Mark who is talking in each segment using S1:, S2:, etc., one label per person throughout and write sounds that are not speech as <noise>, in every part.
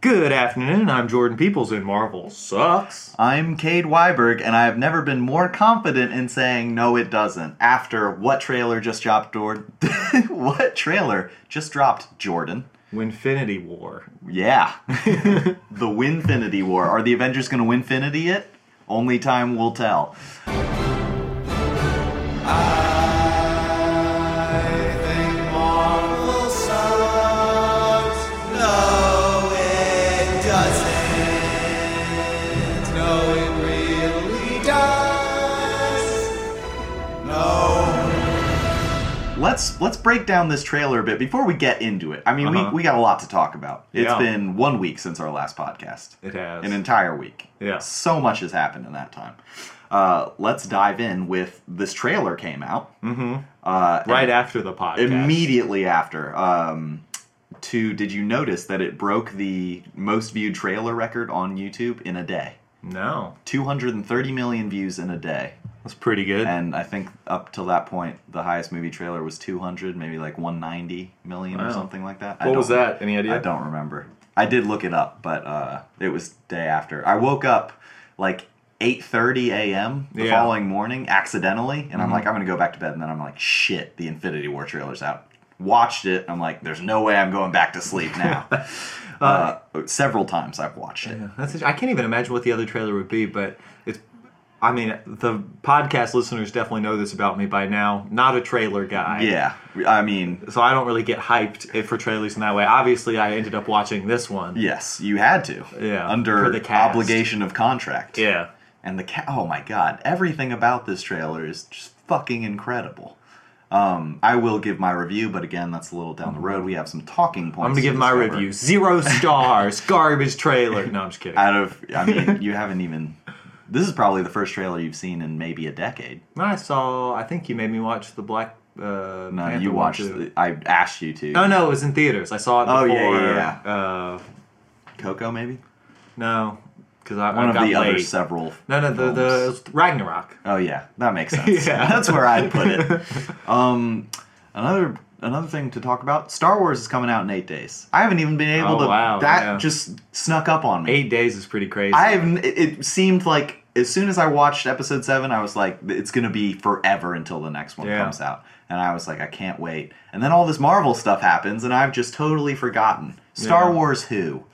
S1: Good afternoon. I'm Jordan Peoples, and Marvel sucks.
S2: I'm Cade Weiberg, and I have never been more confident in saying no, it doesn't. After what trailer just dropped, Jordan? <laughs> what trailer just dropped, Jordan?
S1: Winfinity War.
S2: Yeah, <laughs> the Winfinity War. Are the Avengers going to Winfinity it? Only time will tell. Let's let's break down this trailer a bit before we get into it. I mean,
S1: Uh-huh.
S2: we, we got a lot to talk about. It's
S1: Yeah.
S2: been one week since our last podcast.
S1: It has.
S2: an entire week.
S1: Yeah.
S2: So much has happened in that time. Uh, let's dive in with this trailer came out uh,
S1: Mm-hmm. right after the podcast.
S2: immediately after. Um, to did you notice that it broke the most viewed trailer record on YouTube in a day?
S1: No.
S2: 230 million views in a day.
S1: That's pretty good.
S2: And I think up till that point, the highest movie trailer was 200, maybe like 190 million
S1: Wow.
S2: or something like that. I
S1: what
S2: don't
S1: was that? Any idea?
S2: I don't remember. I did look it up, but uh, it was day after. I woke up like 8:30 a.m. the
S1: Yeah. Mm-hmm.
S2: following morning accidentally, and I'm like, I'm gonna go back to bed, and then I'm like, shit, the Infinity War trailer's out. Watched it. I'm like, there's no way I'm going back to
S1: <laughs>
S2: sleep now. uh, several times I've watched it.
S1: That's I can't even imagine what the other trailer would be, but it's. I mean, the podcast listeners definitely know this about me by now. Not a trailer guy.
S2: Yeah, I mean,
S1: So I don't really get hyped if- for trailers in that way. Obviously, I ended up watching this one.
S2: yes, you had to.
S1: Yeah,
S2: Under
S1: for the cast.
S2: obligation of contract.
S1: Yeah.
S2: And the cat. Oh my god! Everything about this trailer is just fucking incredible. Um, I will give my review, but again, that's a little down the road. We have some talking points.
S1: I'm gonna
S2: to
S1: give my
S2: discover.
S1: review zero
S2: <laughs>
S1: stars, garbage trailer. No, I'm just kidding.
S2: Out of, I
S1: <laughs>
S2: mean, you haven't even. This is probably the first trailer you've seen in maybe a decade.
S1: I saw. I think you made me watch the Black. Uh,
S2: No,
S1: Panther
S2: you
S1: one,
S2: watched.
S1: too.
S2: The, I asked you to.
S1: No, no, it was in theaters. I saw it.
S2: Oh, yeah,
S1: before,
S2: yeah,
S1: Uh,
S2: Coco, maybe
S1: no, because I,
S2: one
S1: I
S2: of the
S1: got
S2: other
S1: late.
S2: several.
S1: no, no, the, the it
S2: films.
S1: was Ragnarok.
S2: Oh yeah,
S1: <laughs>
S2: that makes sense.
S1: Yeah.
S2: that's where I'd
S1: <laughs>
S2: put it. Um, another another thing to talk about: Star Wars is coming out in eight days. I haven't even been able
S1: Oh,
S2: to.
S1: wow,
S2: that
S1: yeah.
S2: just snuck up on me.
S1: Eight days is pretty crazy.
S2: I have. It it seemed like as soon as I watched episode seven, I was like, it's gonna be forever until the next one
S1: Yeah.
S2: comes out, and I was like, I can't wait. And then all this Marvel stuff happens, and I've just totally forgotten Star
S1: Yeah.
S2: Wars. Who?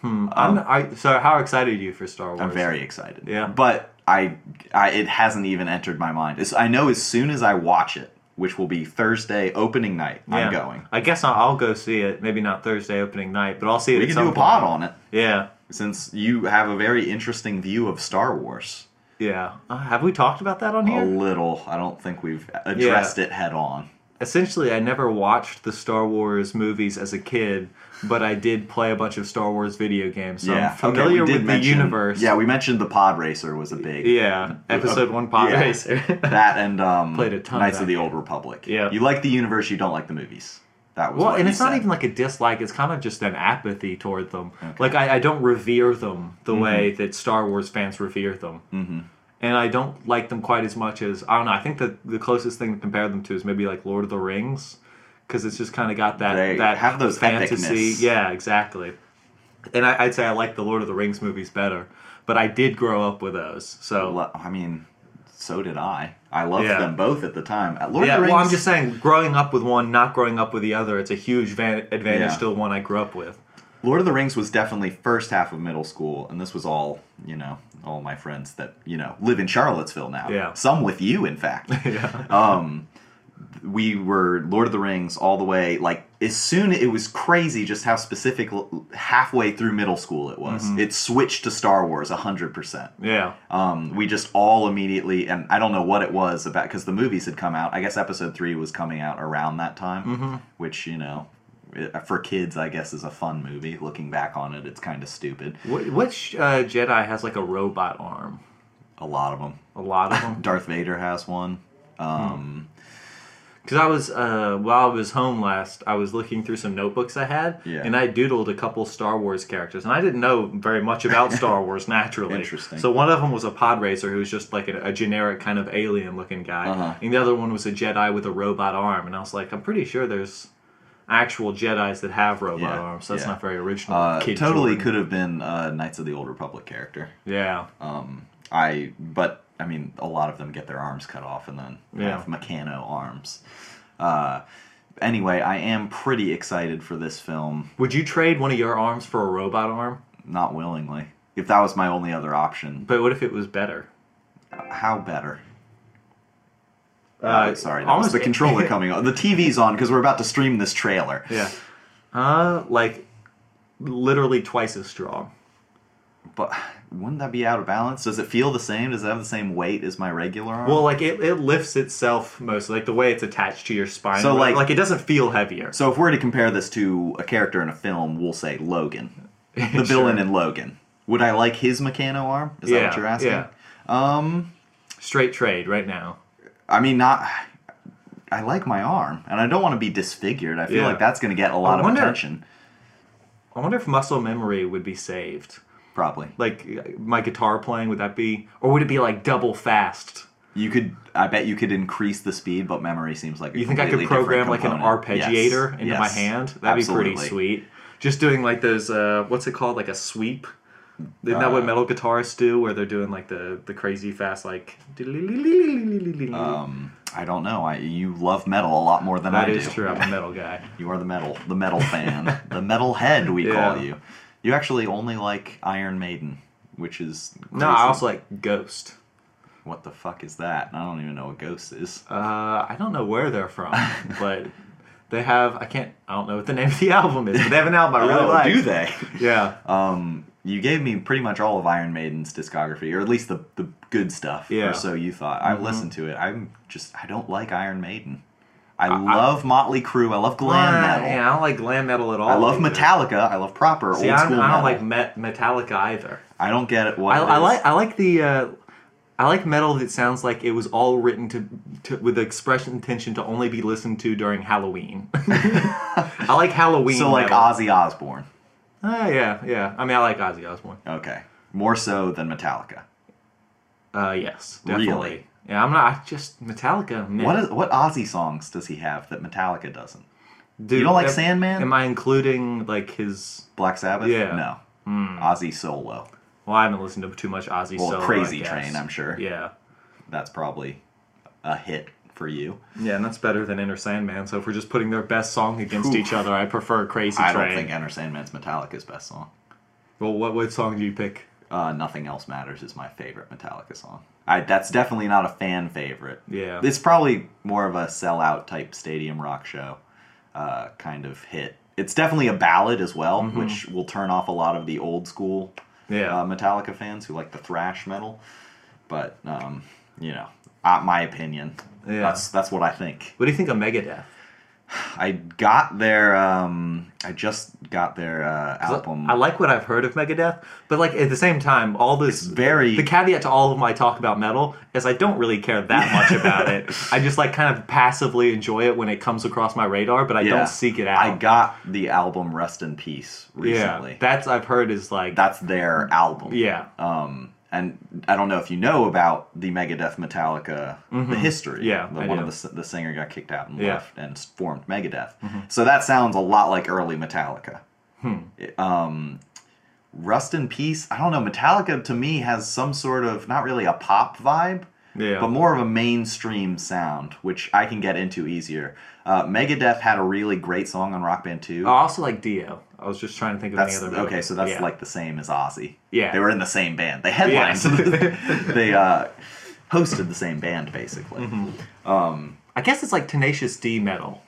S1: I'm, I so how excited are you for Star Wars?
S2: um, I'm very excited.
S1: Yeah.
S2: But I, I it hasn't even entered my mind. It's, I know as soon as I watch it, which will be Thursday opening night,
S1: Yeah.
S2: I'm going.
S1: I guess I'll, I'll go see it. Maybe not Thursday opening night, but I'll see it.
S2: We
S1: at
S2: can
S1: some
S2: do a
S1: point.
S2: pod on it
S1: Yeah,
S2: since you have a very interesting view of Star Wars.
S1: yeah. Uh, have we talked about that on here?
S2: A little. I don't think we've addressed it head on.
S1: essentially I never watched the Star Wars movies as a kid, but I did play a bunch of Star Wars video games. So
S2: yeah.
S1: I'm
S2: Okay, we
S1: familiar
S2: did
S1: with
S2: mention-
S1: the universe.
S2: Yeah, we mentioned the Pod Racer was a big.
S1: Yeah. Episode one pod
S2: Yeah.
S1: racer.
S2: <laughs>
S1: <laughs>
S2: That and um,
S1: Played a ton of
S2: Knights of,
S1: that
S2: the
S1: game.
S2: Old Republic.
S1: Yeah.
S2: You like the universe, you don't like the movies. That was
S1: well,
S2: what
S1: and
S2: you
S1: it's not
S2: said.
S1: even like a dislike, it's kind of just an apathy toward them. Like I, I don't revere them
S2: Mm-hmm.
S1: the way that Star Wars fans revere them. Mm-hmm. And I don't like them quite as much as I don't know. I think that the closest thing to compare them to is maybe like Lord of the Rings, because it's just kind of got that
S2: They
S1: that
S2: have those
S1: fantasy.
S2: epicness.
S1: Yeah, exactly. And I, I'd say I like the Lord of the Rings movies better, but I did grow up with those. So
S2: Lo- I mean, so did I. I loved
S1: Yeah.
S2: them both at the time. Uh, Lord
S1: yeah,
S2: of the Rings.
S1: well, I'm just saying, growing up with one, not growing up with the other, it's a huge van- advantage
S2: Yeah.
S1: to the one I grew up with.
S2: Lord of the Rings was definitely first half of middle school, and this was all you know, all my friends that you know live in Charlottesville now.
S1: Yeah.
S2: some with you,
S1: <laughs>
S2: in fact. Um, we were Lord of the Rings all the way. Like as soon it was crazy, just how specific l- halfway through middle school it was.
S1: Mm-hmm.
S2: It switched to Star Wars hundred percent.
S1: Yeah.
S2: um, we just all immediately and i don't know what it was about because the movies had come out i guess episode three was coming out around that time
S1: Mm-hmm.
S2: which you know i- for kids i guess is a fun movie looking back on it it's kind of stupid
S1: Wh- Which uh, Jedi has like a robot arm?
S2: a lot of them
S1: A lot of
S2: <laughs>
S1: them.
S2: darth vader has one um,
S1: Because I was uh, while I was home last, I was looking through some notebooks I had,
S2: Yeah.
S1: and I doodled a couple Star Wars characters, and I didn't know very much
S2: <laughs>
S1: about Star Wars naturally.
S2: Interesting.
S1: So one of them was a pod racer who was just like a, a generic kind of alien looking guy,
S2: Uh-huh.
S1: and the other one was a Jedi with a robot arm, and I was like, I'm pretty sure there's actual Jedi's that have robot
S2: Yeah,
S1: arms. That's
S2: yeah.
S1: not very original.
S2: Uh,
S1: Kid
S2: totally
S1: Jordan.
S2: could have been uh, Knights of the Old Republic character.
S1: Yeah.
S2: Um, I but I mean a lot of them get their arms cut off and then
S1: Yeah.
S2: have mechano arms. Uh, anyway, I am pretty excited for this film.
S1: Would you trade one of your arms for a robot arm?
S2: Not willingly. If that was my only other option,
S1: But what if it was better?
S2: how better?
S1: Uh,
S2: Uh, sorry, that was the controller
S1: <laughs>
S2: coming on. The TV's on because we're about to stream this trailer.
S1: Yeah. Uh, like literally twice as strong.
S2: But wouldn't that be out of balance? Does it feel the same? Does it have the same weight as my regular arm?
S1: Well, like it, it lifts itself mostly, like the way it's attached to your spine.
S2: So,
S1: So like,
S2: like-
S1: like it doesn't feel heavier.
S2: so if we're to compare this to a character in a film, we'll say Logan, the
S1: <laughs> Sure.
S2: villain in Logan. Would I like his mechano arm? Is that
S1: Yeah,
S2: what you're asking?
S1: yeah.
S2: Um,
S1: Straight trade right now.
S2: I mean, not. I like my arm, and I don't want to be disfigured. I feel
S1: Yeah.
S2: like that's going to get a lot
S1: I
S2: of
S1: wonder-
S2: attention,
S1: I wonder if muscle memory would be saved.
S2: probably.
S1: Like my guitar playing, would that be, or would it be like double fast?
S2: You could, I bet you could increase the speed, but memory seems like a
S1: You think I could
S2: completely different
S1: program like an
S2: component. Yes,
S1: arpeggiator into my
S2: yes,
S1: hand? That'd be
S2: absolutely.
S1: pretty sweet. Just doing like those, uh, what's it called? Like a sweep. Isn't that what
S2: Uh,
S1: metal guitarists do, where they're doing like the, the crazy fast like?
S2: Um, I don't know. I you love metal a lot more than
S1: That
S2: I
S1: is
S2: do.
S1: true. I'm a metal guy.
S2: You are the metal, the metal
S1: <laughs>
S2: fan, the metal head. We
S1: Yeah.
S2: call you. You actually only like Iron Maiden, which is
S1: No, I
S2: crazy.
S1: also like Ghost.
S2: what the fuck is that? I don't even know what Ghost is.
S1: Uh, I don't know where they're from, but they have. I can't. I don't know what the name of the album is, but they have an album I really
S2: oh,
S1: like.
S2: do they?
S1: Yeah,
S2: Um, you gave me pretty much all of Iron Maiden's discography, or at least the the good stuff.
S1: Yeah.
S2: Or so you thought. I've listened to it. I'm just I don't like Iron Maiden. I, love Motley Crue. I love glam
S1: Nah,
S2: metal.
S1: Yeah, I don't like glam metal at all.
S2: I love
S1: either.
S2: Metallica. I love proper
S1: See,
S2: old
S1: I
S2: school
S1: don't, I don't
S2: metal.
S1: like met, Metallica either.
S2: I don't get it. What
S1: I,
S2: it
S1: I
S2: is.
S1: like I like the uh, I like metal that sounds like it was all written to, to with the express intention to only be listened to during Halloween. <laughs> I like Halloween.
S2: so like
S1: metal.
S2: Ozzy Osbourne.
S1: Oh, yeah, yeah. I mean, I like Ozzy Osbourne.
S2: Okay, more so than Metallica.
S1: Uh, yes, definitely.
S2: Really?
S1: Yeah, I'm not. I just Metallica. Man.
S2: What is what Ozzy songs does he have that Metallica doesn't?
S1: Dude,
S2: You don't like
S1: am-
S2: Sandman?
S1: Am I including like his?
S2: Black Sabbath?
S1: Yeah. Hmm.
S2: No. Ozzy solo.
S1: Well, I haven't listened to too much Ozzy.
S2: Well,
S1: solo, I
S2: Crazy
S1: guess.
S2: Train. I'm sure.
S1: Yeah,
S2: That's probably a hit for you.
S1: yeah, and that's better than Inner Sandman. So if we're just putting their best song against each other, I prefer Crazy
S2: I
S1: Train.
S2: don't think Enter Sandman's Metallica's best song.
S1: Well, what what song do you pick?
S2: Uh, Nothing Else Matters is my favorite Metallica song. I, that's definitely not a fan favorite.
S1: Yeah.
S2: It's probably more of a sellout type stadium rock show uh, kind of hit. It's definitely a ballad as well, which will turn off a lot of the old school
S1: Mm-hmm. Yeah.
S2: uh, Metallica fans who like the thrash metal. But, um, you know, uh, my opinion.
S1: Yeah.
S2: That's, that's what I think.
S1: What do you think of Megadeth?
S2: I got their, um, I just got their uh, album.
S1: I like what I've heard of Megadeth, but like at the same time, all this
S2: very-
S1: the caveat to all of my talk about metal is I don't really care that much about
S2: <laughs>
S1: it. I just like kind of passively enjoy it when it comes across my radar, but I
S2: Yeah.
S1: don't seek it out.
S2: I got the album Rest in Peace recently.
S1: Yeah, that's I've heard is like
S2: That's their album.
S1: yeah,
S2: Um, and I don't know if you know about the Megadeth Metallica, the history.
S1: Mm-hmm. Yeah,
S2: the,
S1: I
S2: one
S1: do.
S2: of the s- the singer got kicked out and
S1: Yeah. Mm-hmm.
S2: left and s- formed Megadeth. So that sounds a lot like early Metallica.
S1: Hmm.
S2: It- Um, Rust in Peace. I don't know. Metallica to me has some sort of not really a pop vibe.
S1: yeah.
S2: But more of a mainstream sound, which I can get into easier. Uh, Megadeth had a really great song on Rock Band 2.
S1: I also like Dio. I was just trying to think of
S2: That's
S1: any Oh, other. Movie.
S2: okay. So that's
S1: Yeah.
S2: like the same as Ozzy.
S1: Yeah.
S2: they were in the same band. They
S1: <laughs>
S2: headlined. <laughs> they uh, hosted the same band basically.
S1: Mm-hmm. I guess it's like Tenacious D metal.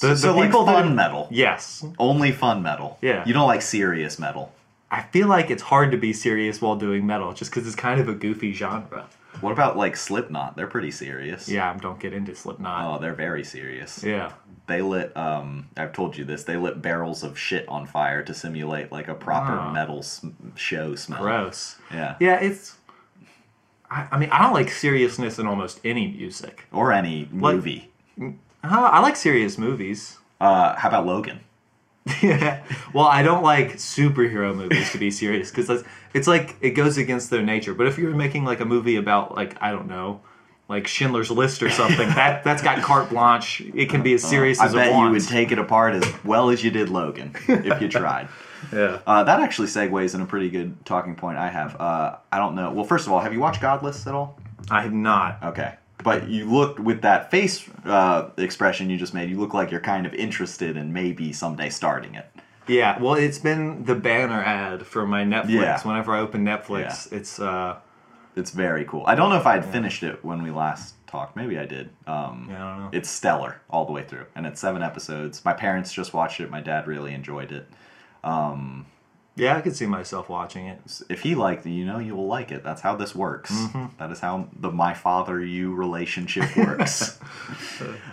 S1: The, the
S2: So like
S1: people that-
S2: fun metal,
S1: yes,
S2: only fun metal.
S1: Yeah.
S2: you don't like serious metal.
S1: I feel like it's hard to be serious while doing metal, just because it's kind of a goofy genre.
S2: What about like Slipknot? They're pretty serious.
S1: Yeah, I don't get into Slipknot.
S2: Oh, they're very serious.
S1: Yeah.
S2: They lit. Um, I've told you this. They lit barrels of shit on fire to simulate like a proper
S1: Ah.
S2: metal s- show smell.
S1: gross.
S2: Yeah.
S1: Yeah, it's. I, I mean, I don't like seriousness in almost any music.
S2: Or any movie.
S1: Uh, I like serious movies. <laughs>
S2: Uh, how about Logan?
S1: well, I don't like superhero movies to be serious because it's like it goes against their nature. But if you're making like a movie about like I don't know like Schindler's List or something. that that's got carte blanche. It can be as serious
S2: Uh, I
S1: as
S2: bet
S1: it
S2: you would
S1: wants.
S2: take it apart as well as you did Logan if you tried.
S1: yeah.
S2: Uh, that actually segues in a pretty good talking point I have. Uh, I don't know. Well, first of all, have you watched Godless at all?
S1: I have not.
S2: Okay. But you looked with that face uh, expression you just made, you look like you're kind of interested in maybe someday starting it.
S1: Yeah. Well, it's been the banner ad for my Netflix.
S2: Yeah.
S1: Whenever I open Netflix, it's uh,
S2: It's very cool. I don't know if I had finished it when we last talked. Maybe I did. Um,
S1: yeah, I don't know.
S2: It's stellar all the way through, and it's seven episodes. My parents just watched it. My dad really enjoyed it.
S1: yeah, I could see myself watching it.
S2: If he liked it, you know you will like it. That's how this works. That is how the my father you relationship works.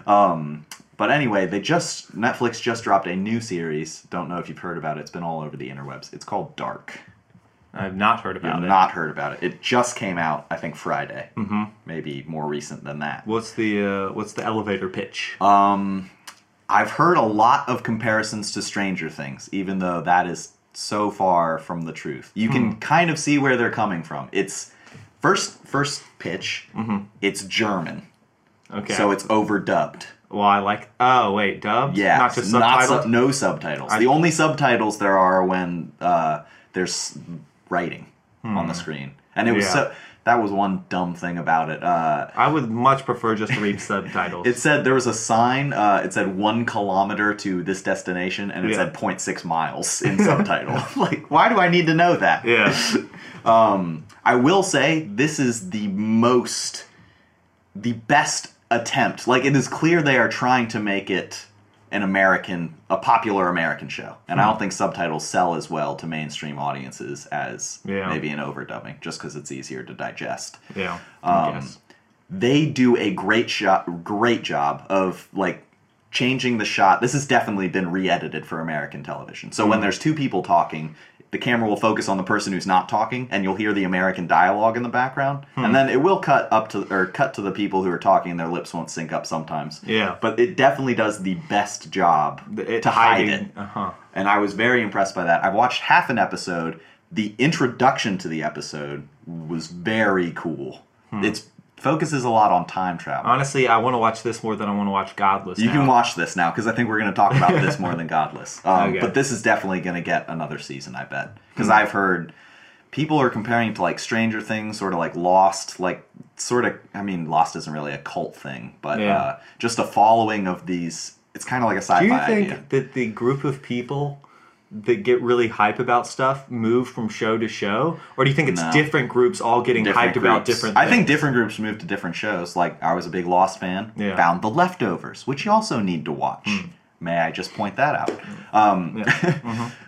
S2: um, but anyway, they just Netflix just dropped a new series. Don't know if you've heard about it. It's been all over the interwebs. It's called Dark.
S1: I've not heard
S2: You've
S1: about it.
S2: not heard about it. It just came out, I think, Friday. Mm-hmm. Maybe more recent than that.
S1: What's the uh, what's the elevator pitch?
S2: Um, I've heard a lot of comparisons to Stranger Things, even though that is so far from the truth. You can
S1: Hmm.
S2: kind of see where they're coming from. It's first first pitch. It's German,
S1: Mm-hmm. okay.
S2: so it's overdubbed.
S1: well, I like. Oh wait, dubbed.
S2: Yeah,
S1: Not just
S2: not
S1: subtitled.
S2: sub- no subtitles.
S1: I-
S2: the only subtitles there are when uh, there's writing on the screen, and it was
S1: Hmm. Yeah.
S2: so. That was one dumb thing about it. Uh,
S1: I would much prefer just to read
S2: <laughs>
S1: subtitles.
S2: It said there was a sign. Uh, it said one kilometer to this destination, and it
S1: Yeah.
S2: said
S1: <laughs>
S2: 0.6 miles in subtitle. <laughs> like, why do I need to know that?
S1: yeah.
S2: <laughs> Um, I will say this is the most, the best attempt. Like, it is clear they are trying to make it an American, a popular American show, and I
S1: Hmm.
S2: don't think subtitles sell as well to mainstream audiences as
S1: Yeah.
S2: maybe an overdubbing, just because it's easier to digest
S1: Yeah.
S2: Um,
S1: I guess.
S2: they do a great shot great job of like changing the shot this has definitely been re-edited for american television so
S1: Mm.
S2: when there's two people talking the camera will focus on the person who's not talking and you'll hear the american dialogue in the background
S1: Hmm.
S2: and then it will cut up to or cut to the people who are talking and their lips won't sync up sometimes
S1: Yeah.
S2: but it definitely does the best job
S1: The- it
S2: to hide
S1: hiding-
S2: it
S1: Uh-huh.
S2: and I was very impressed by that. I watched half an episode. The introduction to the episode was very cool.
S1: Hmm.
S2: It's focuses a lot on time travel.
S1: Honestly, I want to watch this more than I want to watch Godless.
S2: You can
S1: now.
S2: watch this now because I think we're going to talk about
S1: <laughs>
S2: this more than Godless. Um,
S1: Okay. Hmm.
S2: But this is definitely going to get another season, I bet, because I've heard people are comparing it to like Stranger Things, sort of like Lost, like sort of. I mean, Lost isn't really a cult thing, but
S1: Yeah.
S2: uh, just a following of these. It's kind of like a sci-fi
S1: Do you think
S2: idea.
S1: that the group of people that get really hype about stuff move from show to show, or do you think it's
S2: No.
S1: different groups all getting hyped about
S2: groups.
S1: different?
S2: I think
S1: things?
S2: different groups move to different shows. Like I was a big Lost fan.
S1: Yeah. Hmm.
S2: Found the leftovers, which you also need to watch. May I just point that out? Um,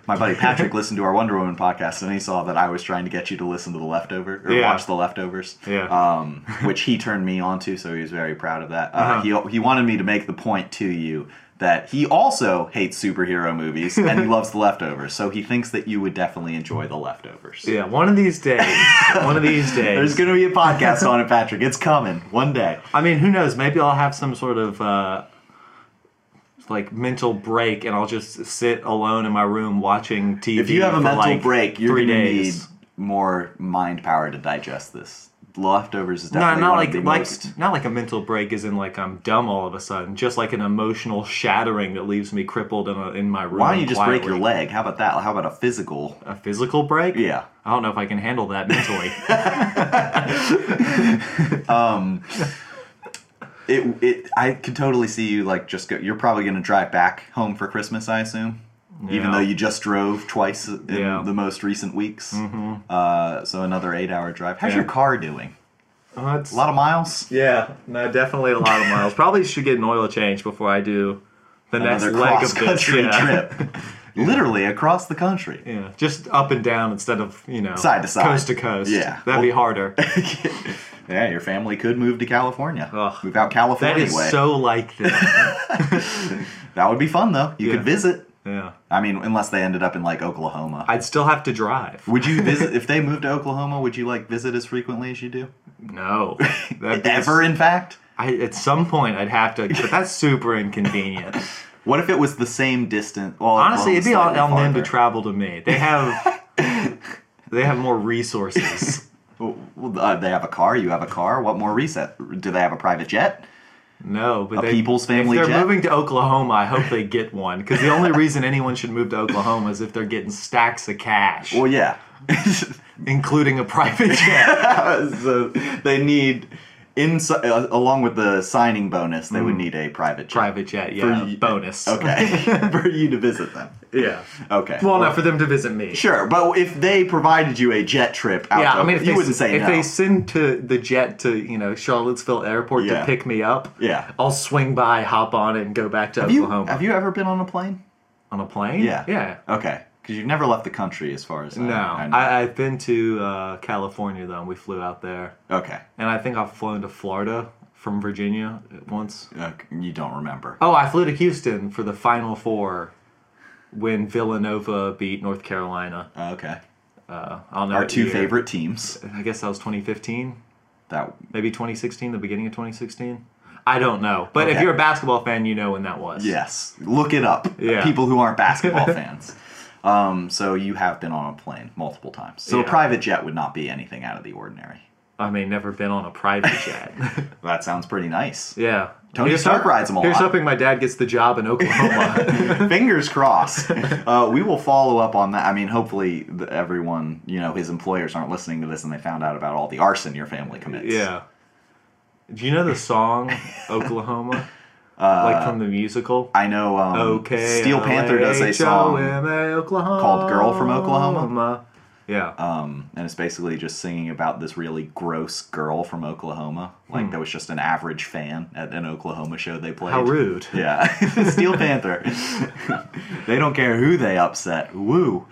S2: my buddy
S1: <laughs>
S2: Patrick listened to our Wonder Woman podcast, and he saw that I was trying to get you to listen to the leftover or
S1: Yeah.
S2: watch the leftovers.
S1: Yeah.
S2: Um, which he turned me on to, so he was very proud of that. Uh,
S1: Uh-huh.
S2: He he wanted me to make the point to you. That he also hates superhero movies and
S1: <laughs>
S2: he loves The Leftovers, so he thinks that you would definitely enjoy The Leftovers.
S1: Yeah, one of these
S2: <laughs>
S1: days. one of these
S2: There's
S1: days.
S2: going to be a podcast on it, Patrick. It's coming one day.
S1: I mean, who knows? Maybe I'll have some sort of uh, like mental break, and I'll just sit alone in my room watching TV.
S2: If you have a
S1: for
S2: mental
S1: like
S2: break, you're
S1: three
S2: going to need
S1: days.
S2: more mind power to digest this. Leftovers is
S1: No,
S2: definitely
S1: not
S2: one
S1: like
S2: of the
S1: like
S2: most.
S1: not like a mental break, as in like I'm dumb all of a sudden. Just like an emotional shattering that leaves me crippled in, a, in my room.
S2: Why don't you just break
S1: quietly.
S2: your leg? How about that? How about a physical?
S1: A physical break?
S2: Yeah.
S1: I don't know if I can handle that
S2: <laughs>
S1: mentally.
S2: It, it I could totally see you like just go. You're probably going to drive back home for Christmas, I assume. Even
S1: Yeah.
S2: though you just drove twice in
S1: Yeah.
S2: the most recent weeks, uh, so another eight-hour drive. How's
S1: Yeah.
S2: your car doing?
S1: Uh, it's-
S2: A lot of miles.
S1: yeah, no, definitely a lot of miles. Probably should get an oil change before I do the next
S2: another
S1: leg
S2: cross
S1: of this.
S2: country
S1: yeah.
S2: <laughs> trip, literally across the country.
S1: <laughs> Yeah, just up and down instead of you know
S2: Side to side.
S1: coast to coast.
S2: Yeah.
S1: that'd be
S2: <laughs>
S1: harder.
S2: Yeah, your family could move to California.
S1: Ugh.
S2: Move out
S1: That
S2: California
S1: is
S2: way.
S1: so like them.
S2: that would be fun though. You
S1: Yeah.
S2: could visit.
S1: yeah,
S2: I mean, unless they ended up in like Oklahoma.
S1: I'd still have to drive.
S2: would you visit if they moved to Oklahoma? Would you like visit as frequently as you do? <laughs>
S1: No, That'd be-
S2: Ever, in fact.
S1: I, at some point, I'd have to, but that's super
S2: <laughs>
S1: inconvenient.
S2: What if it was the same distance? Well,
S1: Honestly, it'd be on,
S2: Oklahoma's
S1: on them to
S2: slightly <laughs>
S1: travel to me. They have they have more resources.
S2: farther. Well, uh, they have a car. You have a car. What more reset? Do they have a private jet?
S1: No, but
S2: A
S1: they,
S2: people's family
S1: If they're
S2: jet?
S1: moving to Oklahoma, I hope they get one because the only reason anyone should move to Oklahoma is if they're getting stacks of cash,
S2: Well, yeah. <laughs>
S1: including a private jet.
S2: so they need inside uh, along with the signing bonus. They would need a private jet.
S1: Mm. private jet,
S2: For
S1: yeah,
S2: you-
S1: bonus.
S2: Okay, <laughs> for you to visit them.
S1: <laughs> Yeah.
S2: Okay.
S1: Well, no, for them to visit me.
S2: Sure, but if they provided you a jet trip, out
S1: Yeah,
S2: to-
S1: I mean, if
S2: you
S1: they,
S2: wouldn't say
S1: if
S2: no.
S1: they send to the jet to you know Charlottesville Airport
S2: Yeah.
S1: to pick me up,
S2: Yeah.
S1: I'll swing by, hop on it, and go back to
S2: have you
S1: Oklahoma
S2: have you ever been on a plane?
S1: on a plane.
S2: Yeah.
S1: yeah.
S2: Okay, because you've never left the country, as far as
S1: No,
S2: I, I know.
S1: I, I've been to uh, California though. And we flew out there,
S2: okay.
S1: and I think I've flown to Florida from Virginia once.
S2: Okay, you don't remember.
S1: Oh, I flew to Houston for the Final Four when Villanova beat North Carolina.
S2: Okay,
S1: Uh, I'll know
S2: our
S1: what
S2: two
S1: year.
S2: favorite teams.
S1: I guess that was 2015,
S2: That
S1: maybe 2016, the beginning of 2016. I don't know, but if
S2: Okay.
S1: you're a basketball fan, you know when that was.
S2: yes, look it up.
S1: Yeah.
S2: people who aren't <laughs> basketball fans. Um, so you have been on a plane multiple times. So a
S1: Yeah.
S2: private jet would not be anything out of the ordinary.
S1: I mean, never been on a private
S2: <laughs>
S1: jet.
S2: That sounds pretty nice.
S1: yeah.
S2: Tony Stark rides 'em a
S1: Here's
S2: lot.
S1: hoping my dad gets the job
S2: <laughs>
S1: in Oklahoma. <laughs>
S2: Fingers crossed. Uh, we will follow up on that. I mean, hopefully, the, everyone, you know, his employers aren't listening to this and they found out about all the arson your family commits.
S1: yeah. Do you know the
S2: <laughs>
S1: song Oklahoma? Uh, like from the musical?
S2: I know um,
S1: Okay.
S2: Steel Panther does a song,
S1: L-A-H-O-M-A, Oklahoma.
S2: called Girl from Oklahoma.
S1: Yeah.
S2: um, and it's basically just singing about this really gross girl from Oklahoma, like that was just an average fan at an Oklahoma show they played.
S1: Hmm. How rude.
S2: Yeah, <laughs> Steel
S1: <laughs>
S2: Panther. they don't care who they upset. Woo.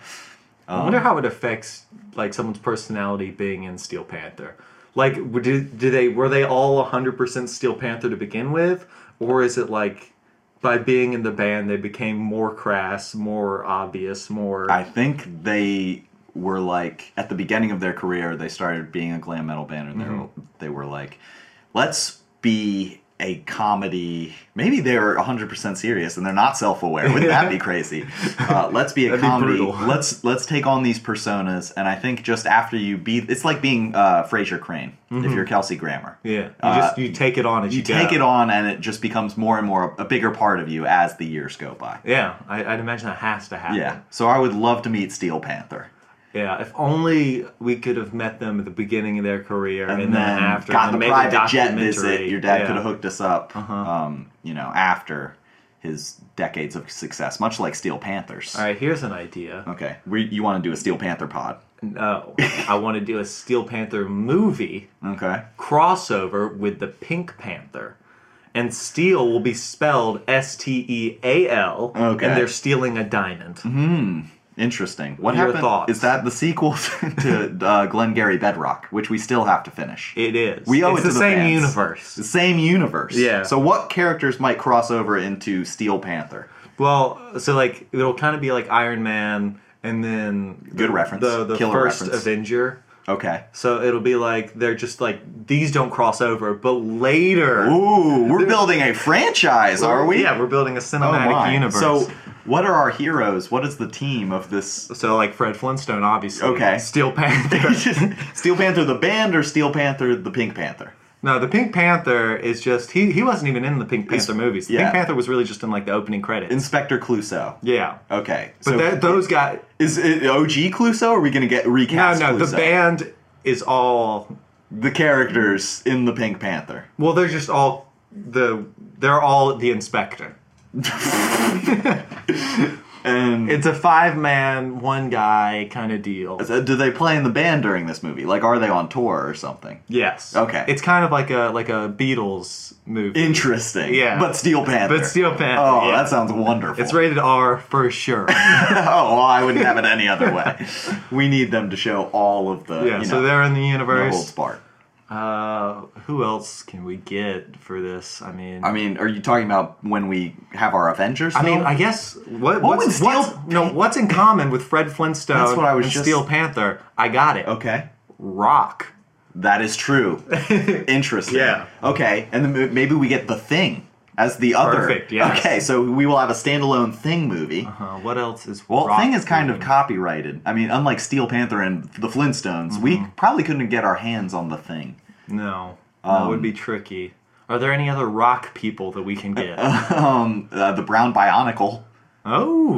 S1: I wonder how it affects like someone's personality being in Steel Panther. Like, w- do, do they were they all hundred percent Steel Panther to begin with, or is it like by being in the band they became more crass, more obvious, more?
S2: I think they were like at the beginning of their career, they started being a glam metal band, and they were
S1: Mm-hmm.
S2: they were like, let's be a comedy. Maybe they're 100% serious and they're not self-aware. Wouldn't
S1: <laughs>
S2: that be crazy? Uh, let's be a
S1: That'd be
S2: comedy.
S1: brutal. <laughs>
S2: let's let's take on these personas. And I think just after you be, it's like being uh, Fraser Crane if you're Kelsey Grammer.
S1: Mm-hmm. yeah, you
S2: Uh,
S1: just you take it on as you,
S2: You take
S1: go.
S2: it on, and it just becomes more and more a bigger part of you as the years go by.
S1: Yeah, I, I'd imagine that has to happen.
S2: Yeah. So I would love to meet Steel Panther.
S1: yeah. If only we could have met them at the beginning of their career and, then, after
S2: got
S1: and
S2: the
S1: made a
S2: private jet visit.
S1: documentary.
S2: Your dad
S1: Yeah. Uh-huh.
S2: could have hooked us up, um, you know, after his decades of success, much like Steel Panthers.
S1: All right, here's an idea.
S2: Okay, we, you want to do a Steel Panther pod?
S1: No, I want to do a Steel Panther movie
S2: Okay,
S1: crossover with the Pink Panther. And steel will be spelled S T E A L.
S2: Okay. Mm-hmm.
S1: And they're stealing a diamond.
S2: interesting. What
S1: Your
S2: happened?
S1: thoughts?
S2: Is that the sequel <laughs> to uh, Glengarry Bedrock, which we still have to finish?
S1: It is.
S2: We owe
S1: it's
S2: it to
S1: the
S2: the
S1: same
S2: fans.
S1: universe.
S2: the same universe.
S1: Yeah.
S2: So what characters might cross over into Steel Panther?
S1: Well, so like it'll kind of be like Iron Man, and then
S2: Good reference.
S1: The the
S2: Killer
S1: first
S2: reference.
S1: Avenger.
S2: Okay.
S1: So it'll be like they're just like these don't cross over, but later.
S2: Ooh, we're building a franchise, are we?
S1: Yeah, we're building a
S2: Oh
S1: cinematic
S2: my.
S1: universe.
S2: So, what are our heroes? What is the team of this?
S1: so like Fred Flintstone, obviously.
S2: Okay.
S1: Steel <laughs> Panther.
S2: <laughs> Steel Panther the band or Steel Panther the Pink Panther?
S1: No, the Pink Panther is just he he wasn't even in the Pink Panther movies. The
S2: yeah.
S1: Pink Panther was really just in like the opening credits.
S2: Inspector Clouseau.
S1: yeah.
S2: Okay.
S1: But
S2: so
S1: that, those guys
S2: is it OG Clouseau? Or are we going to get
S1: No,
S2: recast?
S1: no, the
S2: Clouseau?
S1: band is all
S2: the characters in the Pink Panther.
S1: well, they're just all the they're all the inspector.
S2: And
S1: It's a five man, one guy kind of deal.
S2: uh, do they play in the band during this movie? Like, are they on tour or something?
S1: Yes.
S2: Okay.
S1: It's kind of like a like a Beatles movie.
S2: Interesting.
S1: Yeah.
S2: But Steel Panther.
S1: But Steel Panther,
S2: Oh,
S1: yeah.
S2: that sounds wonderful.
S1: it's rated R for sure. yeah.
S2: <laughs> oh, well, I wouldn't have it any other
S1: <laughs>
S2: way. <laughs> we need them to show all of the. you
S1: so
S2: know,
S1: they're in the
S2: no
S1: universe.
S2: holds barred.
S1: uh, who else can we get for this? I mean,
S2: I mean, are you talking about when we have our Avengers?
S1: I mean,
S2: film?
S1: I guess what,
S2: What would
S1: what's,
S2: Steel-
S1: what's- no what's in common with Fred Flintstone
S2: That's what I was
S1: and
S2: just-
S1: Steel Panther? I got it.
S2: okay,
S1: Rock. <laughs>
S2: that is true. Interesting.
S1: Yeah.
S2: Okay, and then m- maybe we get the thing as the other.
S1: Perfect, yes.
S2: Okay, so we will have a standalone Thing movie.
S1: Uh, what else is
S2: Well,
S1: rock
S2: Thing is kind of
S1: doing?
S2: copyrighted. I mean, unlike Steel Panther and the Flintstones, we
S1: Mm-hmm.
S2: probably couldn't get our hands on the Thing.
S1: no,
S2: Um,
S1: that would be tricky. Are there any other rock people that we can get?
S2: um, uh, the Brown Bionicle.
S1: oh,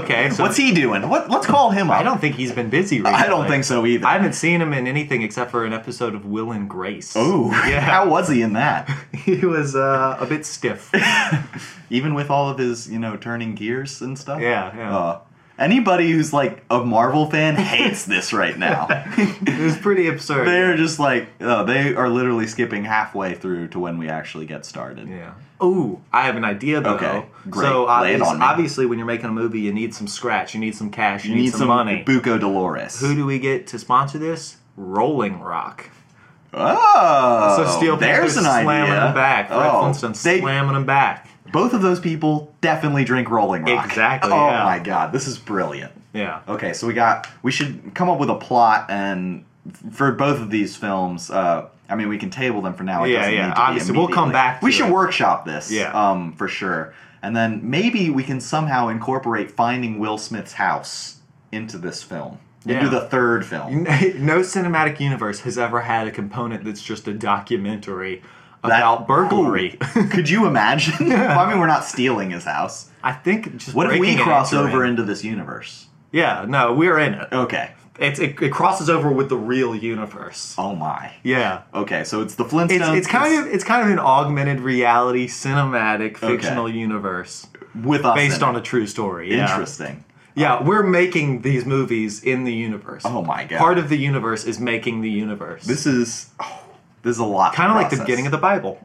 S2: <laughs>
S1: okay. So
S2: What's he doing? What? Let's call him up.
S1: I don't think he's been busy. Recently.
S2: I don't think so either.
S1: I haven't seen him in anything except for an episode of Will and Grace.
S2: Ooh,
S1: <laughs>
S2: <laughs>
S1: Yeah.
S2: how was he
S1: <laughs>
S2: in that?
S1: he was uh, a bit
S2: <laughs>
S1: stiff. yeah,
S2: Even with all of his, you know, turning gears and stuff.
S1: yeah.
S2: Uh, anybody who's like a Marvel fan hates this right
S1: <laughs>
S2: now.
S1: it was pretty absurd.
S2: They're just like, uh, they are literally skipping halfway through to when we actually get started.
S1: Yeah. Ooh, I have an idea though.
S2: Okay, great.
S1: So
S2: Lay it
S1: obvious-
S2: on me.
S1: obviously, when you're making a movie, you need some scratch, you need some cash, you,
S2: You need
S1: some, money.
S2: Buco Dolores.
S1: Who do we get to sponsor this? Rolling Rock.
S2: oh,
S1: So Steel
S2: there's
S1: Panther's
S2: an
S1: slamming
S2: idea.
S1: them back. Fred
S2: Oh,
S1: Flintstone
S2: they-
S1: slamming them back.
S2: both of those people definitely drink Rolling Rock.
S1: Exactly,
S2: Oh
S1: yeah.
S2: my god, this is brilliant. <laughs>
S1: Yeah.
S2: Okay, so we got we should come up with a plot and f- for both of these films. Uh, I mean, we can table them for now. It
S1: Yeah,
S2: doesn't
S1: yeah,
S2: Need to be
S1: obviously, we'll come
S2: immediately.
S1: back to
S2: we should
S1: it.
S2: workshop this.
S1: Yeah.
S2: Um, for sure, and then maybe we can somehow incorporate finding Will Smith's house into this film,
S1: Yeah.
S2: into the third film.
S1: No cinematic universe has ever had a component that's just a documentary
S2: That-
S1: about burglary.
S2: Ooh, <laughs> could you
S1: <laughs>
S2: imagine? well, I mean, we're not stealing his house.
S1: I think just
S2: What if we
S1: breaking it
S2: cross
S1: into
S2: over
S1: it.
S2: into this universe?
S1: Yeah, no, we're in it.
S2: Okay.
S1: It's it, it crosses over with the real universe.
S2: Oh my.
S1: Yeah.
S2: Okay, so it's the Flintstones.
S1: It's, it's kind of it's kind of an augmented reality cinematic fictional universe
S2: with us
S1: based
S2: in
S1: on
S2: it.
S1: a true story. Yeah.
S2: interesting.
S1: Yeah, we're making these movies in the universe.
S2: Oh my God.
S1: Part of the universe is making the universe.
S2: This is oh, this is a lot.
S1: kind of like the beginning of the Bible.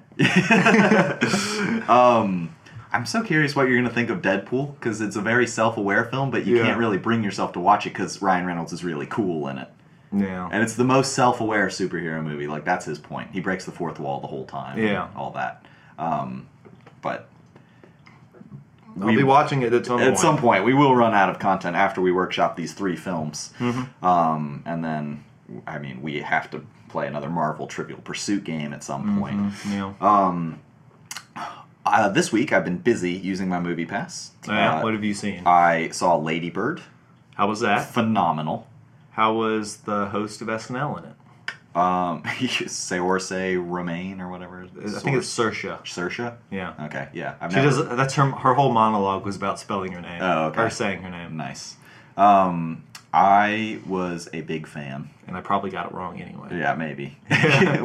S2: I'm so curious what you're gonna think of Deadpool because it's a very self-aware film, but you
S1: Yeah.
S2: can't really bring yourself to watch it because Ryan Reynolds is really cool in it,
S1: Yeah.
S2: and it's the most self-aware superhero movie. Like that's his point. He breaks the fourth wall the whole time. and
S1: Yeah.
S2: all that. Um, but
S1: I'll be watching it at some
S2: at
S1: point.
S2: some point we will run out of content after we workshop these three films, um, and then I mean we have to play another Marvel Trivial Pursuit game at some point.
S1: Yeah.
S2: Uh, this week I've been busy using my movie pass.
S1: Oh, Yeah,
S2: Uh,
S1: what have you seen?
S2: I saw Ladybird.
S1: How was that?
S2: Phenomenal.
S1: How was the host of SNL in it?
S2: Um, <laughs> Seorse Romaine or whatever.
S1: I think it's Sersha.
S2: Sersha.
S1: Yeah.
S2: Okay. Yeah. I've
S1: She does. That's her. Her whole monologue was about spelling her name.
S2: Oh, okay.
S1: Or saying her name,
S2: Nice. Um, I was a big fan.
S1: and I probably got it wrong anyway.
S2: Yeah, maybe.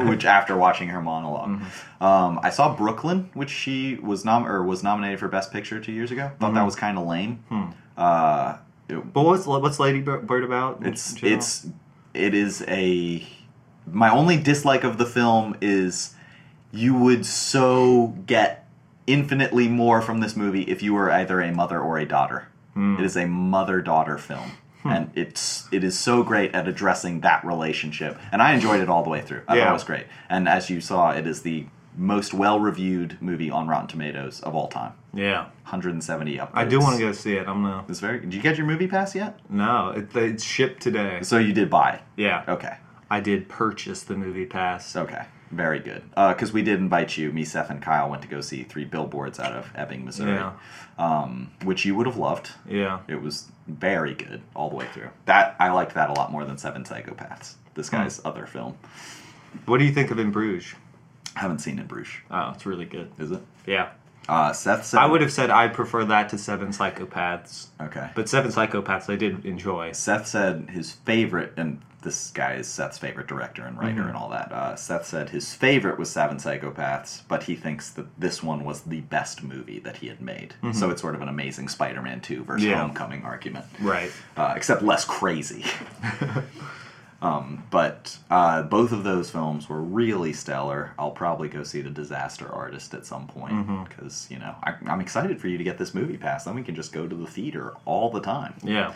S2: <laughs> which after watching her monolog
S1: Mm-hmm.
S2: um, I saw Brooklyn, which she was nom or was nominated for Best Picture two years ago. Thought
S1: Mm-hmm.
S2: that was kind of lame.
S1: Hmm.
S2: Uh, it-
S1: But what's what's Lady Bird about? in
S2: It's
S1: general?
S2: it's it is a my only dislike of the film is you would so get infinitely more from this movie if you were either a mother or a daughter.
S1: Hmm.
S2: It is a mother-daughter film. And it's it is so great at addressing that relationship. And I enjoyed it all the way through. I thought
S1: Yeah.
S2: it was great. And as you saw, it is the most well-reviewed movie on Rotten Tomatoes of all time.
S1: yeah.
S2: 170 upvotes.
S1: I do want to go see it. I'm gonna
S2: It's very. Did you get your movie pass yet?
S1: no. It, it's shipped today.
S2: So oh. you did buy it.
S1: Yeah,
S2: Okay.
S1: I did purchase the movie pass.
S2: Okay, very good. Because we did invite you, me, Seth, and Kyle went to go see Three Billboards out of Ebbing, Missouri,
S1: Yeah.
S2: um, which you would have loved.
S1: Yeah,
S2: It was very good all the way through. That I liked that a lot more than Seven Psychopaths. This
S1: Hmm.
S2: guy's other film.
S1: what do you think of In Bruges?
S2: Haven't seen in Bruges.
S1: Oh, it's really good.
S2: Is it?
S1: Yeah,
S2: Uh, Seth said.
S1: I would have said I prefer that to Seven Psychopaths,
S2: Okay.
S1: but Seven Psychopaths I did enjoy.
S2: Seth said his favorite, and this guy is Seth's favorite director and writer and all that. Uh, Seth said his favorite was Seven Psychopaths, but he thinks that this one was the best movie that he had made. So it's sort of an amazing Spider Man 2 versus
S1: Yeah.
S2: Homecoming argument,
S1: Right.
S2: uh, except less crazy. <laughs> um, but uh, both of those films were really stellar. I'll probably go see The Disaster Artist at some point because, you know, I, I'm excited for you to get this movie passed. Then we can just go to the theater all the time.
S1: Yeah. Um,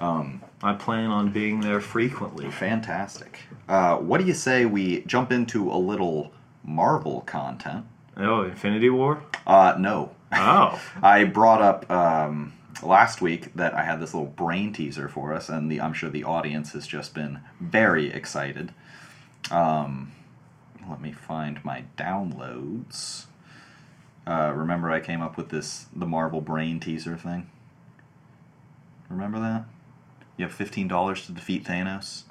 S2: Um,
S1: I plan on being there frequently.
S2: Fantastic. Uh, what do you say we jump into a little Marvel content?
S1: Oh, Infinity War.
S2: Uh, no. <laughs>
S1: Oh,
S2: I brought up um, last week that I had this little brain teaser for us, and the, I'm sure the audience has just been very excited. Um, let me find my downloads. Uh, remember, I came up with this the Marvel Brain teaser thing. Remember that? You have fifteen dollars to defeat Thanos.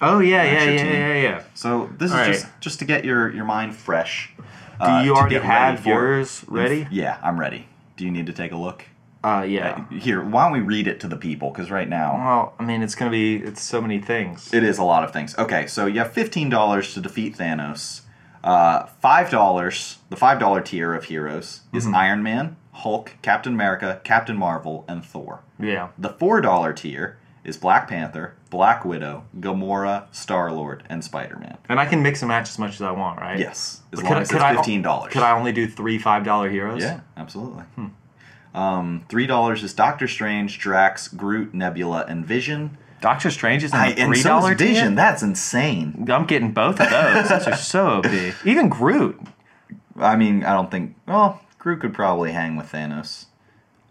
S1: Oh yeah, yeah,
S2: your
S1: yeah,
S2: team.
S1: yeah, yeah.
S2: So this is
S1: All right.
S2: just just to get your your mind fresh. uh, Do
S1: Do you already have yours ready?
S2: Yeah, I'm ready. Do you need to take a look?
S1: Uh, yeah.
S2: Here, why don't we read it to the people? Because right now
S1: Well, I mean, it's gonna be it's so many things.
S2: it is a lot of things. Okay, so you have fifteen dollars to defeat Thanos. Uh, five dollars, the five dollar tier of heroes is
S1: Mm-hmm.
S2: Iron Man, Hulk, Captain America, Captain Marvel, and Thor.
S1: Yeah.
S2: The four dollar tier is Black Panther, Black Widow, Gamora, Star Lord, and Spider Man.
S1: And I can mix and match as much as I want, right?
S2: Yes, as
S1: But
S2: long as it's
S1: I-
S2: fifteen dollars.
S1: Could I only do three five dollar heroes?
S2: Yeah, absolutely. Hmm. Um, Three dollars is Doctor Strange, Drax, Groot, Nebula, and Vision.
S1: Doctor Strange is in
S2: I,
S1: the
S2: and
S1: three
S2: so
S1: dollar
S2: is Vision. That's insane.
S1: I'm getting both of those. Those are so
S2: <laughs>
S1: OP. Even Groot.
S2: I mean, I don't think. Well, Groot could probably hang with Thanos.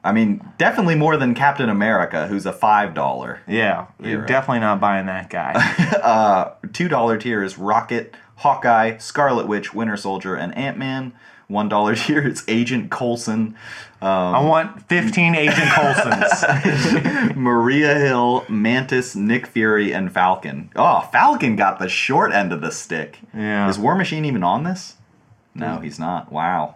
S2: I mean, definitely more than Captain America, who's a five dollar.
S1: Yeah, you're
S2: right.
S1: definitely not buying that guy.
S2: Uh, Two dollar tier is Rocket, Hawkeye, Scarlet Witch, Winter Soldier, and Ant Man. One dollar <laughs> tier is Agent Coulson, Um,
S1: I want 15
S2: <laughs>
S1: Agent Coulsons.
S2: Maria Hill, Mantis, Nick Fury, and Falcon. Oh, Falcon got the short end of the stick.
S1: Yeah. Hmm.
S2: Is War Machine even on this? No, he's not. Wow.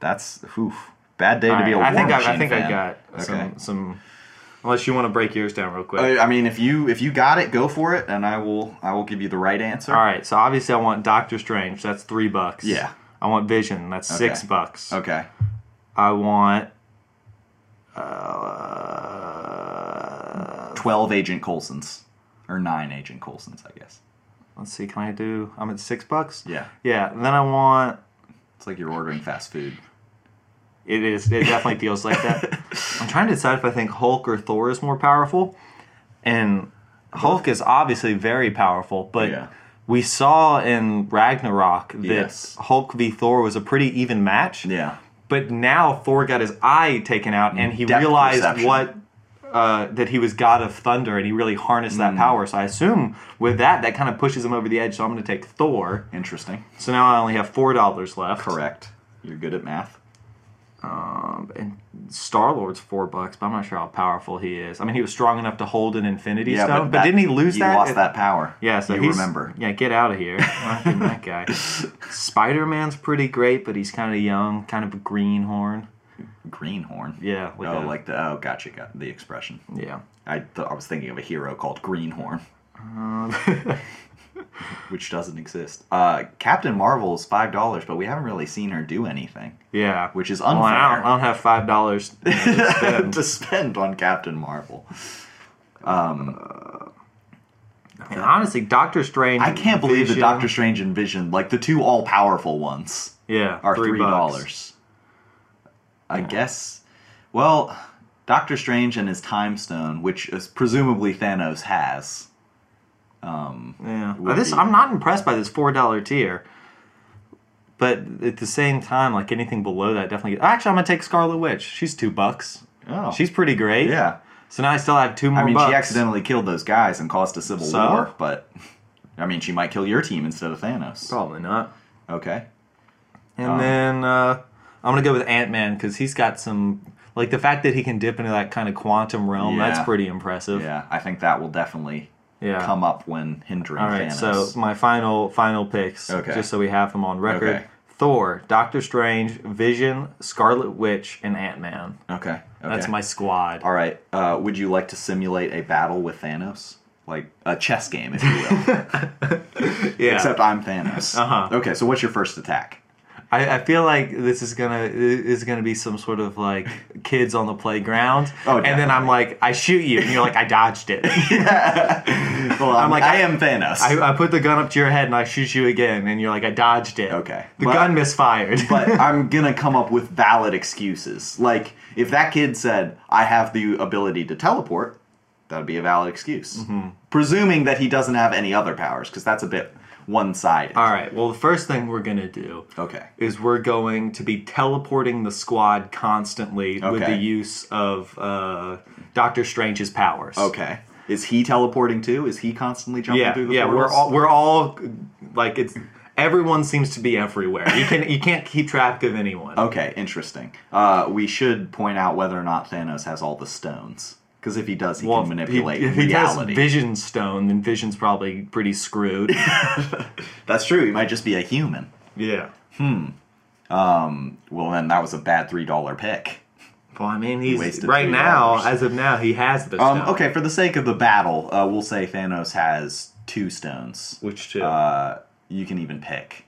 S2: That's oof. Bad day to be a War
S1: I think I,
S2: Machine
S1: I think
S2: fan.
S1: I got
S2: Okay. Uh,
S1: some some. Unless you want to break yours down real quick.
S2: I I mean, if you if you got it, go for it, and I will I will give you the right answer.
S1: All right, so obviously I want Doctor Strange. That's three bucks.
S2: Yeah.
S1: I want Vision. That's six
S2: Okay.
S1: bucks.
S2: Okay.
S1: I want. Uh,
S2: Twelve Agent Coulson's or nine Agent Coulson's, I guess.
S1: let's see. Can I do? I'm at six bucks.
S2: Yeah.
S1: Yeah. Then I want.
S2: It's like you're ordering fast food.
S1: It is. It definitely feels like
S2: <laughs>
S1: that. I'm trying to decide if I think Hulk or Thor is more powerful, and Hulk is obviously very powerful, but.
S2: Yeah.
S1: We saw in Ragnarok that
S2: Yes.
S1: Hulk v Thor was a pretty even match.
S2: Yeah.
S1: But now Thor got his eye taken out, and he
S2: Depth
S1: realized
S2: perception.
S1: what uh, that he was God of Thunder, and he really harnessed
S2: Hmm.
S1: that power. So I assume with that, that kind of pushes him over the edge. So I'm going to take Thor.
S2: Interesting.
S1: So now I only have four dollars left.
S2: Correct. You're good at math.
S1: Um, and Star Lord's four bucks, but I'm not sure how powerful he is. I mean, he was strong enough to hold an Infinity Stone, but,
S2: that-
S1: didn't he lose
S2: he
S1: that?
S2: lost that power.
S1: Yeah, so
S2: you
S1: he's-
S2: remember.
S1: Yeah, get out of
S2: <laughs>
S1: here. Not even that guy. Spider Man's pretty great, but he's kind of young, kind of a greenhorn.
S2: Greenhorn.
S1: Yeah, like
S2: oh,
S1: a-
S2: like the oh, gotcha, got the expression.
S1: Yeah.
S2: I th- I was thinking of a hero called Greenhorn,
S1: Um, <laughs>
S2: which doesn't exist. Uh, Captain Marvel is five dollars, but we haven't really seen her do anything,
S1: Yeah.
S2: which is
S1: Well, I don't, I
S2: <laughs> unfair
S1: don't have five dollars.
S2: to spend on Captain Marvel.
S1: Honestly, Doctor Strange.
S2: I can't believe that
S1: Vision-
S2: Doctor Strange and Vision, like the two all powerful ones,
S1: Yeah,
S2: are
S1: three
S2: three
S1: bucks.
S2: dollars. I guess. Well, Doctor Strange and his time stone, which is presumably Thanos has.
S1: Yeah.
S2: would
S1: This
S2: be-
S1: I'm not impressed by this four dollar tier. But at the same time, like anything below that, definitely. Actually, I'm gonna take Scarlet Witch. She's two bucks.
S2: Oh,
S1: She's pretty great.
S2: yeah.
S1: So now I still have two more.
S2: I mean,
S1: bucks.
S2: she accidentally killed those guys and caused a civil
S1: So?
S2: war, but I mean, she might kill your team instead of Thanos.
S1: Probably not.
S2: Okay.
S1: And
S2: Oh.
S1: then uh, I'm gonna go with Ant Man because he's got some like the fact that he can dip into that kind of quantum realm.
S2: Yeah.
S1: That's pretty impressive.
S2: Yeah, I think that will definitely
S1: Yeah.
S2: come up when hindering
S1: All right,
S2: Thanos.
S1: so my final final picks,
S2: Okay.
S1: just so we have them on record:
S2: Okay.
S1: Thor, Doctor Strange, Vision, Scarlet Witch, and Ant Man.
S2: okay. okay.
S1: That's my squad.
S2: All right. Uh, would you like to simulate a battle with Thanos? Like a chess game, if you will.
S1: Yeah,
S2: Except I'm Thanos.
S1: Uh-huh.
S2: Okay, so what's your first attack?
S1: I, I feel like this is gonna is gonna be some sort of like kids on the playground.
S2: Oh,
S1: and then I'm like, I shoot you, and you're like, I dodged
S2: <laughs>
S1: it.
S2: Well, I'm,
S1: like,
S2: like, I, am Thanos.
S1: I, I put the gun up to your head, and I shoot you again, and you're like, I dodged it.
S2: Okay.
S1: the
S2: But-
S1: gun misfired.
S2: <laughs> but I'm gonna come up with valid excuses. Like if that kid said, "I have the ability to teleport," that'd be a valid excuse.
S1: Mm-hmm.
S2: Presuming that he doesn't have any other powers, because that's a bit
S1: <laughs>
S2: one-sided.
S1: All right. Well, the first thing we're gonna do
S2: Okay.
S1: is we're going to be teleporting the squad constantly with
S2: Okay.
S1: the use of uh, Doctor Strange's powers.
S2: Okay. Is he teleporting too? Is he constantly jumping
S1: Yeah,
S2: through the
S1: yeah. We're
S2: portals?
S1: all we're all like it's everyone seems to be everywhere. You can you can't keep track of anyone.
S2: Okay, interesting. Uh, we should point out whether or not Thanos has all the stones. Because if he does, he
S1: Well,
S2: can manipulate
S1: he- if he
S2: reality.
S1: has Vision Stone, then Vision's probably pretty
S2: <laughs>
S1: screwed.
S2: That's true. He might just be a human.
S1: yeah.
S2: Well, then that was a bad three dollar pick.
S1: Well, I mean, he's
S2: wasted
S1: right
S2: three
S1: now,
S2: dollars.
S1: as of now, he has the
S2: Um,
S1: stone.
S2: okay, for the sake of the battle, uh, we'll say Thanos has two stones.
S1: Which two?
S2: Uh, you can even pick.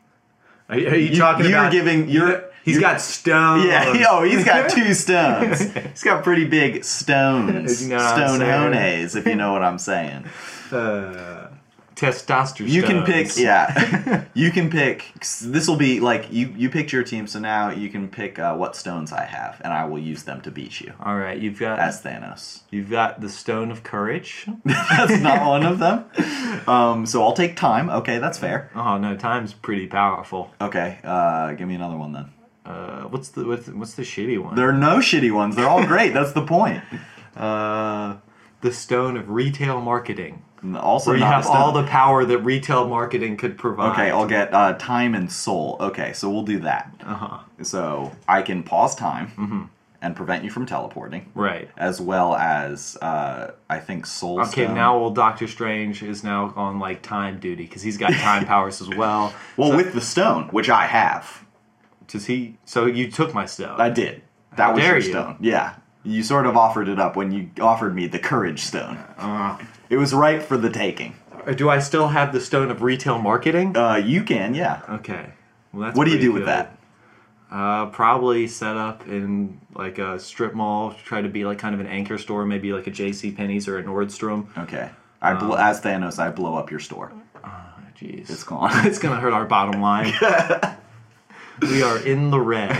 S1: are, are you, talking
S2: you're
S1: about?
S2: giving- you're-
S1: He's
S2: you're-
S1: got stone.
S2: Yeah, <laughs> yo, he's got
S1: <laughs>
S2: two stones. he's got pretty big stones,
S1: You know what I'm
S2: stone
S1: saying?
S2: hones, if you know what I'm saying.
S1: uh, testosterone.
S2: You can pick,
S1: stones. <laughs>
S2: yeah, you can pick. This will be like you you picked your team, so now you can pick uh, what stones I have, and I will use them to beat you
S1: All right, you've got
S2: as Thanos. <laughs>
S1: you've got the stone of courage.
S2: That's not one
S1: <laughs>
S2: of them. Um, so I'll take time. Okay, that's fair.
S1: Oh no, time's pretty powerful.
S2: Okay, uh, give me another one then.
S1: Uh, what's the what's, what's the shitty one?
S2: There are no shitty ones. They're all great. That's the point.
S1: uh, the stone of retail marketing,
S2: And Also,
S1: where you
S2: not
S1: have
S2: a stone.
S1: all the power that retail marketing could provide.
S2: Okay, I'll get uh, time and soul. Okay, so we'll do that.
S1: uh huh.
S2: So I can pause time
S1: Mm-hmm.
S2: and prevent you from teleporting,
S1: Right.
S2: as well as uh, I think soul.
S1: Okay,
S2: stone.
S1: now well, Doctor Strange is now on like time duty because he's got
S2: <laughs>
S1: time powers as well.
S2: Well, with the stone, which I have,
S1: Does he? So you took my stone.
S2: I did. That was
S1: dare
S2: your
S1: you.
S2: stone. Yeah, you sort of offered it up when you offered me the courage stone.
S1: Uh-huh.
S2: It was right for the taking.
S1: Uh, Do I still have the stone of retail marketing?
S2: Uh, you can, yeah.
S1: Okay. Well, that's
S2: What do you
S1: pretty
S2: do with
S1: good.
S2: that?
S1: Uh, probably set up in like a strip mall. Try to be like kind of an anchor store, maybe like a J.C. Penney's or a Nordstrom.
S2: Okay. I
S1: Um,
S2: bl- as Thanos, I blow up your store.
S1: Ah, Jeez,
S2: It's
S1: <laughs>
S2: gone.
S1: it's gonna hurt our bottom
S2: <laughs>
S1: line. we are in the red.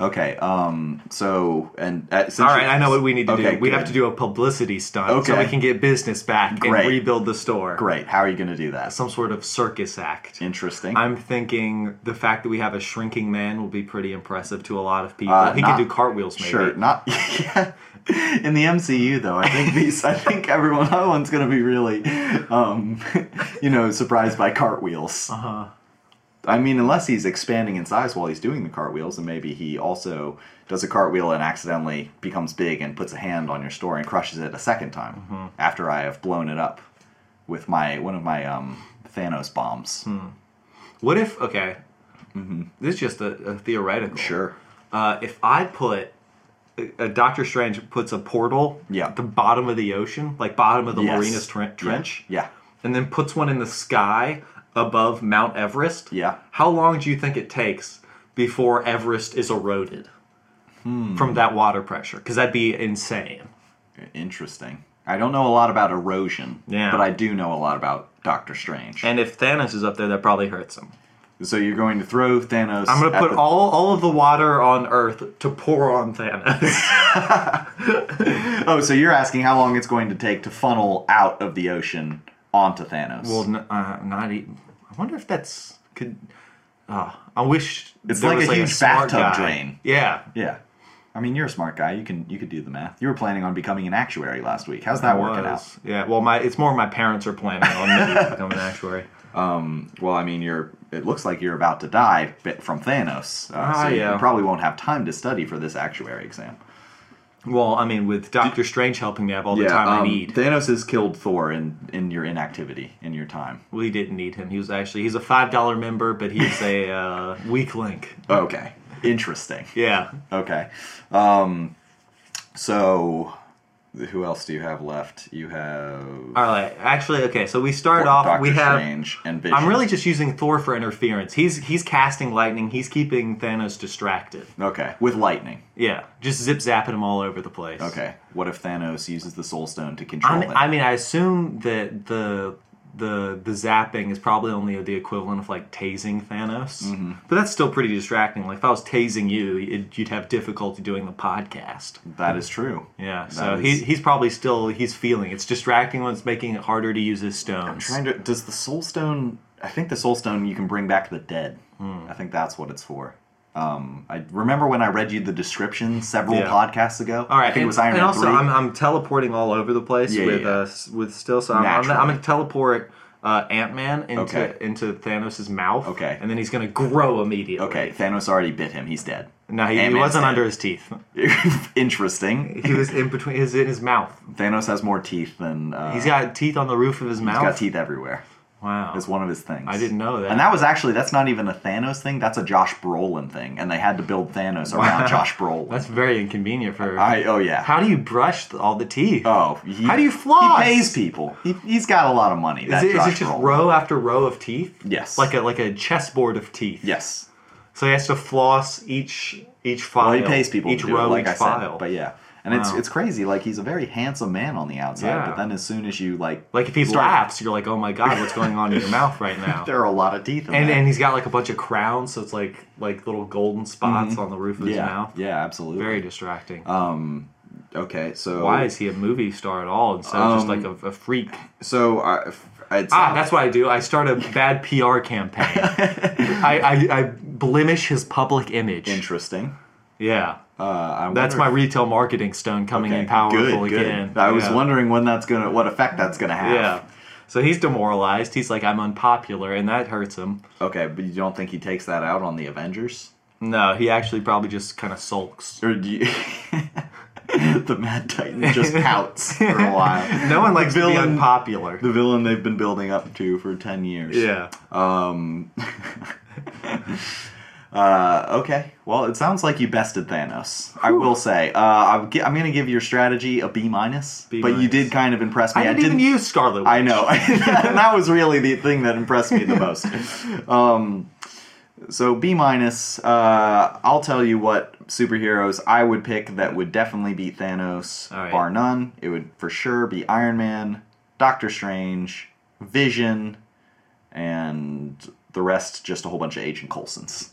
S2: Okay. Um. So and uh, since
S1: All
S2: you-
S1: right, I know what we need to
S2: Okay,
S1: do. We have
S2: good.
S1: to do a publicity stunt so
S2: Okay.
S1: we can get business back
S2: Great.
S1: and rebuild the store.
S2: Great. How are you going to do that?
S1: Some sort of circus act.
S2: Interesting.
S1: I'm thinking the fact that we have a shrinking man will be pretty impressive to a lot of people.
S2: Uh,
S1: he
S2: not-
S1: can do cartwheels, maybe.
S2: sure. Not. <laughs> yeah. In the MCU, though, I think these. I think everyone. <laughs> Everyone's going to be really, um, <laughs> you know, surprised by cartwheels. Uh
S1: Uh-huh.
S2: huh. I mean, unless he's expanding in size while he's doing the cartwheels, and maybe he also does a cartwheel and accidentally becomes big and puts a hand on your store and crushes it a second time
S1: Mm-hmm.
S2: after I have blown it up with my one of my um, Thanos bombs.
S1: Hmm. What if? Okay, this is just a, a theoretical.
S2: Mm-hmm. Sure.
S1: Uh, if I put uh, Doctor Strange puts a portal
S2: Yeah.
S1: at the bottom of the ocean, like bottom of the
S2: Yes.
S1: Marianas Tren- Trench,
S2: Yeah.
S1: and then puts one in the sky above Mount Everest.
S2: Yeah.
S1: How long do you think it takes before Everest is eroded from that water pressure? Because that'd be insane.
S2: Interesting. I don't know a lot about erosion,
S1: Yeah.
S2: but I do know a lot about Doctor Strange.
S1: And if Thanos is up there, that probably hurts him.
S2: so you're going to throw Thanos.
S1: I'm gonna
S2: at
S1: put
S2: the-
S1: all all of the water on Earth to pour on Thanos.
S2: Oh, so you're asking how long it's going to take to funnel out of the ocean onto Thanos?
S1: well, n- uh, not even. I wonder if that's could. Uh, I wish
S2: It's
S1: there
S2: like
S1: was,
S2: a huge
S1: smart
S2: bathtub
S1: guy.
S2: drain.
S1: Yeah,
S2: yeah. I mean, you're a smart guy. You can you could do the math. You were planning on becoming an actuary last week. How's that
S1: I
S2: working out?
S1: was. Yeah, well, my it's more my parents are planning on me
S2: <laughs>
S1: to become an actuary.
S2: Well, I mean, you're. It looks like you're about to die bit from Thanos. Uh,
S1: Ah,
S2: so you-
S1: yeah.
S2: you probably won't have time to study for this actuary exam.
S1: Well, I mean, with Doctor Strange helping me, I have all the time I
S2: um,
S1: need.
S2: Thanos has killed Thor in in your inactivity in your time.
S1: well, he didn't need him. He was actually he's a five dollar member, but he's
S2: <laughs>
S1: a uh, weak link.
S2: Okay. Interesting.
S1: Yeah,
S2: Okay. Um, so, who else do you have left? You have
S1: all right. Actually, okay. So we start off.
S2: Doctor
S1: we have.
S2: Strange and Vision.
S1: I'm really just using Thor for interference. He's he's casting lightning. He's keeping Thanos distracted.
S2: okay with lightning.
S1: Yeah, just zip zapping him all over the place.
S2: Okay. What if Thanos uses the Soul Stone to control
S1: I mean,
S2: him?
S1: I mean, I assume that the the the zapping is probably only the equivalent of like tasing Thanos,
S2: Mm-hmm.
S1: but that's still pretty distracting. Like if I was tasing you, it, you'd have difficulty doing the podcast.
S2: that is true.
S1: Yeah,
S2: That
S1: so
S2: is-
S1: he, he's probably still he's feeling it's distracting when it's making it harder to use his stones.
S2: Trying to does the Soul Stone? I think the Soul Stone you can bring back the dead.
S1: Hmm.
S2: I think that's what it's for. Um, I remember when I read you the description several
S1: Yeah.
S2: podcasts ago.
S1: All right,
S2: I think
S1: and,
S2: it was Iron
S1: and
S2: Man
S1: also
S2: three.
S1: I'm, I'm teleporting all over the place
S2: Yeah,
S1: with
S2: yeah, yeah.
S1: Uh, s- with still. So I'm, I'm,
S2: Naturally.
S1: I'm gonna teleport uh, Ant Man into
S2: Okay.
S1: into Thanos' mouth.
S2: Okay.
S1: And then he's gonna grow immediately.
S2: Okay, Thanos already bit him. He's dead. <laughs>
S1: No, he, he
S2: Ant-Man's
S1: wasn't
S2: dead.
S1: under his
S2: <laughs>
S1: teeth. <laughs>
S2: Interesting.
S1: He was in between his in his mouth.
S2: Thanos has more teeth than uh,
S1: He's got teeth on the roof of his mouth.
S2: he's got teeth everywhere.
S1: Wow.
S2: It's one of his things.
S1: I didn't know that.
S2: And that was actually that's not even a Thanos thing. That's a Josh Brolin thing, and they had to build Thanos
S1: <laughs>
S2: around Josh Brolin.
S1: That's very inconvenient for.
S2: I oh yeah.
S1: How do you brush th- all the teeth?
S2: oh, he-
S1: How do you floss?
S2: He pays people. He, he's got a lot of money.
S1: is
S2: That
S1: it, is
S2: Josh
S1: it just
S2: Brolin.
S1: row after row of teeth?
S2: Yes.
S1: Like a like a chessboard of teeth.
S2: yes.
S1: So he has to floss each each file.
S2: Well, he pays people
S1: each
S2: to do
S1: row,
S2: it, like
S1: each
S2: I
S1: file.
S2: said. But yeah, and it's
S1: Wow.
S2: it's crazy. Like he's a very handsome man on the outside,
S1: Yeah.
S2: but then as soon as you like,
S1: Like if he
S2: Start-
S1: laughs, you're like, oh my god, what's going on in your mouth right
S2: <laughs>
S1: now?
S2: <laughs> there are a lot of teeth. In
S1: And
S2: that.
S1: and he's got like a bunch of crowns, so it's like like little golden spots on the roof of his
S2: Mm-hmm. yeah, Um,
S1: mouth.
S2: yeah, absolutely.
S1: Very distracting.
S2: okay, so
S1: Why is he a movie star at all instead of just
S2: um,
S1: like a, a freak?
S2: so uh, it's
S1: Ah, that's what I do. I start a bad PR
S2: <laughs>
S1: campaign. I, I, I blemish his public image.
S2: interesting.
S1: Yeah.
S2: Uh, I
S1: That's
S2: wonder-
S1: my retail marketing stone coming in powerful
S2: good, good.
S1: again.
S2: I was
S1: Yeah.
S2: wondering when that's gonna, what effect that's gonna have.
S1: Yeah. So he's demoralized. He's like, I'm unpopular, and that hurts him.
S2: Okay, but you don't think he takes that out on the Avengers?
S1: No, he actually probably just kind of sulks.
S2: Or do you... <laughs> the Mad Titan
S1: <laughs>
S2: just pouts for a while.
S1: No one likes
S2: the
S1: to be
S2: villain,
S1: unpopular.
S2: the villain they've been building up to for ten years.
S1: Yeah.
S2: Um. uh, okay. Well, it sounds like you bested Thanos. I will say. Uh, I'm, gi- am gonna give your strategy a B minus.
S1: B
S2: But you
S1: minus.
S2: did kind of impress me.
S1: I didn't, even use Scarlet Witch.
S2: I know. <laughs> and that was really the thing that impressed
S1: <laughs>
S2: me the most. Um, so B minus. Uh, I'll tell you what superheroes I would pick that would definitely beat Thanos,
S1: All right.
S2: bar none. It would for sure be Iron Man, Doctor Strange, Vision, and the rest just a whole bunch of
S1: <laughs>
S2: Agent Coulsons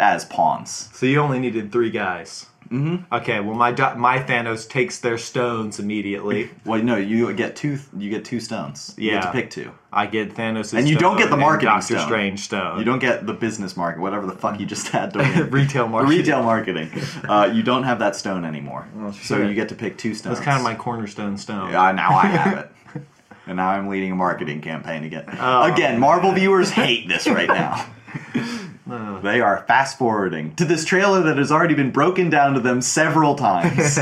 S2: as pawns.
S1: So you only needed three guys. Mm-hmm. Okay, well, my, do- my Thanos takes their stones immediately.
S2: Well, no, you get two. You get two stones. You get
S1: Yeah.
S2: to pick two.
S1: I get Thanos'
S2: And you don't get the marketing
S1: Doctor
S2: stone.
S1: Strange stone.
S2: You don't get the business market, whatever the fuck you just
S1: <laughs>
S2: had to win.
S1: retail
S2: The
S1: marketing. Oh,
S2: retail marketing. Uh, you don't have that stone anymore, so
S1: shit.
S2: you get to pick two stones.
S1: That's kind of my cornerstone stone.
S2: Uh, now I have it, and now I'm leading a marketing campaign again.
S1: Oh,
S2: again, Marvel viewers hate this right
S1: <laughs>
S2: now.
S1: Uh.
S2: They are fast forwarding to this trailer that has already been broken down to them
S1: <laughs>
S2: several times.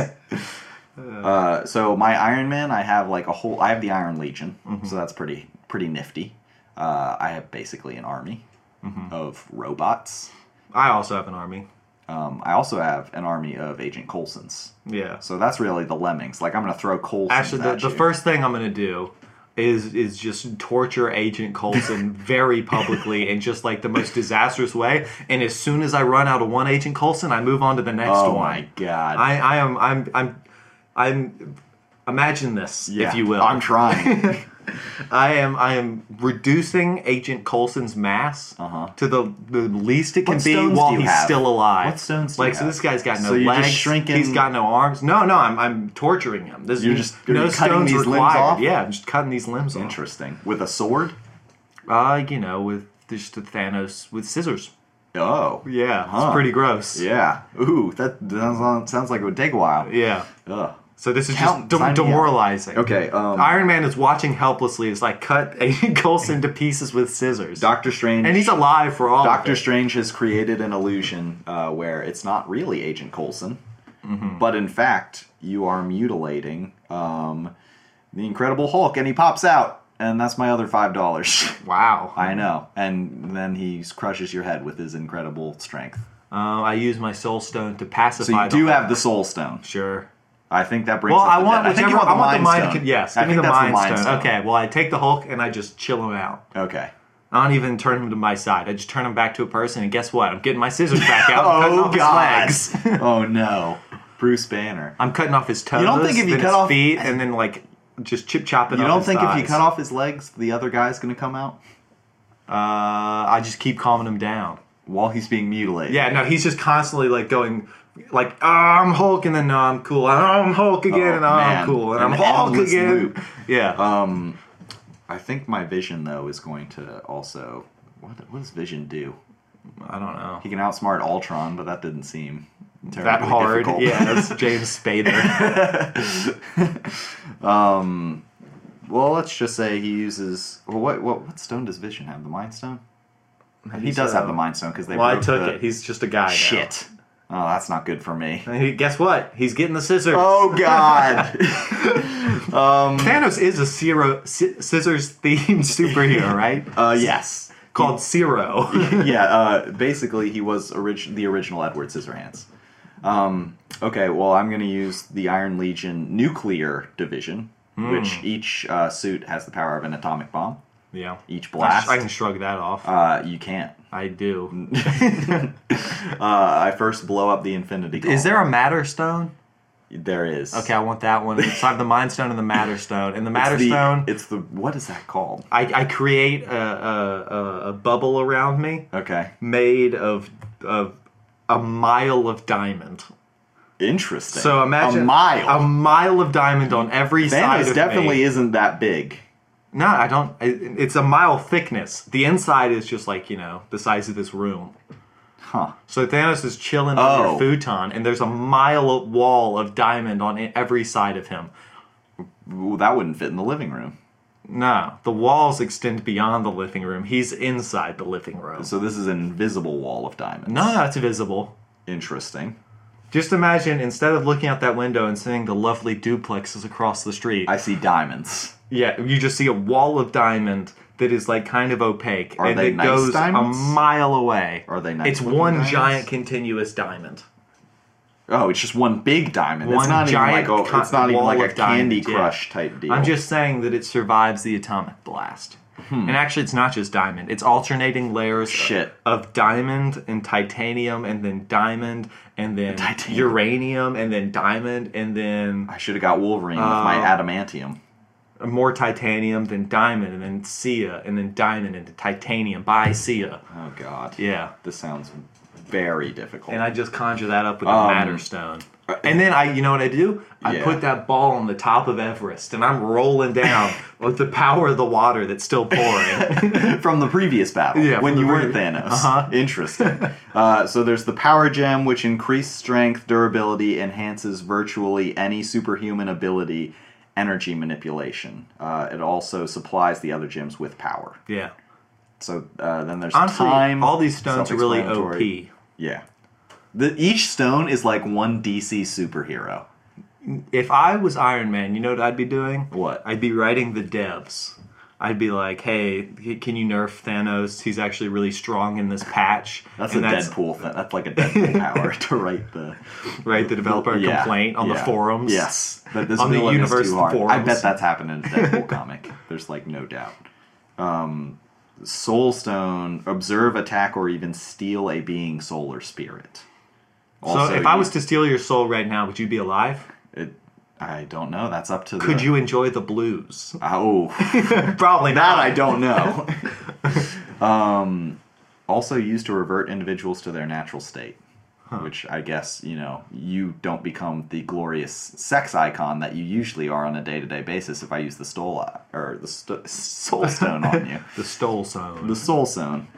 S2: Uh, so my Iron Man, I have like a whole. I have the Iron Legion,
S1: Mm-hmm.
S2: so that's pretty pretty nifty. Uh, I have basically an army
S1: Mm-hmm.
S2: of robots.
S1: I also have an army.
S2: Um, I also have an army of Agent Coulsons.
S1: Yeah.
S2: So that's really the lemmings. Like I'm gonna throw Coulsons
S1: Actually, the,
S2: at
S1: the
S2: you.
S1: first thing I'm going to do is is just torture Agent
S2: <laughs>
S1: Coulson very publicly in just like the most disastrous way. And as soon as I run out of one Agent Coulson, I move on to the next
S2: Oh
S1: one.
S2: my god!
S1: I, I am I'm I'm I'm imagine this if you will. <laughs>
S2: I'm trying.
S1: I am I am reducing Agent Coulson's mass
S2: Uh-huh.
S1: to the the least it can
S2: What
S1: be
S2: stones
S1: while
S2: do you
S1: he's
S2: have?
S1: still alive.
S2: What stones do
S1: Like
S2: you
S1: so,
S2: have?
S1: this guy's got no
S2: So you're just
S1: legs.
S2: shrinking-
S1: He's got no arms. No, no, I'm I'm torturing him. This
S2: You're just-
S1: no
S2: you're cutting
S1: stones
S2: these limbs
S1: required.
S2: off?
S1: Yeah, I'm just cutting these limbs off.
S2: Interesting. With a sword.
S1: Uh, you know, with just the Thanos with scissors.
S2: Oh.
S1: Yeah,
S2: Huh.
S1: it's pretty gross.
S2: Yeah. Ooh, that sounds sounds like it would take a while.
S1: yeah.
S2: Ugh.
S1: So this is
S2: Count-
S1: just
S2: sign
S1: de-
S2: me up.
S1: demoralizing.
S2: Okay. Um,
S1: Iron Man is watching helplessly as I cut <laughs> Agent Coulson to pieces with scissors.
S2: Doctor Strange.
S1: and he's alive for all.
S2: Doctor
S1: of it.
S2: Strange has created an illusion uh, where it's not really Agent Coulson,
S1: Mm-hmm.
S2: but in fact you are mutilating um, the Incredible Hulk, and he pops out, and that's my other five dollars. <laughs>
S1: Wow.
S2: I know, and then he crushes your head with his incredible strength.
S1: Um, I use my soul stone to pacify.
S2: So you do
S1: the
S2: have the Soul Stone.
S1: sure.
S2: I think that brings.
S1: Well,
S2: up
S1: I
S2: the
S1: want
S2: dead. I think
S1: whichever.
S2: you want the mind,
S1: con-
S2: stone.
S1: yes,
S2: I
S1: give me the
S2: think that's
S1: mind, stone. Okay. Well, I take the Hulk and I just chill him out.
S2: Okay.
S1: I don't even turn him to my side. I just turn him back to a person, and guess what? I'm getting my scissors
S2: <laughs>
S1: back out. I'm cutting
S2: Oh
S1: off
S2: God.
S1: his legs.
S2: <laughs> oh no, Bruce Banner.
S1: I'm cutting off his toes.
S2: don't think if you
S1: then
S2: cut
S1: his
S2: off-
S1: feet and then like just chip chopping.
S2: You
S1: up
S2: don't
S1: his
S2: think if you
S1: thighs.
S2: cut off his legs, the other guy's gonna come out
S1: Uh, I just keep calming him down.
S2: while he's being mutilated?
S1: Yeah, no, he's just constantly like going, like "Ah, I'm Hulk, and then no, I'm cool. Ah, I'm Hulk again,
S2: Oh,
S1: and ah,
S2: man.
S1: I'm cool, and
S2: An
S1: I'm Hulk
S2: endless
S1: again.
S2: loop.
S1: Yeah,
S2: Um, I think my Vision though is going to also. What, what does Vision do?
S1: I don't know.
S2: He can outsmart Ultron, but that didn't seem terribly
S1: That hard,
S2: difficult.
S1: yeah. That's James Spader.
S2: <laughs> well, let's just say he uses. Well, what what what stone does Vision have? The Mind Stone. He does
S1: so-
S2: have the Mind Stone because they.
S1: uh, Well, I
S2: broke
S1: took
S2: the-
S1: it. He's just a guy. now.
S2: Shit. Oh, that's not good for me.
S1: And he- guess what? He's getting the scissors.
S2: Oh
S1: <laughs>
S2: God. um.
S1: Thanos is a Zero scissors
S2: <laughs>
S1: themed superhero, right?
S2: Uh. Yes.
S1: Called Zero.
S2: yeah, uh, basically he was orig- the original Edward Scissorhands. Um, okay, well I'm going to use the Iron Legion nuclear division,
S1: Hmm.
S2: which each uh, suit has the power of an atomic bomb.
S1: <laughs> yeah.
S2: Each
S1: I, sh-
S2: blast,
S1: I can shrug that off.
S2: uh, you can't.
S1: I do.
S2: uh, I first blow up the Infinity.
S1: Is
S2: Gauntlet.
S1: there a Matter Stone?
S2: There is.
S1: Okay, I want that one. So I have the Mind Stone and the Matter Stone. And the Matter
S2: It's the,
S1: Stone,
S2: It's the what is that called?
S1: I, I create a, a, a, a bubble around me
S2: Okay,
S1: made of, of a mile of diamond.
S2: interesting.
S1: So imagine
S2: a mile.
S1: a mile of diamond on every side.
S2: Thanos
S1: of
S2: definitely
S1: me.
S2: isn't that big.
S1: No, I don't. it- It's a mile thickness. The inside is just like you know the size of this room.
S2: Huh.
S1: So Thanos is chilling on
S2: Oh.
S1: your futon, and there's a mile wall of diamond on i- every side of him.
S2: Well, that wouldn't fit in the living room.
S1: No, the walls extend beyond the living room. He's inside the living room.
S2: So this is an invisible wall of diamonds.
S1: No, no, it's visible.
S2: Interesting.
S1: Just imagine instead of looking out that window and seeing the lovely duplexes across the street,
S2: I see diamonds.
S1: yeah, you just see a wall of diamond that is like kind of opaque,
S2: Are
S1: and
S2: they
S1: it
S2: nice
S1: goes
S2: diamonds?
S1: a mile away.
S2: Are they nice
S1: It's
S2: looking
S1: one
S2: diamonds?
S1: giant continuous diamond.
S2: Oh, it's just one big diamond.
S1: One
S2: it's not
S1: giant
S2: even like a,
S1: cut
S2: it's not even
S1: wall
S2: like a
S1: of diamond,
S2: Candy
S1: yeah.
S2: Crush type deal. Hmm.
S1: I'm just saying that it survives the atomic blast. And actually, it's not just diamond. It's alternating layers
S2: Shit.
S1: of diamond and titanium, and then diamond, and then
S2: Titanium.
S1: uranium, and then diamond, and then
S2: I should have got Wolverine with my
S1: Oh.
S2: adamantium.
S1: more titanium, then diamond, and then Sia, and then diamond, and then titanium by Sia.
S2: Oh God.
S1: Yeah.
S2: This sounds very difficult.
S1: And I just conjure that up with a
S2: Um, uh,
S1: matter stone. And then I, you know what I do? I
S2: Yeah.
S1: put that ball on the top of Everest, and I'm rolling
S2: <laughs>
S1: down with the power of the water that's still pouring.
S2: <laughs> from the previous battle,
S1: Yeah,
S2: when
S1: from
S2: you
S1: the
S2: were
S1: previ- Uh-huh. <laughs>
S2: Thanos. Interesting. uh, so there's the power gem, which increased strength, durability, enhances virtually any superhuman ability, energy manipulation. Uh, it also supplies the other gems with power.
S1: yeah.
S2: So uh, then there's
S1: Honestly,
S2: time.
S1: all these stones are really
S2: self-explanatory.
S1: OP.
S2: Yeah. The, each stone is like one DC superhero.
S1: If I was Iron Man, you know what I'd be doing?
S2: What?
S1: I'd be writing the devs. I'd be like, hey, c- can you nerf Thanos? He's actually really strong in this patch.
S2: That's
S1: And
S2: a Deadpool thing.
S1: <laughs>
S2: That's like a Deadpool power to write the
S1: Right, the developer
S2: yeah,
S1: complaint on the
S2: yeah.
S1: forums.
S2: Yes, that this
S1: On the
S2: villain is too
S1: Universal
S2: hard. I
S1: forums.
S2: bet that's happened in
S1: <laughs>
S2: a Deadpool comic. There's like no doubt. Um, soul Stone: observe, attack, or even steal a being, soul, or spirit.
S1: So
S2: Also,
S1: if I
S2: you-
S1: was to steal your soul right now, would you be alive?
S2: it, I don't know. That's up to.
S1: Could
S2: the,
S1: you enjoy the blues? <laughs>
S2: Oh.
S1: Probably
S2: That
S1: not.
S2: I don't know. um, <laughs> also used to revert individuals to their natural state, which I guess, you know, you don't become the glorious sex icon that you usually are on a day to day basis if I use the stole or the st- soul stone on you.
S1: the stole zone.
S2: The soul stone.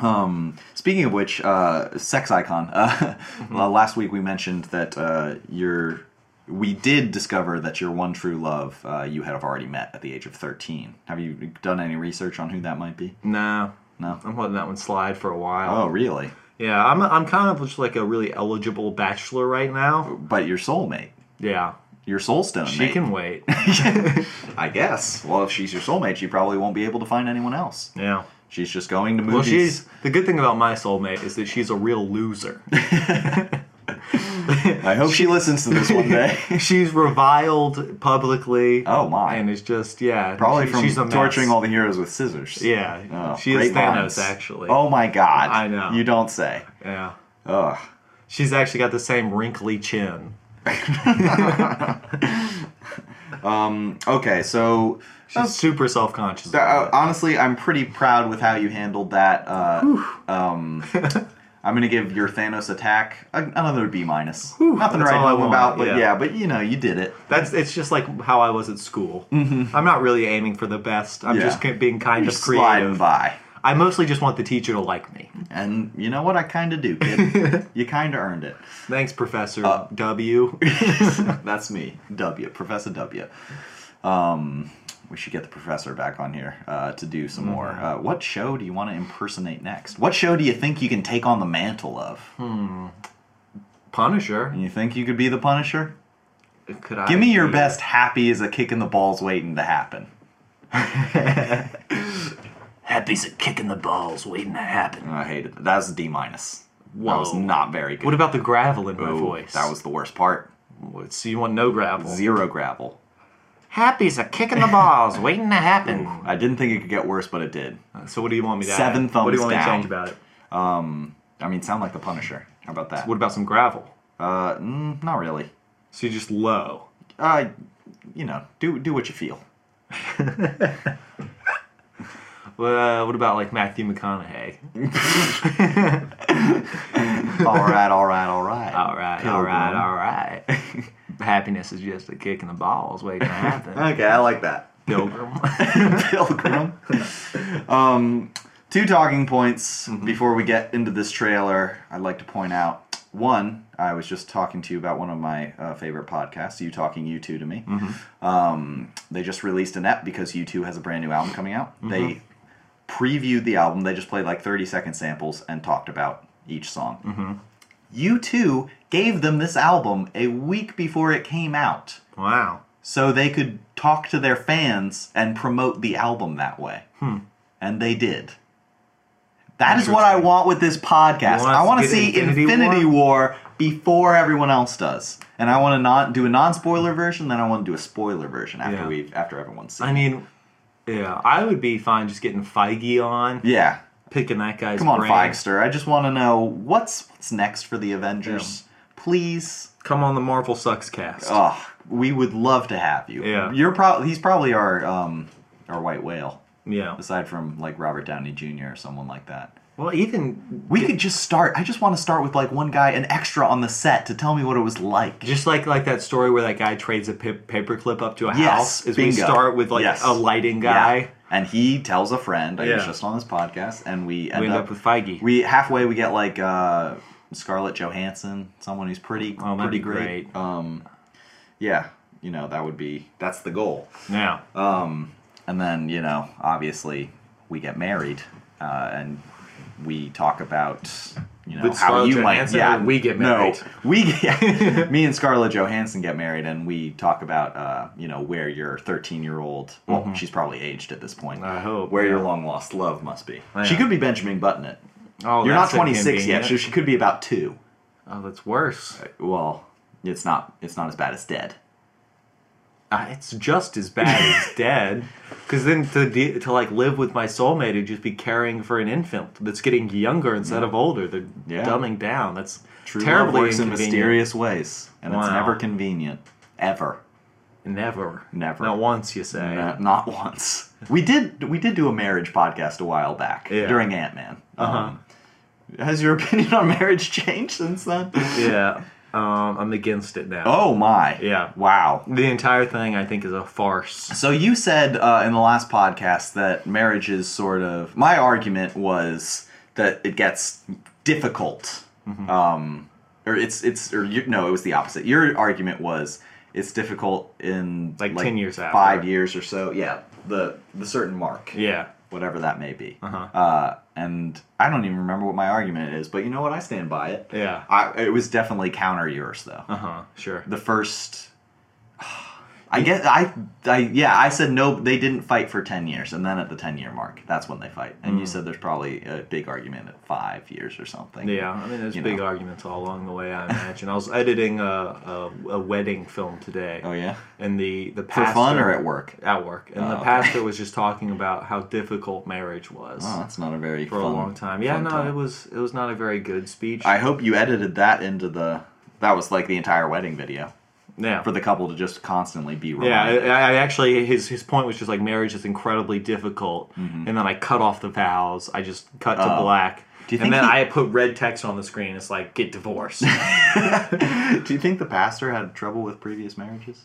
S2: Um, speaking of which, uh, sex icon. Uh, <laughs> well, last week we mentioned that uh, your we did discover that your one true love uh, you have already met at the age of thirteen. Have you done any research on who that might be?
S1: no.
S2: No.
S1: I'm letting that one slide for a while.
S2: Oh, really?
S1: Yeah, I'm, I'm kind of just like a really eligible bachelor right now.
S2: But your soulmate,
S1: Yeah.
S2: your soul stone.
S1: She
S2: mate.
S1: can
S2: <laughs>
S1: wait.
S2: I guess. Well, if she's your soulmate, she probably won't be able to find anyone else.
S1: Yeah.
S2: She's just going to movies.
S1: Well, she's the good thing about my soulmate is that she's a real loser. <laughs>
S2: I hope she listens to this one day.
S1: she's reviled publicly.
S2: Oh, my.
S1: And it's just yeah,
S2: <laughs> Probably
S1: she-
S2: from
S1: she's a mess.
S2: torturing all the heroes with scissors.
S1: Yeah,
S2: Oh,
S1: she is
S2: great
S1: Thanos
S2: minds.
S1: actually.
S2: Oh my god.
S1: I know.
S2: You don't say.
S1: yeah.
S2: Ugh.
S1: She's actually got the same wrinkly chin.
S2: Okay, so
S1: She's super self conscious.
S2: uh, honestly, I'm pretty proud with how you handled that. Uh,
S1: <laughs>
S2: um, I'm gonna give your Thanos attack a- another B minus. Nothing
S1: that's
S2: right
S1: all I
S2: home
S1: want,
S2: about, but
S1: yeah.
S2: yeah. but you know, you did it.
S1: That's it's just like how I was at school. I'm not really aiming for the best. I'm
S2: Mm-hmm. Yeah.
S1: just ki- being kind
S2: You're
S1: of
S2: sliding
S1: creative.
S2: by,
S1: I mostly just want the teacher to like me.
S2: and you know what? I kind of
S1: <laughs>
S2: do, kid. you kind of earned it.
S1: Thanks, Professor
S2: Uh.
S1: W.
S2: <laughs> That's me, W, Professor W. Um, we should get the professor back on here uh, to do some more.
S1: Mm-hmm.
S2: Uh, what show do you want to impersonate next? What show do you think you can take on the mantle of?
S1: Hmm. Punisher.
S2: You think you could be the Punisher?
S1: Could I
S2: Give me your
S1: be-
S2: best happy is a kick in the balls waiting to happen.
S3: Happy's a kick in the balls waiting to happen.
S2: I hated that. That was a D minus. That
S1: Whoa.
S2: was not very good.
S1: What about the gravel in my
S2: Ooh,
S1: voice?
S2: That was the worst part.
S1: What, so you want no gravel?
S2: Zero gravel.
S3: Happy's a kick in the balls waiting to happen.
S2: I didn't think it could get worse, but it did.
S1: So what do you want me to
S2: Seven
S1: add? What do you
S2: thumbs
S1: want me to
S2: down.
S1: change about it?
S2: I mean, sound like the Punisher. How about that?
S1: What about some gravel?
S2: Uh, mm, not really.
S1: So you're just low.
S2: Uh, you know, do do what you feel.
S1: Well, what about like Matthew McConaughey?
S2: All right, all right, all right.
S1: All right, all right, all right.
S2: <laughs>
S1: Happiness is just a kick in the balls waiting to happen.
S2: Okay, I like that.
S1: Pilgrim.
S2: <laughs> Pilgrim. um, two talking points before we get into this trailer. I'd like to point out one. I was just talking to you about one of my uh, favorite podcasts, You Talking You Two to Me. Um, they just released an app because You Two has a brand new album coming out. They previewed the album. They just played like thirty second samples and talked about each song. You Two gave them this album a week before it came out
S1: <laughs>
S2: <laughs>
S1: wow.
S2: so they could talk to their fans and promote the album that way.
S1: Hmm.
S2: And they did. That is what I
S1: Interesting.
S2: want with this podcast.
S1: You want us
S2: I want to
S1: to get
S2: see Infinity,
S1: Infinity
S2: War? before everyone else does, and I want to not do a non-spoiler version. Then I want to do a spoiler version after
S1: Yeah.
S2: we've after everyone's seen.
S1: I
S2: it.
S1: mean, yeah, I would be fine just getting Feige on,
S2: yeah,
S1: picking that guy's
S2: come on,
S1: brain.
S2: Feigster. I just want to know what's what's next for the Avengers, please.
S1: Come on the Marvel Sucks cast.
S2: Oh, we would love to have you.
S1: Yeah.
S2: you're probably he's probably our um our white whale.
S1: yeah.
S2: aside from like Robert Downey Jr. or someone like that.
S1: Well, even
S2: We could just start. I just want to start with like one guy, an extra on the set, to tell me what it was like.
S1: Just like like that story where that guy trades a pip- paperclip up to a
S2: Yes,
S1: house, is we
S2: bingo.
S1: start with like
S2: Yes.
S1: a lighting guy.
S2: Yeah. and he tells a friend. I was
S1: Yeah.
S2: just on this podcast, and we end,
S1: We end up with Feige.
S2: We halfway we get like uh, Scarlett Johansson, someone who's pretty,
S1: Oh, that'd
S2: pretty
S1: be
S2: great.
S1: great.
S2: Um, yeah, you know that would be that's the goal.
S1: now,
S2: Uh, Um, And then, you know, obviously we get married uh, and we talk about, you know,
S1: With
S2: how
S1: Scarlett
S2: you might.
S1: Johansson
S2: Yeah,
S1: or we get married?
S2: No, we get, <laughs> me and Scarlett Johansson get married and we talk about, uh, you know, where your 13 year old, well, she's probably aged at this point.
S1: Mm-hmm. I hope,
S2: Where your
S1: yeah.
S2: long lost love must be.
S1: Yeah.
S2: She could be Benjamin Button it.
S1: oh,
S2: You're not
S1: that's
S2: 26 yet,
S1: inconvenient.
S2: so she could be about two.
S1: oh, that's worse.
S2: Well, it's not, it's not as bad as dead.
S1: Uh, it's just as bad
S2: <laughs>
S1: as dead. Because then to de- to like live with my soulmate and just be caring for an infant that's getting younger instead of older, they're
S2: Yeah.
S1: dumbing down. That's
S2: True love
S1: terribly
S2: works in
S1: inconvenient.
S2: mysterious ways, and it's
S1: Wow.
S2: never convenient. Ever.
S1: Never,
S2: Never.
S1: not once you say.
S2: Uh, not once. We did we did do a marriage podcast a while back
S1: Yeah. Uh-huh.
S2: during Ant Man. Um, has your <laughs> opinion on marriage changed since then?
S1: Yeah, um, I'm against it now.
S2: Oh my!
S1: Yeah.
S2: Wow.
S1: The entire thing, I think, is a farce.
S2: So you said uh, in the last podcast that marriage is sort of my argument was that it gets difficult.
S1: Mm-hmm.
S2: Um, or it's it's or you, no, it was the opposite. Your argument was it's difficult in
S1: Like 10 years after.
S2: five years or so. Yeah, the the certain mark.
S1: Yeah,
S2: whatever that may be. Uh-huh. and I don't even remember what my argument is, but you know what? I stand by it.
S1: yeah.
S2: I, it was definitely counter yours though.
S1: Uh huh. Sure.
S2: The first, I guess I, I yeah, I said no. They didn't fight for ten years, and then at the ten year mark, that's when they fight. And
S1: Mm.
S2: you said there's probably a big argument at five years or something.
S1: Yeah, I mean, there's
S2: You
S1: big
S2: know.
S1: arguments all along the way. I imagine. I was editing a, a, a wedding film today.
S2: Oh yeah.
S1: And the the
S2: For
S1: pastor,
S2: fun or at work?
S1: at work, and
S2: Oh,
S1: the
S2: okay.
S1: pastor was just talking about how difficult marriage was
S2: Oh, that's not a very
S1: for
S2: fun-
S1: a long time. Yeah,
S2: fun
S1: no,
S2: time.
S1: it was it was not a very good speech.
S2: I hope you edited that into the. That was like the entire wedding video
S1: yeah,
S2: for the couple to just constantly be reminded.
S1: yeah. I, I actually his his point was just like marriage is incredibly difficult, and then I cut off the vows. I just cut to
S2: Mm-hmm. Oh.
S1: black.
S2: Do you think
S1: and then
S2: he-
S1: I put red text on the screen. It's like get
S2: <laughs>
S1: divorced.
S2: Do you think the pastor had trouble with previous marriages?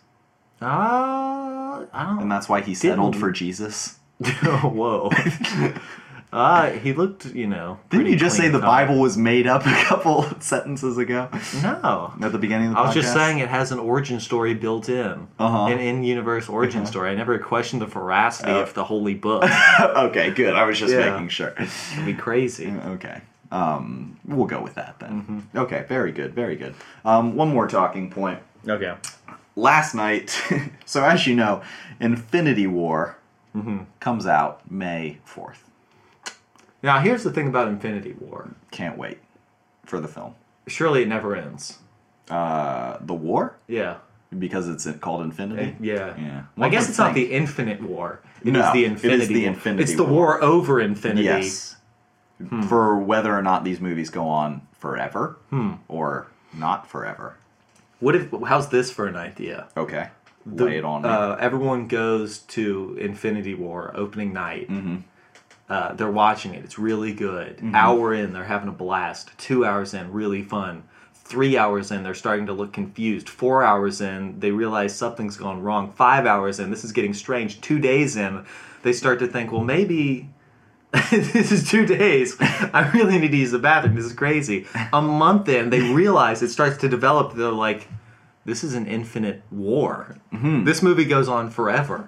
S1: Ah, I don't.
S2: <laughs> And that's why he settled for Jesus?
S1: Whoa. Uh, he looked, you know.
S2: Didn't
S1: pretty
S2: you just say
S1: clean
S2: the
S1: cut.
S2: Bible was made up a couple <laughs> sentences ago
S1: No.
S2: at the beginning of the
S1: I was just
S2: podcast?
S1: saying it has an origin story built in,
S2: Uh-huh.
S1: an in-universe origin story. I never questioned the veracity of the holy
S2: <laughs>
S1: book.
S2: <laughs> okay, good. I was just
S1: Yeah.
S2: making sure. <laughs>
S1: It'd be crazy.
S2: Okay. Um, we'll go with that then.
S1: Mm-hmm.
S2: Okay, very good, very good. Um, one more talking point.
S1: Okay.
S2: Last night, <laughs> so as you know, Infinity War
S1: Mm-hmm.
S2: comes out May 4th.
S1: Now here's the thing about Infinity War.
S2: Can't wait for the film.
S1: Surely it never ends.
S2: Uh, the war?
S1: Yeah.
S2: Because it's called Infinity?
S1: Yeah.
S2: Yeah.
S1: I
S2: One
S1: guess
S2: would
S1: it's not
S2: think.
S1: the infinite war. It is
S2: No,
S1: the
S2: it is
S1: infinity.
S2: the
S1: war.
S2: infinity
S1: It's the
S2: war.
S1: war over infinity.
S2: Yes.
S1: Hmm.
S2: For whether or not these movies go on forever
S1: Hmm.
S2: or not forever.
S1: What if? How's this for an idea?
S2: Okay.
S1: The-
S2: Lay it on me.
S1: Uh, everyone goes to Infinity War opening night.
S2: Mm-hmm.
S1: Uh, they're watching it. It's really good. Hour in, they're having a blast. Two hours in, really fun. Three hours in, they're starting to look confused. Four hours in, they realize something's gone wrong. Five hours in, this is getting strange. Two days in, they start to think, well, maybe <laughs> this is two days. I really need to use the bathroom. This is crazy. A month in, they realize it starts to develop. They're like, this is an infinite war.
S2: Mm-hmm.
S1: This movie goes on forever.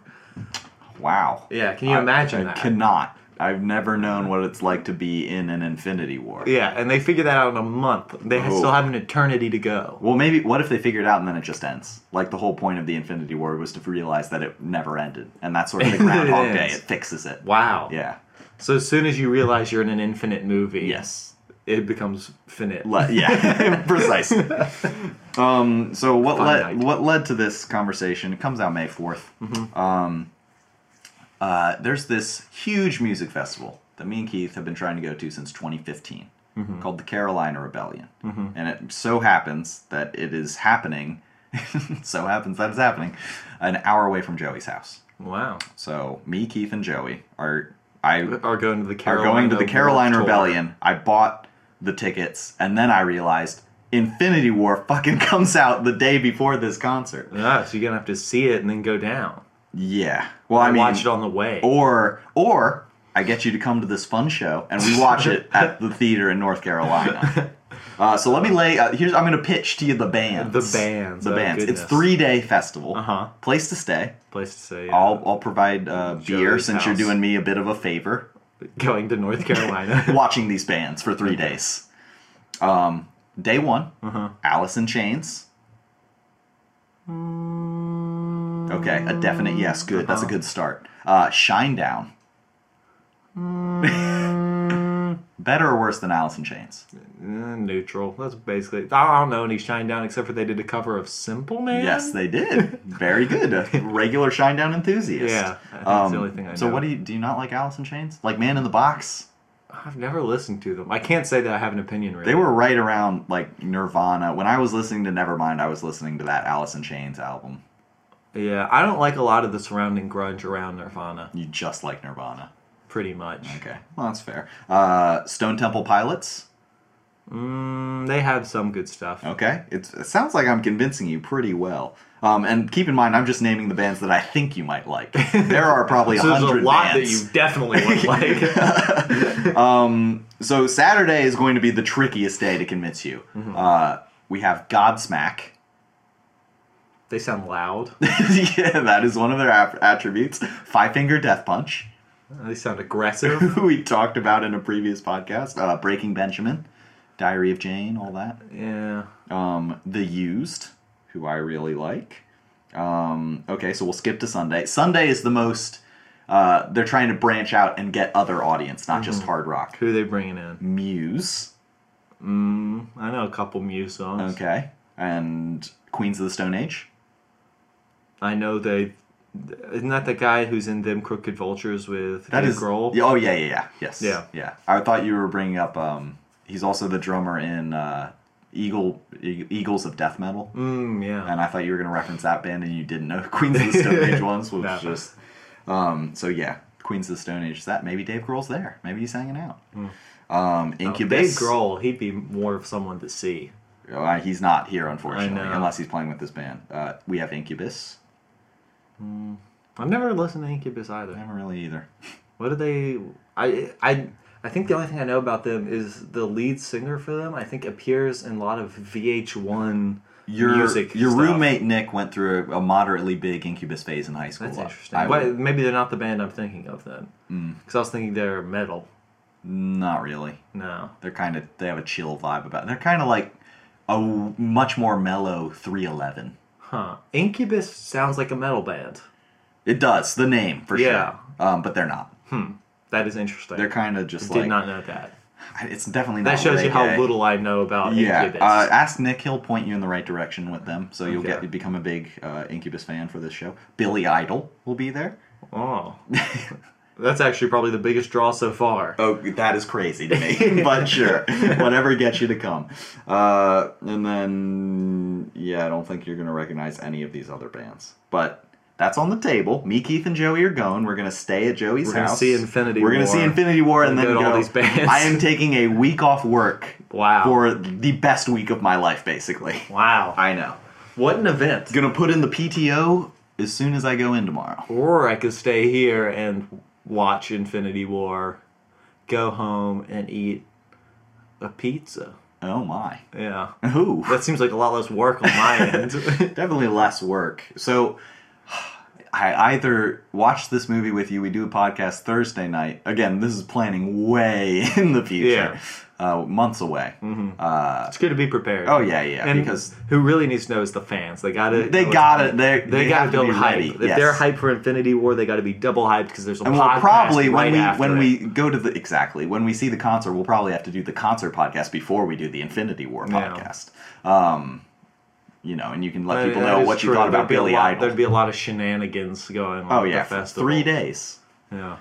S2: wow.
S1: Yeah, can you imagine
S2: I
S1: that?
S2: cannot. I've never known what it's like to be in an Infinity War.
S1: Yeah, and they figure that out in a month. They ha-
S2: Oh.
S1: still have an eternity to go.
S2: Well, maybe what if they figure it out and then it just ends? Like the whole point of the Infinity War was to realize that it never ended, and
S1: <laughs>
S2: that's sort of the
S1: It
S2: Groundhog
S1: ends.
S2: Day. It fixes it.
S1: Wow.
S2: Yeah.
S1: So as soon as you realize you're in an infinite movie,
S2: Yes.
S1: it becomes finite.
S2: Le- yeah. <laughs> Precisely. Um, so what
S1: Finite.
S2: led what led to this conversation? It comes out May 4th Um, uh, there's this huge music festival that me and Keith have been trying to go to since 2015, called the Carolina Rebellion, and it so happens that it is happening. <laughs> so happens that it's happening an hour away from Joey's house.
S1: wow.
S2: So me, Keith, and Joey are I
S1: Are going to the
S2: are
S1: Carolina
S2: going to the
S1: World
S2: Carolina
S1: Tour.
S2: Rebellion. I bought the tickets, and then I realized Infinity War <laughs> fucking comes out the day before this concert.
S1: Ah, so you're gonna have to see it and then go down.
S2: Yeah. Well, I mean,
S1: watch it on the way.
S2: or or I get you to come to this fun show, and we
S1: <laughs>
S2: watch it at the theater in North Carolina. Uh, so let me lay. Uh, here's I'm going to pitch to you the bands.
S1: The bands,
S2: The
S1: oh,
S2: bands.
S1: goodness.
S2: It's three day festival.
S1: Uh-huh.
S2: Place to stay.
S1: Place to say.
S2: I'll I'll provide uh, beer
S1: Joey's
S2: since you're
S1: house.
S2: doing me a bit of a favor.
S1: going to North Carolina. <laughs>
S2: <laughs> watching these bands for three days. Um, day one,
S1: Uh-huh.
S2: Alice in Chains. Okay, a definite yes. Good. That's a
S1: Uh-huh.
S2: good start. Uh, Shine Down.
S1: Mm.
S2: <laughs> Better or worse than Alice in Chains?
S1: Eh, Neutral. That's basically. I don't know any Shine Down except for they did a cover of Simple Man.
S2: Yes, they did. Very good. A regular Shine Down enthusiast.
S1: Yeah, I think that's
S2: Um,
S1: the only thing I know.
S2: so what do you do? You not like Alice in Chains? Like Man in the Box?
S1: I've never listened to them. I can't say that I have an opinion. Really,
S2: They were right around like Nirvana. When I was listening to Nevermind, I was listening to that Alice in Chains album.
S1: Yeah, I don't like a lot of the surrounding grunge around Nirvana.
S2: You just like Nirvana.
S1: Pretty much.
S2: Okay, well that's fair. Uh, Stone Temple Pilots.
S1: Mm, they have some good stuff.
S2: Okay, it's, it sounds like I'm convincing you pretty well. Um, and keep in mind, I'm just naming the bands that I think you
S1: <laughs>
S2: might like. There are probably a
S1: So there's a
S2: hundred
S1: lot
S2: bands.
S1: that you definitely
S2: <laughs>
S1: would like.
S2: So Saturday is going to be the trickiest day to convince you.
S1: Mm-hmm.
S2: Uh, we have Godsmack. <laughs>
S1: they sound loud.
S2: yeah, that is one of their app- attributes. Five Finger Death Punch.
S1: They sound aggressive.
S2: who <laughs> we talked about in a previous podcast, uh, Breaking Benjamin, Diary of Jane, all that.
S1: Yeah.
S2: Um, the Used, who I really like. Um, okay, so we'll skip to Sunday. Sunday is the most. Uh, they're trying to branch out and get other audience, not just hard rock.
S1: Who are they bringing in?
S2: Muse,
S1: I know a couple Muse songs.
S2: okay, and Queens of the Stone Age.
S1: I know they. Isn't that the guy who's in them Crooked Vultures with
S2: That
S1: Dave
S2: is
S1: Grohl?
S2: Yeah, Oh yeah, yeah, yeah. Yes.
S1: Yeah.
S2: Yeah. I thought you were bringing up. Um, he's also the drummer in uh, Eagle E- Eagles of Death Metal.
S1: Mm, yeah.
S2: and I thought you were going to reference that band, and you didn't know Queens of the
S1: <laughs>
S2: Stone Age ones, which
S1: No.
S2: was just um, so yeah. Queens of the Stone Age. is That maybe Dave Grohl's there. Maybe he's hanging out. Um,
S1: Hmm. Oh, Dave
S2: Incubus.
S1: Grohl, he'd be more of someone to see.
S2: Uh, he's not here, unfortunately,
S1: I know.
S2: unless he's playing with this band. Uh, we have Incubus.
S1: I've never listened to Incubus either.
S2: Never really either.
S1: What do they? I I I think the only thing I know about them is the lead singer for them. I think appears in a lot of VH1
S2: Your
S1: music.
S2: your
S1: stuff.
S2: roommate Nick went through a, a moderately big Incubus phase in high school.
S1: That's
S2: I-
S1: interesting.
S2: I
S1: Why-
S2: would- Mm.
S1: maybe they're not the band I'm thinking of then. Because I was thinking they're metal.
S2: not really.
S1: No.
S2: They're kind of they have a chill vibe about. They're kind of like a w- much more mellow 311.
S1: Huh. Incubus sounds like a metal band.
S2: It does the name for
S1: Yeah.
S2: sure, um, but they're not.
S1: That is interesting.
S2: They're kind of just
S1: Did
S2: like
S1: not know that.
S2: it's definitely not
S1: That shows you how
S2: reggae.
S1: little I know about
S2: Yeah,
S1: Incubus.
S2: uh, ask Nick. He'll point you in the right direction with them, so you'll
S1: Okay.
S2: get become a big uh, Incubus fan for this show. Billy Idol will be there.
S1: oh. <laughs> That's actually probably the biggest draw so
S2: <laughs>
S1: far.
S2: Oh, that is crazy to me, <laughs> but sure, whatever gets you to come. Uh, and then, yeah, I don't think you're gonna recognize any of these other bands, but. That's on the table. Me, Keith, and Joey are going. We're gonna stay at Joey's
S1: We're gonna
S2: house.
S1: see Infinity
S2: We're gonna
S1: War.
S2: see Infinity War, and
S1: We're
S2: then
S1: gonna
S2: go.
S1: go to all these bands.
S2: I am taking a week off work.
S1: Wow.
S2: For the best week of my
S1: <laughs>
S2: life, basically.
S1: Wow.
S2: I know.
S1: what an event.
S2: Gonna put in the PTO as soon as I go in tomorrow.
S1: Or I could stay here and watch Infinity War, go home and eat a pizza.
S2: Oh my.
S1: Yeah.
S2: Ooh.
S1: That seems like a lot less work on
S2: <laughs>
S1: my end. <laughs>
S2: Definitely less work. So I either watch this movie with you, we do a podcast Thursday night. Again, this is planning way <laughs> in the future. Uh, months away. Uh,
S1: it's good to be prepared.
S2: oh yeah, yeah.
S1: Mm-hmm. And
S2: because
S1: who really needs to know is the fans. They gotta
S2: They
S1: know
S2: gotta-
S1: it's hype.
S2: they-
S1: they,
S2: they
S1: gotta
S2: have to
S1: build
S2: be
S1: hype.
S2: ready,
S1: If
S2: yes.
S1: they're hyped for Infinity War, they gotta be double hyped because there's a
S2: and
S1: podcast
S2: we'll probably when
S1: right
S2: we
S1: after
S2: when
S1: it.
S2: we go to the exactly when we see the concert, we'll probably have to do the concert podcast before we do the Infinity War
S1: Yeah.
S2: podcast. Um, you know, and you can let
S1: That-
S2: people
S1: that
S2: know
S1: is
S2: what you
S1: true.
S2: thought about
S1: There'd be a
S2: Billy
S1: lot-
S2: Idol.
S1: There'd be a lot of shenanigans going on.
S2: Oh
S1: at the
S2: yeah, for
S1: festival.
S2: three days.
S1: Yeah,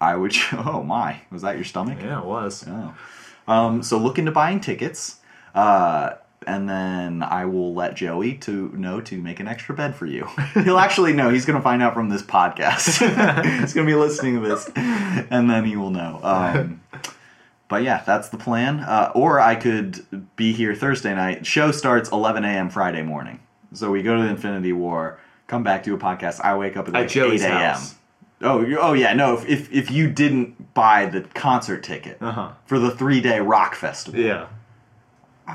S2: I would. <laughs> Oh my, was that your stomach?
S1: yeah, it was.
S2: Oh. Um, so look into buying tickets, uh, and then I will let Joey to know to make an extra bed
S1: <laughs>
S2: for you. He'll actually know. He's gonna find out from
S1: <laughs>
S2: this podcast. He's gonna be listening to this, and then he will know.
S1: <laughs>
S2: Um, but yeah, that's the plan. Uh, or I could be here Thursday night. Show starts 11 a.m. Friday morning. So we go to the Infinity War, come back do a podcast. I wake up at, like
S1: Joey's
S2: 8 a.m.
S1: house.
S2: Oh, you- oh yeah, no. If, if if you didn't buy the concert ticket
S1: Uh-huh.
S2: for the three day rock festival,
S1: Yeah,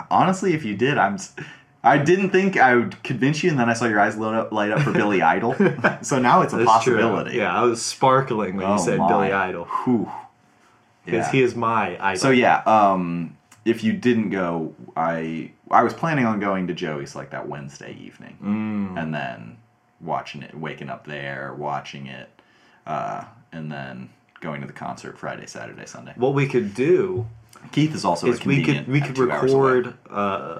S2: honestly, if you did, I'm. s- I didn't think I would convince you, and then I saw your eyes light up, light up for
S1: <laughs>
S2: Billy Idol. So now it's a
S1: that's true.
S2: possibility.
S1: Yeah, I was sparkling when
S2: Oh,
S1: you said
S2: my.
S1: Billy Idol
S2: Whew.
S1: because
S2: Yeah.
S1: he is my idol.
S2: So yeah, um, if you didn't go, I I was planning on going to Joey's like that Wednesday evening,
S1: Mm.
S2: and then watching it, waking up there, watching it, uh, and then going to the concert Friday, Saturday, Sunday.
S1: what we could do
S2: Keith is also a
S1: is we could
S2: convenient
S1: we
S2: at
S1: could
S2: two hours away.
S1: record uh,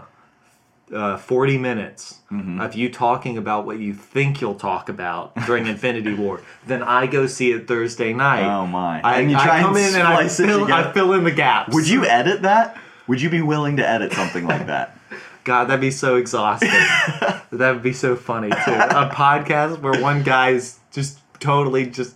S1: uh, 40 minutes
S2: Mm-hmm.
S1: of you talking about what you think you'll talk about during
S2: <laughs>
S1: Infinity War. Then I go see it Thursday night.
S2: Oh, my.
S1: I,
S2: And you
S1: I
S2: try and
S1: come in and I
S2: splice it
S1: fill, I
S2: together.
S1: fill in the gaps.
S2: Would you edit that? Would you be willing to edit something like that?
S1: God, that'd be so
S2: <laughs>
S1: exhausting. that would be so funny too. A podcast where one guy's just totally just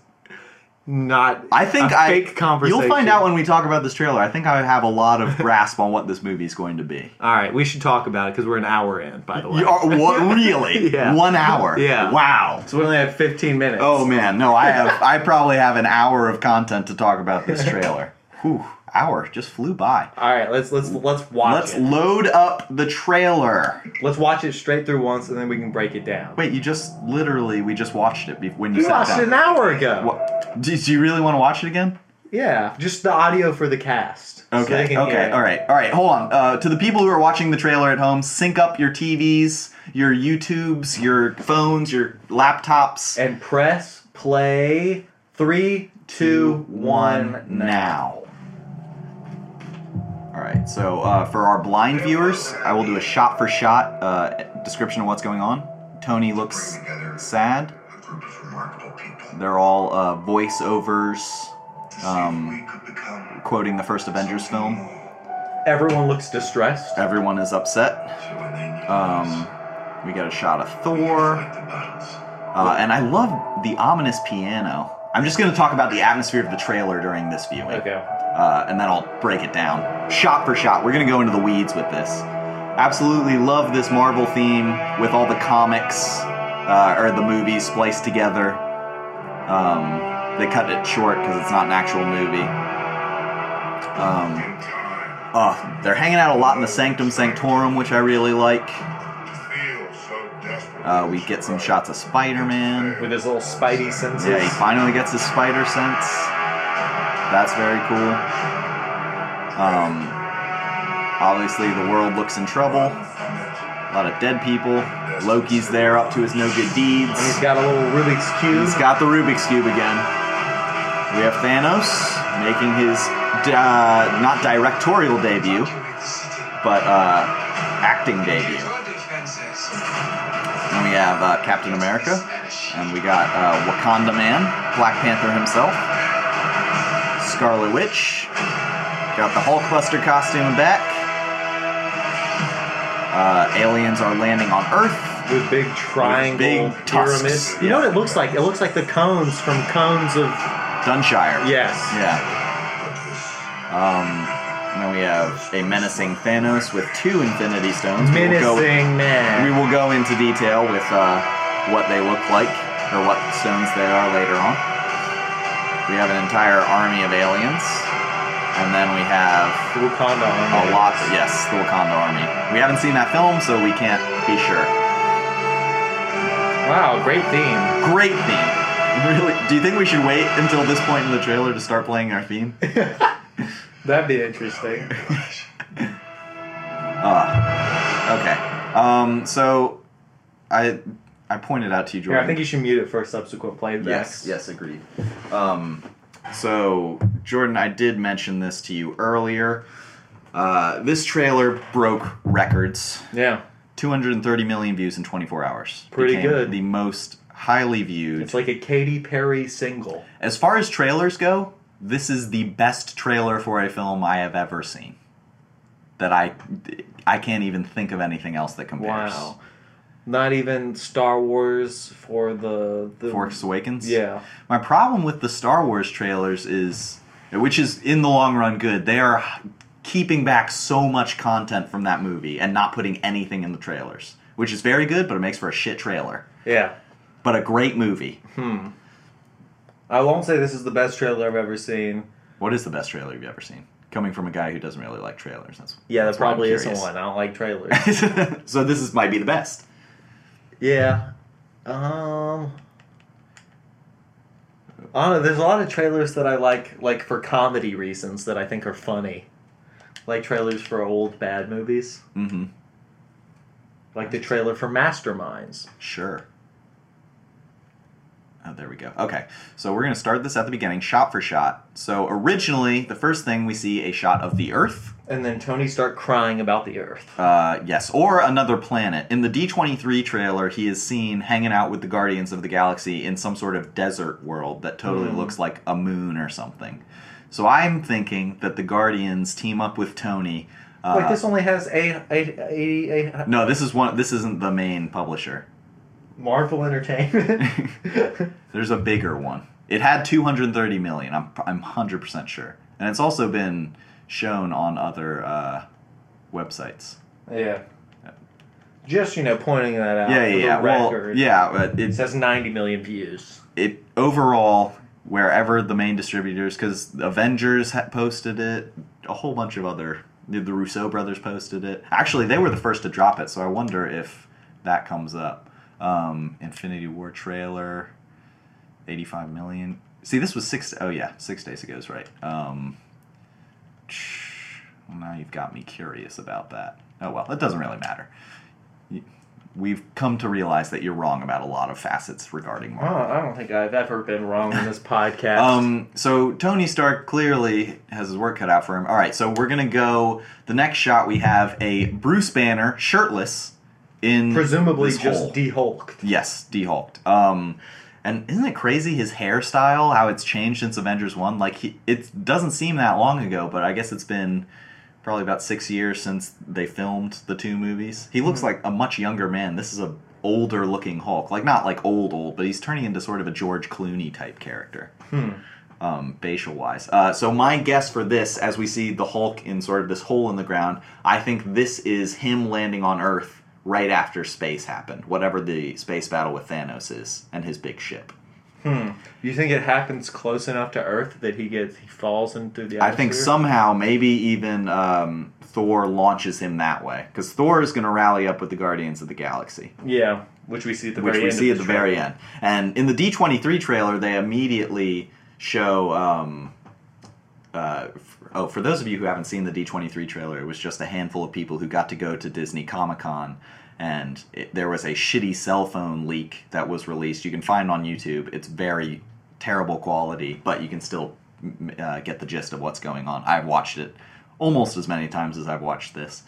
S1: not.
S2: I think
S1: a
S2: I
S1: fake conversation.
S2: You'll find out when we talk about this trailer. I think I have a lot of grasp on what this movie is going to be.
S1: All right, we should talk about it because we're an hour in, by the way.
S2: You are, what really?
S1: <laughs> Yeah.
S2: One hour.
S1: Yeah.
S2: Wow.
S1: so we only have 15 minutes.
S2: Oh man, no, I have I probably have an hour of content to talk about this trailer. Whew, hour just flew by.
S1: All right, let's let's let's watch
S2: Let's
S1: it.
S2: load up the trailer.
S1: Let's watch it straight through once, and then we can break it down.
S2: Wait, you just literally we just watched it be- when you
S1: we
S2: sat
S1: watched
S2: down.
S1: it an hour ago.
S2: What? Do, do you really want to watch it again?
S1: Yeah, just the audio for the cast. so they
S2: Okay.
S1: can hear
S2: okay.
S1: it.
S2: All right. All right. Hold on. Uh, to the people who are watching the trailer at home, sync up your TVs, your YouTubes, your phones, your laptops.
S1: And press play. Three, two, one,
S2: now. All right. So uh, for our blind viewers, I will do a shot for shot uh, description of what's going on. Tony looks sad.
S4: a group of remarkable people.
S2: They're all uh, voiceovers
S4: To
S2: Um,
S4: see if we could become
S2: quoting the first Avengers
S4: something
S2: film.
S4: more
S1: Everyone looks distressed.
S2: Everyone is upset.
S4: so when they need
S2: Um,
S4: us,
S2: we got a shot of
S4: we can
S2: Thor,
S4: fight the battles.
S2: uh, and I love the ominous piano. I'm just going to talk about the atmosphere of the trailer during this viewing.
S1: Okay.
S2: uh, and then I'll break it down shot for shot. We're gonna go into the weeds with this. Absolutely love this Marvel theme with all the comics uh, or the movies spliced together. Um, They cut it short because it's not an actual movie. Um,
S4: in time.
S2: uh, they're hanging out a lot in the Sanctum Sanctorum, which I really like.
S4: Feel so desperate.
S2: Uh, we get some shots of Spider Man.
S1: with his little spidey senses.
S2: Yeah, he finally gets his spider sense. That's very cool. Um, obviously, the world looks in trouble. A lot of dead people. Loki's there up to his no good deeds.
S1: and he's got a little Rubik's cube.
S2: He's got the Rubik's Cube again. We have Thanos making his uh, not directorial debut, but uh, acting debut. And we have uh, Captain America, and we got uh, Wakanda Man, Black Panther himself, Scarlet Witch, got the Hulkbuster costume back. Uh, aliens are landing on Earth.
S1: with big triangle
S2: big tusks.
S1: pyramids. You know
S2: Yeah.
S1: what it looks like? It looks like the cones from cones of
S2: Dunshire.
S1: yes.
S2: Yeah. Um, and then we have a menacing Thanos with two Infinity Stones.
S1: Menacing
S2: We will go,
S1: man.
S2: we will go into detail with uh, what they look like or what stones they are later on. We have an entire army of aliens, and then we have
S1: The Wakanda
S2: a
S1: army.
S2: lot. Yes, the Wakanda army. We haven't seen that film, so we can't be sure.
S1: Wow, great theme.
S2: Great theme. Really? Do you think we should wait until this point in the trailer to start playing
S1: <laughs>
S2: our theme?
S1: That'd be
S2: <laughs>
S1: interesting.
S2: Okay. Um, so I I pointed out to you,
S1: Here,
S2: Jordan.
S1: I think you should mute it for subsequent playbacks.
S2: yes, yes, agreed. Um, so Jordan, I did mention this to you earlier. Uh, this trailer broke records.
S1: Yeah.
S2: 230 million views in 24 hours.
S1: Pretty
S2: Became
S1: good.
S2: The most highly viewed.
S1: It's like a Katy Perry single.
S2: as far as trailers go, this is the best trailer for a film I have ever seen. That I I can't even think of anything else that compares.
S1: Wow. Not even Star Wars for the the
S2: Force Awakens.
S1: Yeah.
S2: My problem with the Star Wars trailers is, which is in the long run good, they are keeping back so much content from that movie and not putting anything in the trailers, which is very good, but it makes for a shit trailer.
S1: Yeah.
S2: But a great movie.
S1: Hmm. I won't say this is the best trailer I've ever seen.
S2: What is the best trailer you've ever seen? Coming from a guy who doesn't really like trailers. That's,
S1: Yeah, there
S2: that's why I'm
S1: probably isn't
S2: curious.
S1: one. I don't like
S2: <laughs>
S1: trailers.
S2: so this is might be the best.
S1: Yeah. Um. I don't know. There's a lot of trailers that I like, like for comedy reasons that I think are funny, like trailers for old bad movies,
S2: Mm-hmm.
S1: like the trailer for Masterminds.
S2: Sure. Oh, there we go. Okay, so we're going to start this at the beginning, shot for shot. So originally, the first thing we see a shot of the Earth.
S1: And then Tony start crying about the Earth.
S2: Uh, yes, or another planet. In the D23 trailer, he is seen hanging out with the Guardians of the Galaxy in some sort of desert world that totally looks like a moon or something. So I'm thinking that the Guardians team up with Tony. Uh,
S1: like this only has eight, eight, eight, eight,
S2: no, this is one. This isn't the main publisher. <laughs>
S1: Marvel Entertainment. <laughs>
S2: There's a bigger one. It had 230 million. I'm I'm 100% sure. And it's also been shown on other uh, websites.
S1: yeah. Just you know, pointing that out. for
S2: yeah, yeah,
S1: the
S2: yeah. Well,
S1: record.
S2: yeah, but
S1: It
S2: it's
S1: says 90 million views.
S2: it overall wherever the main distributors because avengers ha- posted it a whole bunch of other the the rousseau brothers posted it actually they were the first to drop it so i wonder if that comes up um, infinity war trailer 85 million see this was six oh yeah six days ago is right um, well, now you've got me curious about that oh well it doesn't really matter You- we've come to realize that you're wrong about a lot of facets regarding marvel
S1: Oh, I don't think I've ever been wrong <laughs> in this podcast.
S2: um, so Tony Stark clearly has his work cut out for him. All right, so we're gonna go. The next shot we have a Bruce Banner shirtless in
S1: presumably
S2: this hole.
S1: just de-hulked.
S2: yes, de-hulked. Um, and isn't it crazy his hairstyle? How it's changed since Avengers One? Like he, it doesn't seem that long ago, but I guess it's been probably about six years since they filmed the two movies. He
S1: Hmm.
S2: looks like a much younger man. This is a older looking Hulk. Like not like old old, but he's turning into sort of a George Clooney type character um, facial wise. Uh, so my guess for this, as we see the Hulk in sort of this hole in the ground, I think this is him landing on Earth right after space happened, whatever the space battle with Thanos is and his big ship.
S1: You think it happens close enough to Earth that he gets he falls into the?
S2: I think
S1: atmosphere?
S2: somehow, maybe even um, Thor launches him that way because Thor is going to rally up with the Guardians of the Galaxy,
S1: Yeah, which we see at the
S2: which
S1: very
S2: we
S1: end
S2: see at
S1: of
S2: the
S1: the
S2: very
S1: trailer.
S2: end. And in the D twenty three trailer, they immediately show. Um, uh, f- oh, for those of you who haven't seen the D twenty three trailer, it was just a handful of people who got to go to Disney Comic Con. And it, there was a shitty cell phone leak that was released. You can find on YouTube. It's very terrible quality, but you can still m- uh, get the gist of what's going on. I've watched it almost as many times as I've watched this.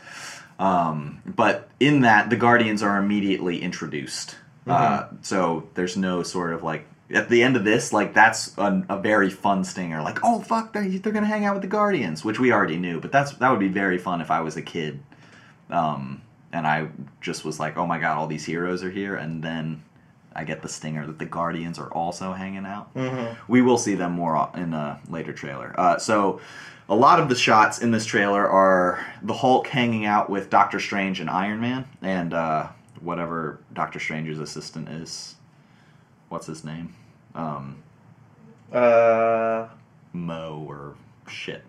S2: Um, but in that, the Guardians are immediately introduced. Uh, so there's no sort of like at the end of this, like that's a, a very fun stinger. Like, oh fuck, they're, they're gonna hang out with the Guardians, which we already knew. But that's that would be very fun if I was a kid, um, and I just was like, oh my god, all these heroes are here, and then I get the stinger that the Guardians are also hanging out. We will see them more in a later trailer. Uh, so, a lot of the shots in this trailer are the Hulk hanging out with Doctor Strange and Iron Man, and uh, whatever Doctor Strange's assistant is. What's his name? Um,
S1: Uh,
S2: Mo or shit.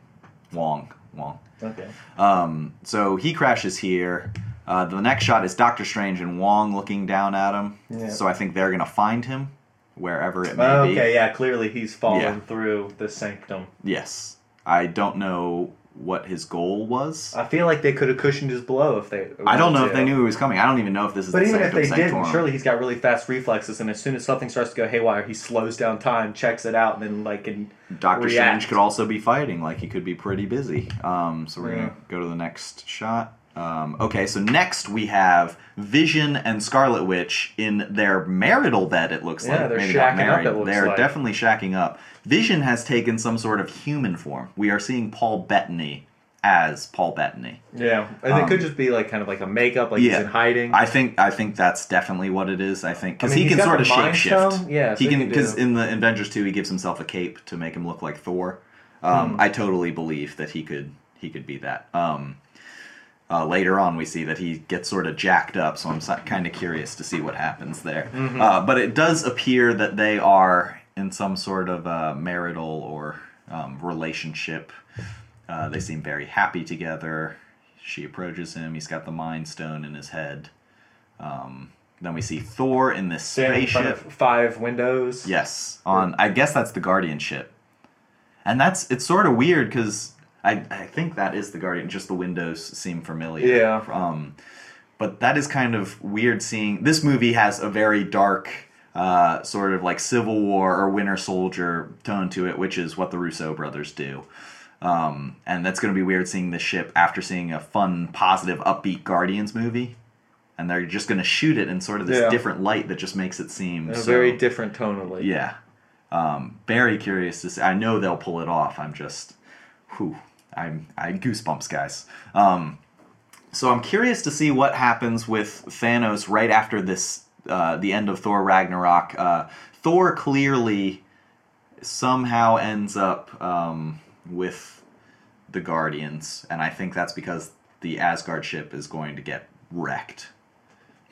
S2: Wong. Wong.
S1: okay.
S2: Um, so he crashes here. Uh, the next shot is Doctor Strange and Wong looking down at him.
S1: Yeah.
S2: So I think they're gonna find him wherever it may be.
S1: Okay, yeah. Clearly, he's fallen
S2: Yeah.
S1: through the sanctum.
S2: Yes. I don't know what his goal was.
S1: I feel like they could have cushioned his blow if they.
S2: I don't know if
S1: wanted to.
S2: they knew he was coming. I don't even know if this is
S1: But
S2: the
S1: even if
S2: Sanctum
S1: they didn't,
S2: Sanctorum.
S1: surely he's got really fast reflexes, and as soon as something starts to go haywire, he slows down time, checks it out, and then like and
S2: Doctor
S1: react.
S2: Strange could also be fighting. Like he could be pretty busy. Um, so we're
S1: Yeah.
S2: gonna go to the next shot. Um, okay, so next we have Vision and Scarlet Witch in their marital bed. It looks
S1: Yeah,
S2: like
S1: they're
S2: Maybe not
S1: shacking up,
S2: married.
S1: it looks
S2: they're
S1: like.
S2: definitely shacking up. Vision has taken some sort of human form. We are seeing Paul Bettany as Paul Bettany.
S1: yeah, and it could just be like kind of like a makeup, like he's in hiding.
S2: I think I think that's definitely what it is. I think because
S1: I mean,
S2: he
S1: he's
S2: can
S1: got
S2: sort of
S1: the Mind
S2: shapeshift.
S1: Stone. Yeah, so
S2: he
S1: he
S2: can
S1: can do-
S2: because in the Avengers two, he gives himself a cape to make him look like Thor.
S1: Hmm.
S2: Um, I totally believe that he could he could be that. Um, uh, later on, we see that he gets sort of jacked up, so I'm kind of curious to see what happens there.
S1: Mm-hmm.
S2: Uh, but it does appear that they are in some sort of uh, marital or um, relationship. Uh, they seem very happy together. She approaches him. He's got the Mind Stone in his head. Um, then we see Thor in this
S1: Standing in front
S2: spaceship.
S1: of five windows.
S2: Yes, on I guess that's the Guardian ship, and that's it's sort of weird because I I think that is the Guardian. Just the windows seem familiar.
S1: Yeah.
S2: Um, but that is kind of weird seeing this movie has a very dark. Uh, sort of like Civil War or Winter Soldier tone to it, which is what the Russo brothers do. Um, and that's going to be weird seeing this ship after seeing a fun, positive, upbeat Guardians movie. And they're just going to shoot it in sort of this
S1: Yeah.
S2: different light that just makes it seem
S1: in a
S2: so-
S1: very different tonally.
S2: yeah. Um, very curious to see. I know they'll pull it off. I'm just, whew, I'm, I goosebumps, guys. Um, so I'm curious to see what happens with Thanos right after this, uh, the end of Thor Ragnarok. Uh, Thor clearly somehow ends up um, with the Guardians, and I think that's because the Asgard ship is going to get wrecked.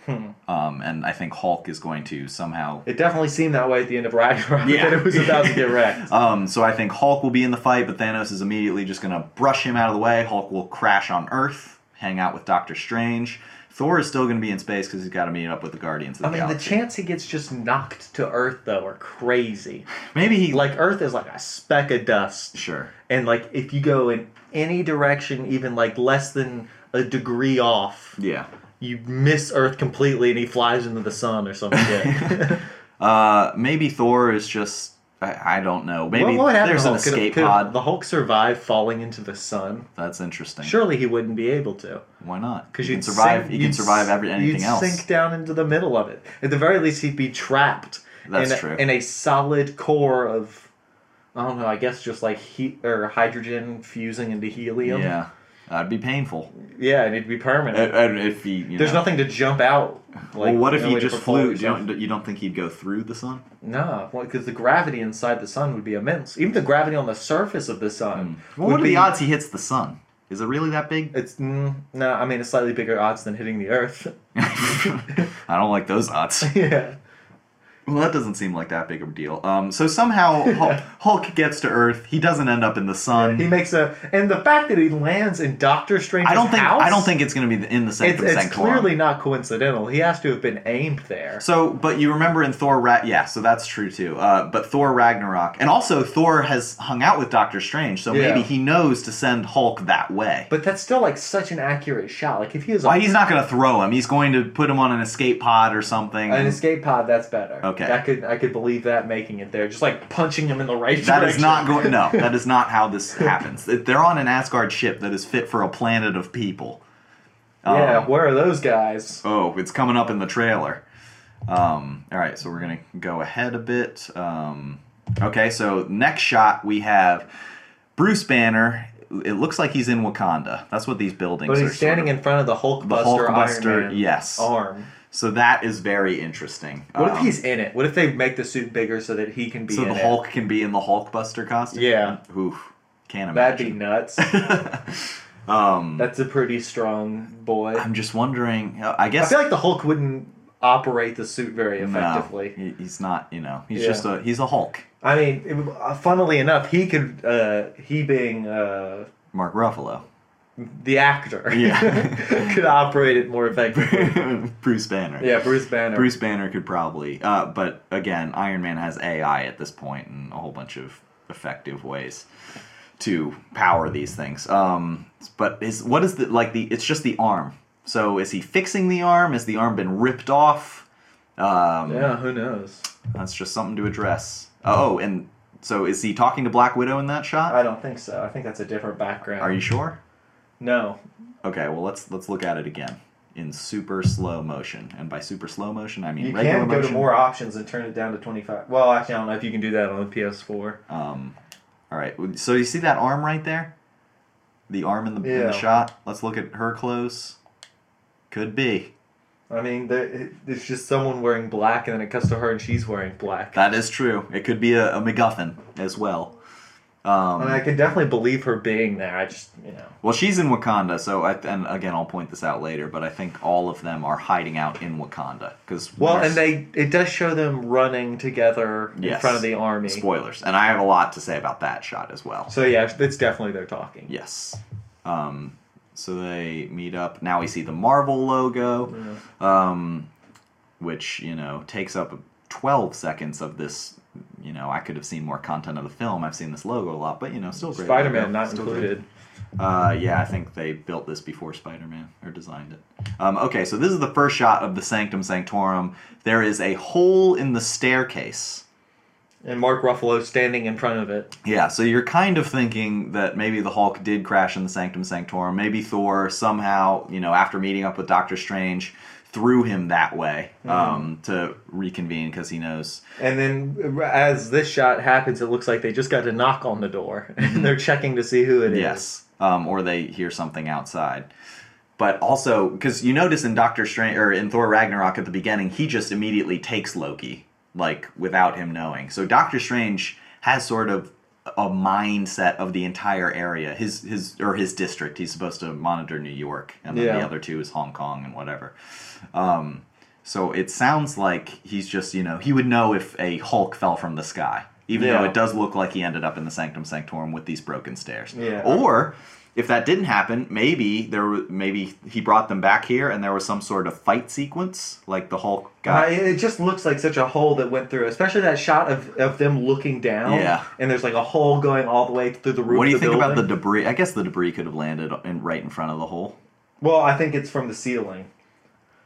S2: Um, and I think Hulk is going to somehow
S1: It definitely seemed that way at the end of Ragnarok. <laughs>
S2: Yeah.
S1: that it was about to get wrecked.
S2: Um, so I think Hulk will be in the fight, but Thanos is immediately just going to brush him out of the way. Hulk will crash on Earth, hang out with Doctor Strange. Thor is still going to be in space because he's got to meet up with the Guardians of
S1: <laughs>
S2: the
S1: I mean, the
S2: Galaxy.
S1: chance he gets just knocked to Earth though are crazy.
S2: Maybe he
S1: Like Earth is like a speck of dust.
S2: sure.
S1: and like if you go in any direction even like less than a degree off
S2: Yeah.
S1: you miss earth completely and he flies into the sun or something
S2: <laughs> Uh, maybe Thor is just I, I don't know. Maybe
S1: what, what would happen
S2: there's
S1: to
S2: an
S1: Hulk? Could-
S2: escape
S1: could
S2: pod.
S1: the hulk survive falling into the sun
S2: That's interesting.
S1: surely he wouldn't be able to
S2: Why not?
S1: because
S2: you
S1: you
S2: can survive. you can survive every, anything
S1: you'd
S2: else.
S1: sink down into the middle of it at the very least he'd be trapped
S2: That's
S1: in,
S2: true.
S1: in a solid core of I don't know. I guess just like heat or hydrogen fusing into helium.
S2: Yeah, that'd be painful.
S1: yeah, and it'd be permanent.
S2: And- and If he, you
S1: There's
S2: know-
S1: nothing to jump out. Like,
S2: Well, what if
S1: no
S2: he
S1: way to
S2: just
S1: propel
S2: flew? You
S1: yourself.
S2: don't, you don't think he'd go through the sun?
S1: No, because the gravity inside the sun would be immense. Even the gravity on the surface of the sun.
S2: What
S1: would
S2: are the
S1: be-
S2: odds he hits the sun? Is it really that big? <laughs>
S1: It's mm, no, I mean it's slightly bigger odds than hitting the Earth.
S2: I don't like those odds.
S1: yeah,
S2: Well, that doesn't seem like that big of a deal. Um, so somehow Hulk,
S1: <laughs>
S2: Hulk gets to Earth. He doesn't end up in the sun.
S1: He makes a and the fact that he lands in Doctor Strange's
S2: I don't think
S1: house.
S2: I don't think it's going to be in the
S1: it's,
S2: Sanctum
S1: it's
S2: Sanctorum.
S1: clearly not coincidental. He has to have been aimed there.
S2: So, but you remember in Thor, Ra- yeah, so that's true too. Uh, but Thor Ragnarok, and also Thor has hung out with Doctor Strange, so
S1: Yeah.
S2: maybe he knows to send Hulk that way.
S1: But that's still like such an accurate shot. Like if he is
S2: Why
S1: on
S2: he's not going to throw him? He's going to put him on an escape pod or something.
S1: an escape pod, that's better.
S2: Okay.
S1: I could I could believe that making it there, just like punching him in the right
S2: <laughs> that
S1: direction.
S2: is
S1: <laughs>
S2: not going. No, that is not how this happens. They're on an Asgard ship that is fit for a planet of people. Um,
S1: yeah, where are those guys?
S2: Oh, it's coming up in the trailer. Um, all right, so we're gonna go ahead a bit. Um, okay, so next shot we have Bruce Banner. It looks like he's in Wakanda. That's what these buildings
S1: But
S2: are.
S1: he's standing
S2: sort of.
S1: in front of the Hulkbuster,
S2: The Hulkbuster,
S1: Iron Man
S2: yes.
S1: arm.
S2: So that is very interesting.
S1: What if
S2: Um,
S1: he's in it? What if they make the suit bigger so that he can be
S2: so
S1: in
S2: the
S1: it?
S2: Hulk can be in the Hulkbuster costume?
S1: Yeah.
S2: Oof. Can't
S1: That'd be
S2: imagine.
S1: nuts.
S2: <laughs> um,
S1: That's a pretty strong boy.
S2: I'm just wondering. uh, I
S1: I
S2: guess
S1: feel like the Hulk wouldn't operate the suit very
S2: no,
S1: effectively.
S2: he- he's not. You know, he's
S1: Yeah.
S2: just a he's a Hulk.
S1: I mean, it, would- uh, funnily enough, he could, uh, he being uh,
S2: Mark Ruffalo. <laughs>
S1: the actor,
S2: Yeah.
S1: <laughs> could operate it more
S2: <laughs>
S1: effectively.
S2: Bruce Banner.
S1: yeah, Bruce Banner.
S2: Bruce Banner could probably, uh, but again, Iron Man has AI at this point and a whole bunch of effective ways to power these things. Um, but is what is the like the? It's just the arm. So is he fixing the arm? Has the arm been ripped off? Um,
S1: Yeah, who knows?
S2: That's just something to address. Oh, and so is he talking to Black Widow in that
S1: I
S2: shot?
S1: don't think so. I think that's a different background.
S2: Are you sure?
S1: No.
S2: Okay, well let's let's look at it again in super slow motion, and by super slow motion I mean
S1: You
S2: regular
S1: can go to
S2: motion.
S1: more options and turn it down to 25. Well, actually, I don't know if you can do that on the PS4.
S2: Um, all right. So you see that arm right there? The arm in the, in
S1: Yeah.
S2: the shot. Let's look at her close. Could be.
S1: I mean, there, it, it's just someone wearing black, and then it cuts to her, and she's wearing black.
S2: That is true. It could be a, a MacGuffin as well. Um,
S1: I mean, I can definitely believe her being there. I just, you know.
S2: well, she's in Wakanda, so I, and again, I'll point this out later. But I think all of them are hiding out in Wakanda because
S1: Well, and they it does show them running together in
S2: Yes.
S1: front of the army.
S2: spoilers, and I have a lot to say about that shot as well.
S1: So yeah, it's definitely they're talking.
S2: Yes. Um, so they meet up. Now we see the Marvel logo, um, which you know takes up 12 seconds of this. You know, I could have seen more content of the film. I've seen this logo a lot, but you know, still great.
S1: Spider-Man
S2: logo.
S1: not
S2: Still great.
S1: included.
S2: Uh, yeah, I think they built this before Spider-Man or designed it. Um, okay, so this is the first shot of the Sanctum Sanctorum. There is a hole in the staircase.
S1: And Mark Ruffalo standing in front of it.
S2: Yeah, so you're kind of thinking that maybe the Hulk did crash in the Sanctum Sanctorum. Maybe Thor somehow, you know, after meeting up with Doctor Strange, threw him that way um, to reconvene because he knows.
S1: And then uh, as this shot happens, it looks like they just got to knock on the door <laughs> and they're checking to see who it is.
S2: Yes. Um, or they hear something outside. But also, because you notice in Doctor Strange or in Thor Ragnarok at the beginning, he just immediately takes Loki, like without him knowing. So Doctor Strange has sort of a mindset of the entire area, his his or his district. He's supposed to monitor New York, and then the
S1: Yeah.
S2: other two is Hong Kong and whatever. Um, so it sounds like he's just you know he would know if a Hulk fell from the sky, even though
S1: Yeah.
S2: it does look like he ended up in the Sanctum Sanctorum with these broken stairs.
S1: Yeah.
S2: Or if that didn't happen, maybe there were, maybe he brought them back here and there was some sort of fight sequence like the Hulk
S1: Uh,
S2: guy.
S1: it it just looks like such a hole that went through, especially that shot of, of them looking down.
S2: Yeah.
S1: And there's like a hole going all the way through the roof.
S2: What do you
S1: of the
S2: think about the
S1: building.
S2: debris? I guess the debris could have landed in, right in front of the hole.
S1: Well, I think it's from the ceiling.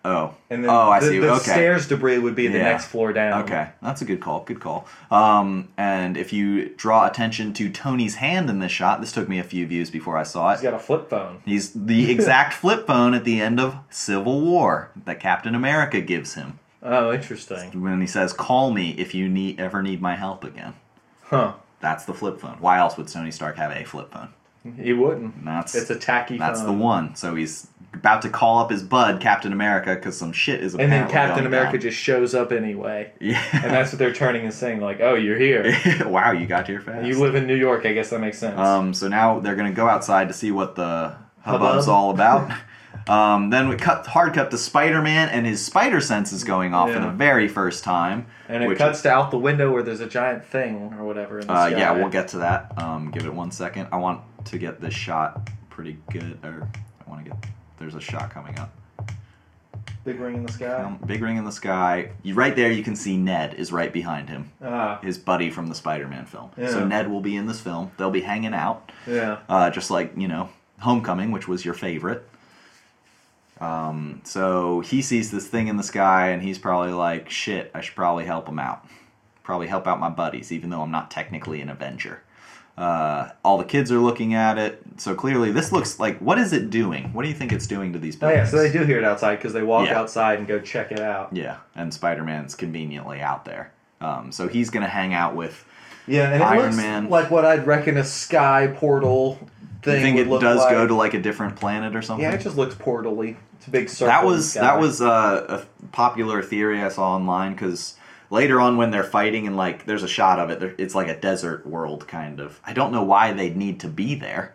S2: Oh.
S1: And then
S2: oh, I
S1: the,
S2: see.
S1: the
S2: okay.
S1: stairs debris would be the
S2: Yeah.
S1: next floor down.
S2: Okay, that's a good call. Good call. Um, and if you draw attention to Tony's hand in this shot, this took me a few views before I saw it.
S1: He's got a flip phone.
S2: He's
S1: <laughs>
S2: the exact flip phone at the end of Civil War that Captain America gives him
S1: Oh, interesting.
S2: when he says, "Call me if you need ever need my help again."
S1: Huh.
S2: That's the flip phone. Why else would Tony Stark have a flip phone?
S1: He wouldn't.
S2: And that's
S1: It's a tacky
S2: that's
S1: phone.
S2: the one. So he's about to call up his bud Captain America because some shit is
S1: And
S2: apparently
S1: then Captain
S2: going
S1: America
S2: down.
S1: just shows up anyway. And
S2: <laughs> yeah.
S1: that's what they're turning and saying, like, oh, you're here.
S2: wow, you got here fast.
S1: You live in New York. I guess that makes sense.
S2: Um, so now they're gonna go outside to see what the
S1: Hubbub. <laughs>
S2: hubbub's all about. Um, then we cut hard cut to Spider Man and his spider senses going off for
S1: Yeah.
S2: the very first time.
S1: And it
S2: which-
S1: cuts to out the window where there's a giant thing or whatever. In the
S2: Uh,
S1: sky.
S2: yeah, we'll get to that. Um, give it one second. I want to get this shot pretty good. Or I want to get. There's a shot coming up.
S1: big ring in the sky.
S2: Um, big ring in the sky. You right there. You can see Ned is right behind him,
S1: Ah,
S2: his buddy from the Spider-Man film.
S1: Yeah.
S2: So Ned will be in this film. They'll be hanging out,
S1: yeah.
S2: uh, just like you know, Homecoming, which was your favorite. Um, so he sees this thing in the sky, and he's probably like, "Shit, I should probably help him out. Probably help out my buddies, even though I'm not technically an Avenger." Uh, all the kids are looking at it, so clearly this looks like what is it doing? What do you think it's doing to these
S1: Oh yeah,
S2: buildings?
S1: so they do hear it outside because they walk
S2: Yeah.
S1: outside and go check it out.
S2: Yeah, and Spider Man's conveniently out there. Um, so he's going to hang out with.
S1: Yeah, and it
S2: Iron
S1: looks
S2: Man.
S1: like what I'd reckon a sky portal
S2: Do
S1: thing.
S2: you think
S1: would
S2: it
S1: look
S2: does
S1: like.
S2: go to like a different planet or something?
S1: Yeah, it just looks portally. It's a big circle.
S2: that
S1: in the
S2: was
S1: sky.
S2: that was uh, a popular theory I saw online because later on when they're fighting and like there's a shot of it, there- it's like a desert world kind of. I don't know why they'd need to be there.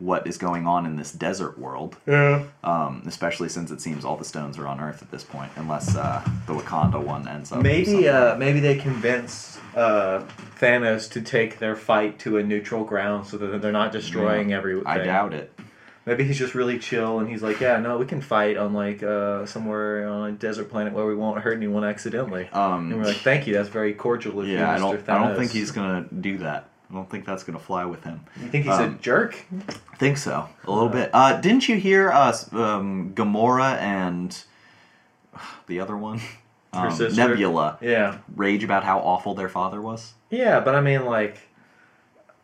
S2: What is going on in this desert world?
S1: Yeah.
S2: Um, especially since it seems all the stones are on Earth at this point, unless uh, the Wakanda one ends up.
S1: Maybe
S2: somewhere.
S1: uh, maybe they convince uh, Thanos to take their fight to a neutral ground so that they're not destroying everything.
S2: I doubt it.
S1: Maybe he's just really chill and he's like, yeah, no, we can fight on like uh, somewhere on a desert planet where we won't hurt anyone accidentally.
S2: Um,
S1: and we're like, thank you, that's very cordial of you,
S2: Yeah, I
S1: Mr.
S2: don't.
S1: Thanos.
S2: I don't think he's gonna do that. I don't think that's gonna fly with him.
S1: You think he's a
S2: um,
S1: jerk?
S2: I think so, a little bit. Uh, didn't you hear us, um, Gamora and <sighs> the other one,
S1: Her
S2: um,
S1: sister?
S2: Nebula,
S1: Yeah.
S2: rage about how awful their father was?
S1: Yeah, but I mean, like,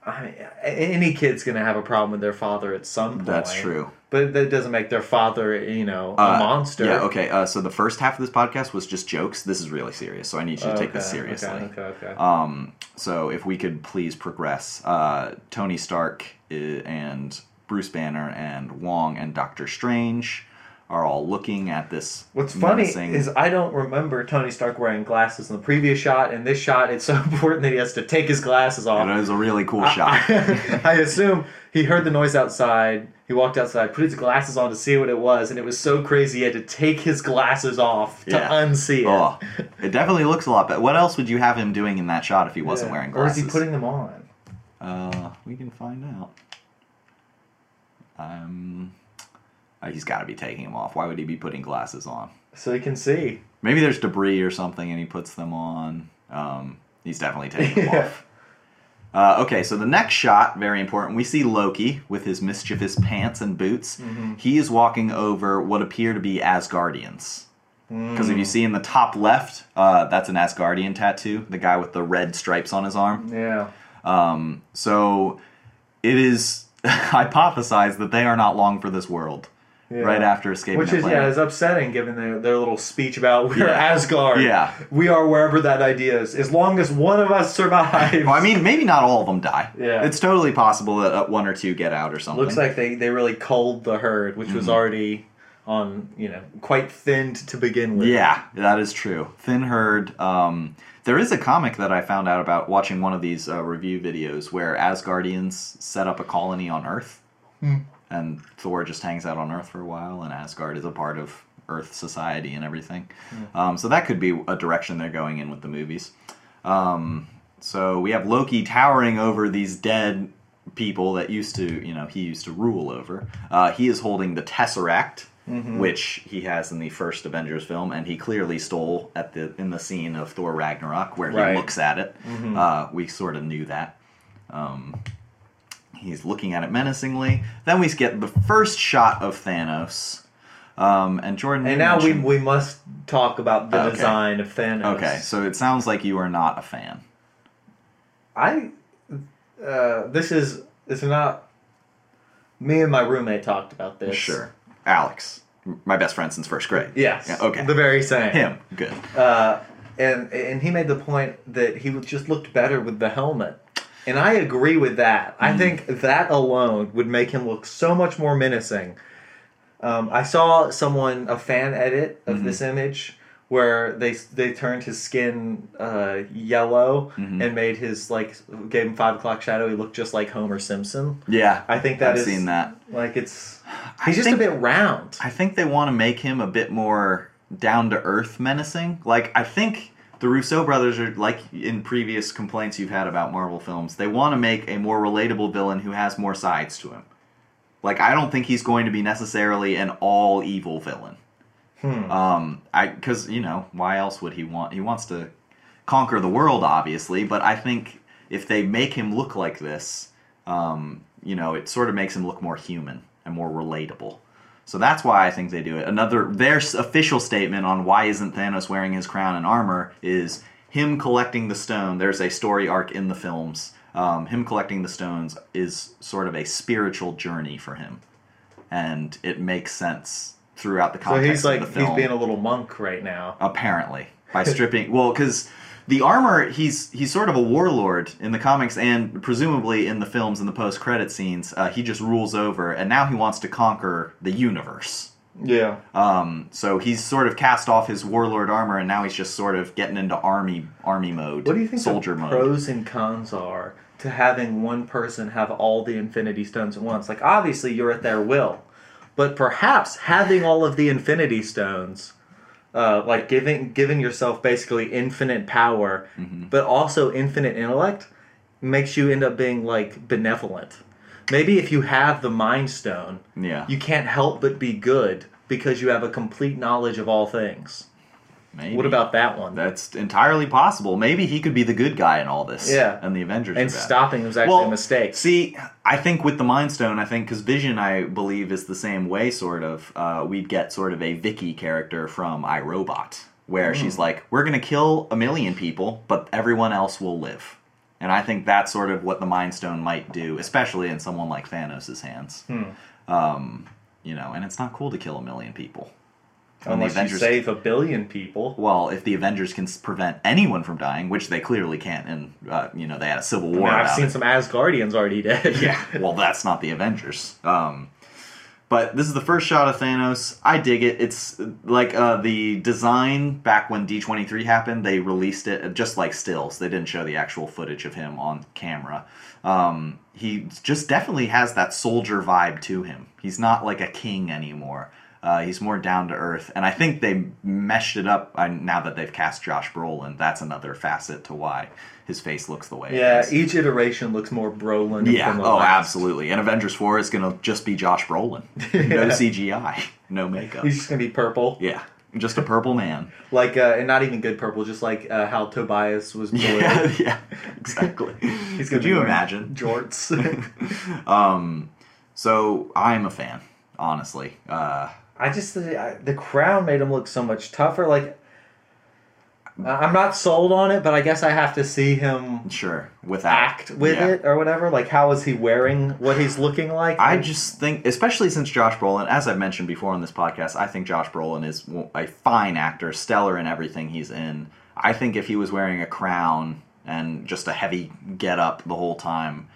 S1: I mean, a- any kid's gonna have a problem with their father at some point.
S2: That's true.
S1: But that doesn't make their father, you know, a
S2: Uh,
S1: monster.
S2: Yeah. Okay. Uh, so the first half of this podcast was just jokes. This is really serious, so I need you to take this
S1: Okay,
S2: seriously.
S1: Okay, okay, okay.
S2: Um, so if we could please progress, uh, Tony Stark i- and Bruce Banner and Wong and Doctor Strange are all looking at this.
S1: What's funny
S2: menacing-
S1: is I don't remember Tony Stark wearing glasses in the previous shot. In this shot, it's so <laughs> important that he has to take his glasses off.
S2: it was a really cool shot.
S1: I, <laughs> I assume he heard the noise outside. He walked outside, put his glasses on to see what it was, and it was so crazy he had to take his glasses off to
S2: Yeah.
S1: unsee it.
S2: Oh, it definitely looks a lot better. What else would you have him doing in that shot if he wasn't
S1: Yeah.
S2: wearing
S1: Or is
S2: glasses?
S1: he putting them on?
S2: Uh, we can find out. Um, uh, he's got to be taking them off. Why would he be putting glasses on?
S1: So he can see.
S2: Maybe there's debris or something, and he puts them on. Um, he's definitely taking them
S1: <laughs> Yeah.
S2: off. Uh, okay, so the next shot, very important. We see Loki with his mischievous pants and boots.
S1: Mm-hmm.
S2: He is walking over what appear to be Asgardians. Because
S1: Mm.
S2: if you see in the top left, uh, that's an Asgardian tattoo, the guy with the red stripes on his arm.
S1: Yeah.
S2: Um, so it is <laughs> hypothesized that they are not long for this world.
S1: Yeah.
S2: Right after escaping
S1: Which
S2: the
S1: is
S2: planet.
S1: yeah, is upsetting given their, their little speech about we're
S2: Yeah.
S1: Asgard.
S2: Yeah.
S1: We are wherever that idea is. As long as one of us survives.
S2: Well, I mean, maybe not all of them die.
S1: Yeah.
S2: It's totally possible that uh, one or two get out or something.
S1: Looks like they, they really culled the herd, which
S2: Mm-hmm.
S1: was already on, you know, quite thinned to begin with.
S2: Yeah, that is true. Thin Herd. Um, there is a comic that I found out about watching one of these uh, review videos where Asgardians set up a colony on Earth, and Thor just hangs out on Earth for a while, and Asgard is a part of Earth society and everything.
S1: Hmm.
S2: Um, so that could be a direction they're going in with the movies. Um, so we have Loki towering over these dead people that used to, you know, he used to rule over. Uh, he is holding the Tesseract,
S1: Mm-hmm.
S2: which he has in the first Avengers film, and he clearly stole at the in the scene of Thor Ragnarok where
S1: Right. Mm-hmm.
S2: he looks at it. Uh, we sort of knew that. Um, he's looking at it menacingly. Then we get the first shot of Thanos. Um, and Jordan, you
S1: And now we,
S2: mentioned-
S1: we must talk about the
S2: Okay.
S1: design of Thanos.
S2: okay. So it sounds like you are not a fan.
S1: I uh, this is it's not me and my roommate talked about this.
S2: Sure. Alex, m- my best friend since first grade.
S1: Yes.
S2: Yeah, okay.
S1: The very same.
S2: Him. Good.
S1: Uh, and and he made the point that he would- just looked better with the helmet. And I agree with that.
S2: Mm.
S1: I think that alone would make him look so much more menacing. Um, I saw someone a fan edit
S2: Mm-hmm.
S1: of this image where they they turned his skin uh, yellow
S2: Mm-hmm.
S1: and made his like gave him five o'clock shadow. He looked just like Homer Simpson.
S2: Yeah.
S1: I think that
S2: I've
S1: is-
S2: seen that.
S1: Like it's
S2: I
S1: He's just
S2: think-
S1: a bit round.
S2: I think they want to make him a bit more down to earth menacing. Like I think the Rousseau brothers are like in previous complaints you've had about Marvel films, they want to make a more relatable villain who has more sides to him. Like I don't think he's going to be necessarily an all evil villain. Um I cuz you know, why else would he want he wants to conquer the world obviously, but I think if they make him look like this, um, you know, it sort of makes him look more human and more relatable. So that's why I think they do it. Another their s- official statement on why isn't Thanos wearing his crown and armor is him collecting the stone. There's a story arc in the films. Um, him collecting the stones is sort of a spiritual journey for him, and it makes sense throughout the
S1: So
S2: context
S1: he's like
S2: of the film
S1: he's being a little monk right now.
S2: apparently by stripping <laughs> well because the armor he's he's sort of a warlord in the comics and presumably in the films and the post-credit scenes uh, he just rules over and now he wants to conquer the universe
S1: Yeah.
S2: um, so he's sort of cast off his warlord armor and now he's just sort of getting into army army mode
S1: What do you think
S2: soldier
S1: the
S2: mode
S1: pros and cons are to having one person have all the Infinity Stones at once? Like, obviously, you're at their will, but perhaps having all of the Infinity Stones, uh, like giving giving yourself basically infinite power,
S2: Mm-hmm.
S1: but also infinite intellect, makes you end up being like benevolent. Maybe if you have the Mind Stone,
S2: Yeah.
S1: you can't help but be good because you have a complete knowledge of all things.
S2: Maybe.
S1: What about that one?
S2: that's entirely possible maybe he could be the good guy in all this
S1: Yeah.
S2: and the avengers
S1: and
S2: are bad.
S1: stopping was actually a mistake.
S2: See, I think with the Mind Stone, I think because Vision, I believe, is the same way. Sort of, uh, we'd get sort of a Vicky character from iRobot, where
S1: Mm.
S2: she's like, "We're gonna kill a million people, but everyone else will live." And I think that's sort of what the Mind Stone might do, especially in someone like Thanos' hands.
S1: Hmm.
S2: Um, you know, and it's not cool to kill a million people. When the
S1: Unless you
S2: Avengers-
S1: save a billion people.
S2: Well, if the Avengers can s- prevent anyone from dying, which they clearly can't, and uh, you know they had a civil war.
S1: Now, I've
S2: about
S1: seen
S2: it.
S1: some Asgardians already <laughs> dead.
S2: yeah. Well, that's not the Avengers. Um, but this is the first shot of Thanos. I dig it. It's like uh, the design back when D23 happened, they released it just like stills. They didn't show the actual footage of him on camera. Um, he just definitely has that soldier vibe to him. He's not like a king anymore. Uh, he's more down to earth, and I think they meshed it up. uh now that they've cast Josh Brolin, that's another facet to why his face looks the way. it
S1: Yeah,
S2: is.
S1: each iteration looks more Brolin.
S2: Yeah.
S1: than the
S2: Oh,
S1: last.
S2: absolutely. And Avengers Four is gonna just be Josh
S1: <laughs>
S2: Brolin. No CGI. No makeup.
S1: He's just gonna be purple,
S2: Yeah. Just a
S1: <laughs>
S2: purple man.
S1: like, uh, and not even good purple, just like uh, how Tobias <laughs> was blue.
S2: Yeah. <laughs> Yeah. Exactly.
S1: <laughs> He's gonna
S2: Could
S1: be
S2: you
S1: wearing
S2: imagine?
S1: jorts? <laughs>
S2: Um. So I'm a fan, honestly. Uh.
S1: I just the, I, the crown made him look so much tougher. Like, I- I'm not sold on it, but I guess I have to see him
S2: Sure. Without
S1: act with
S2: Yeah.
S1: it or whatever. Like, how is he wearing? What he's looking like?
S2: I just think, especially since Josh Brolin, as I've mentioned before on this podcast, I think Josh Brolin is a fine actor, stellar in everything he's in. I think if he was wearing a crown and just a heavy get up the whole time,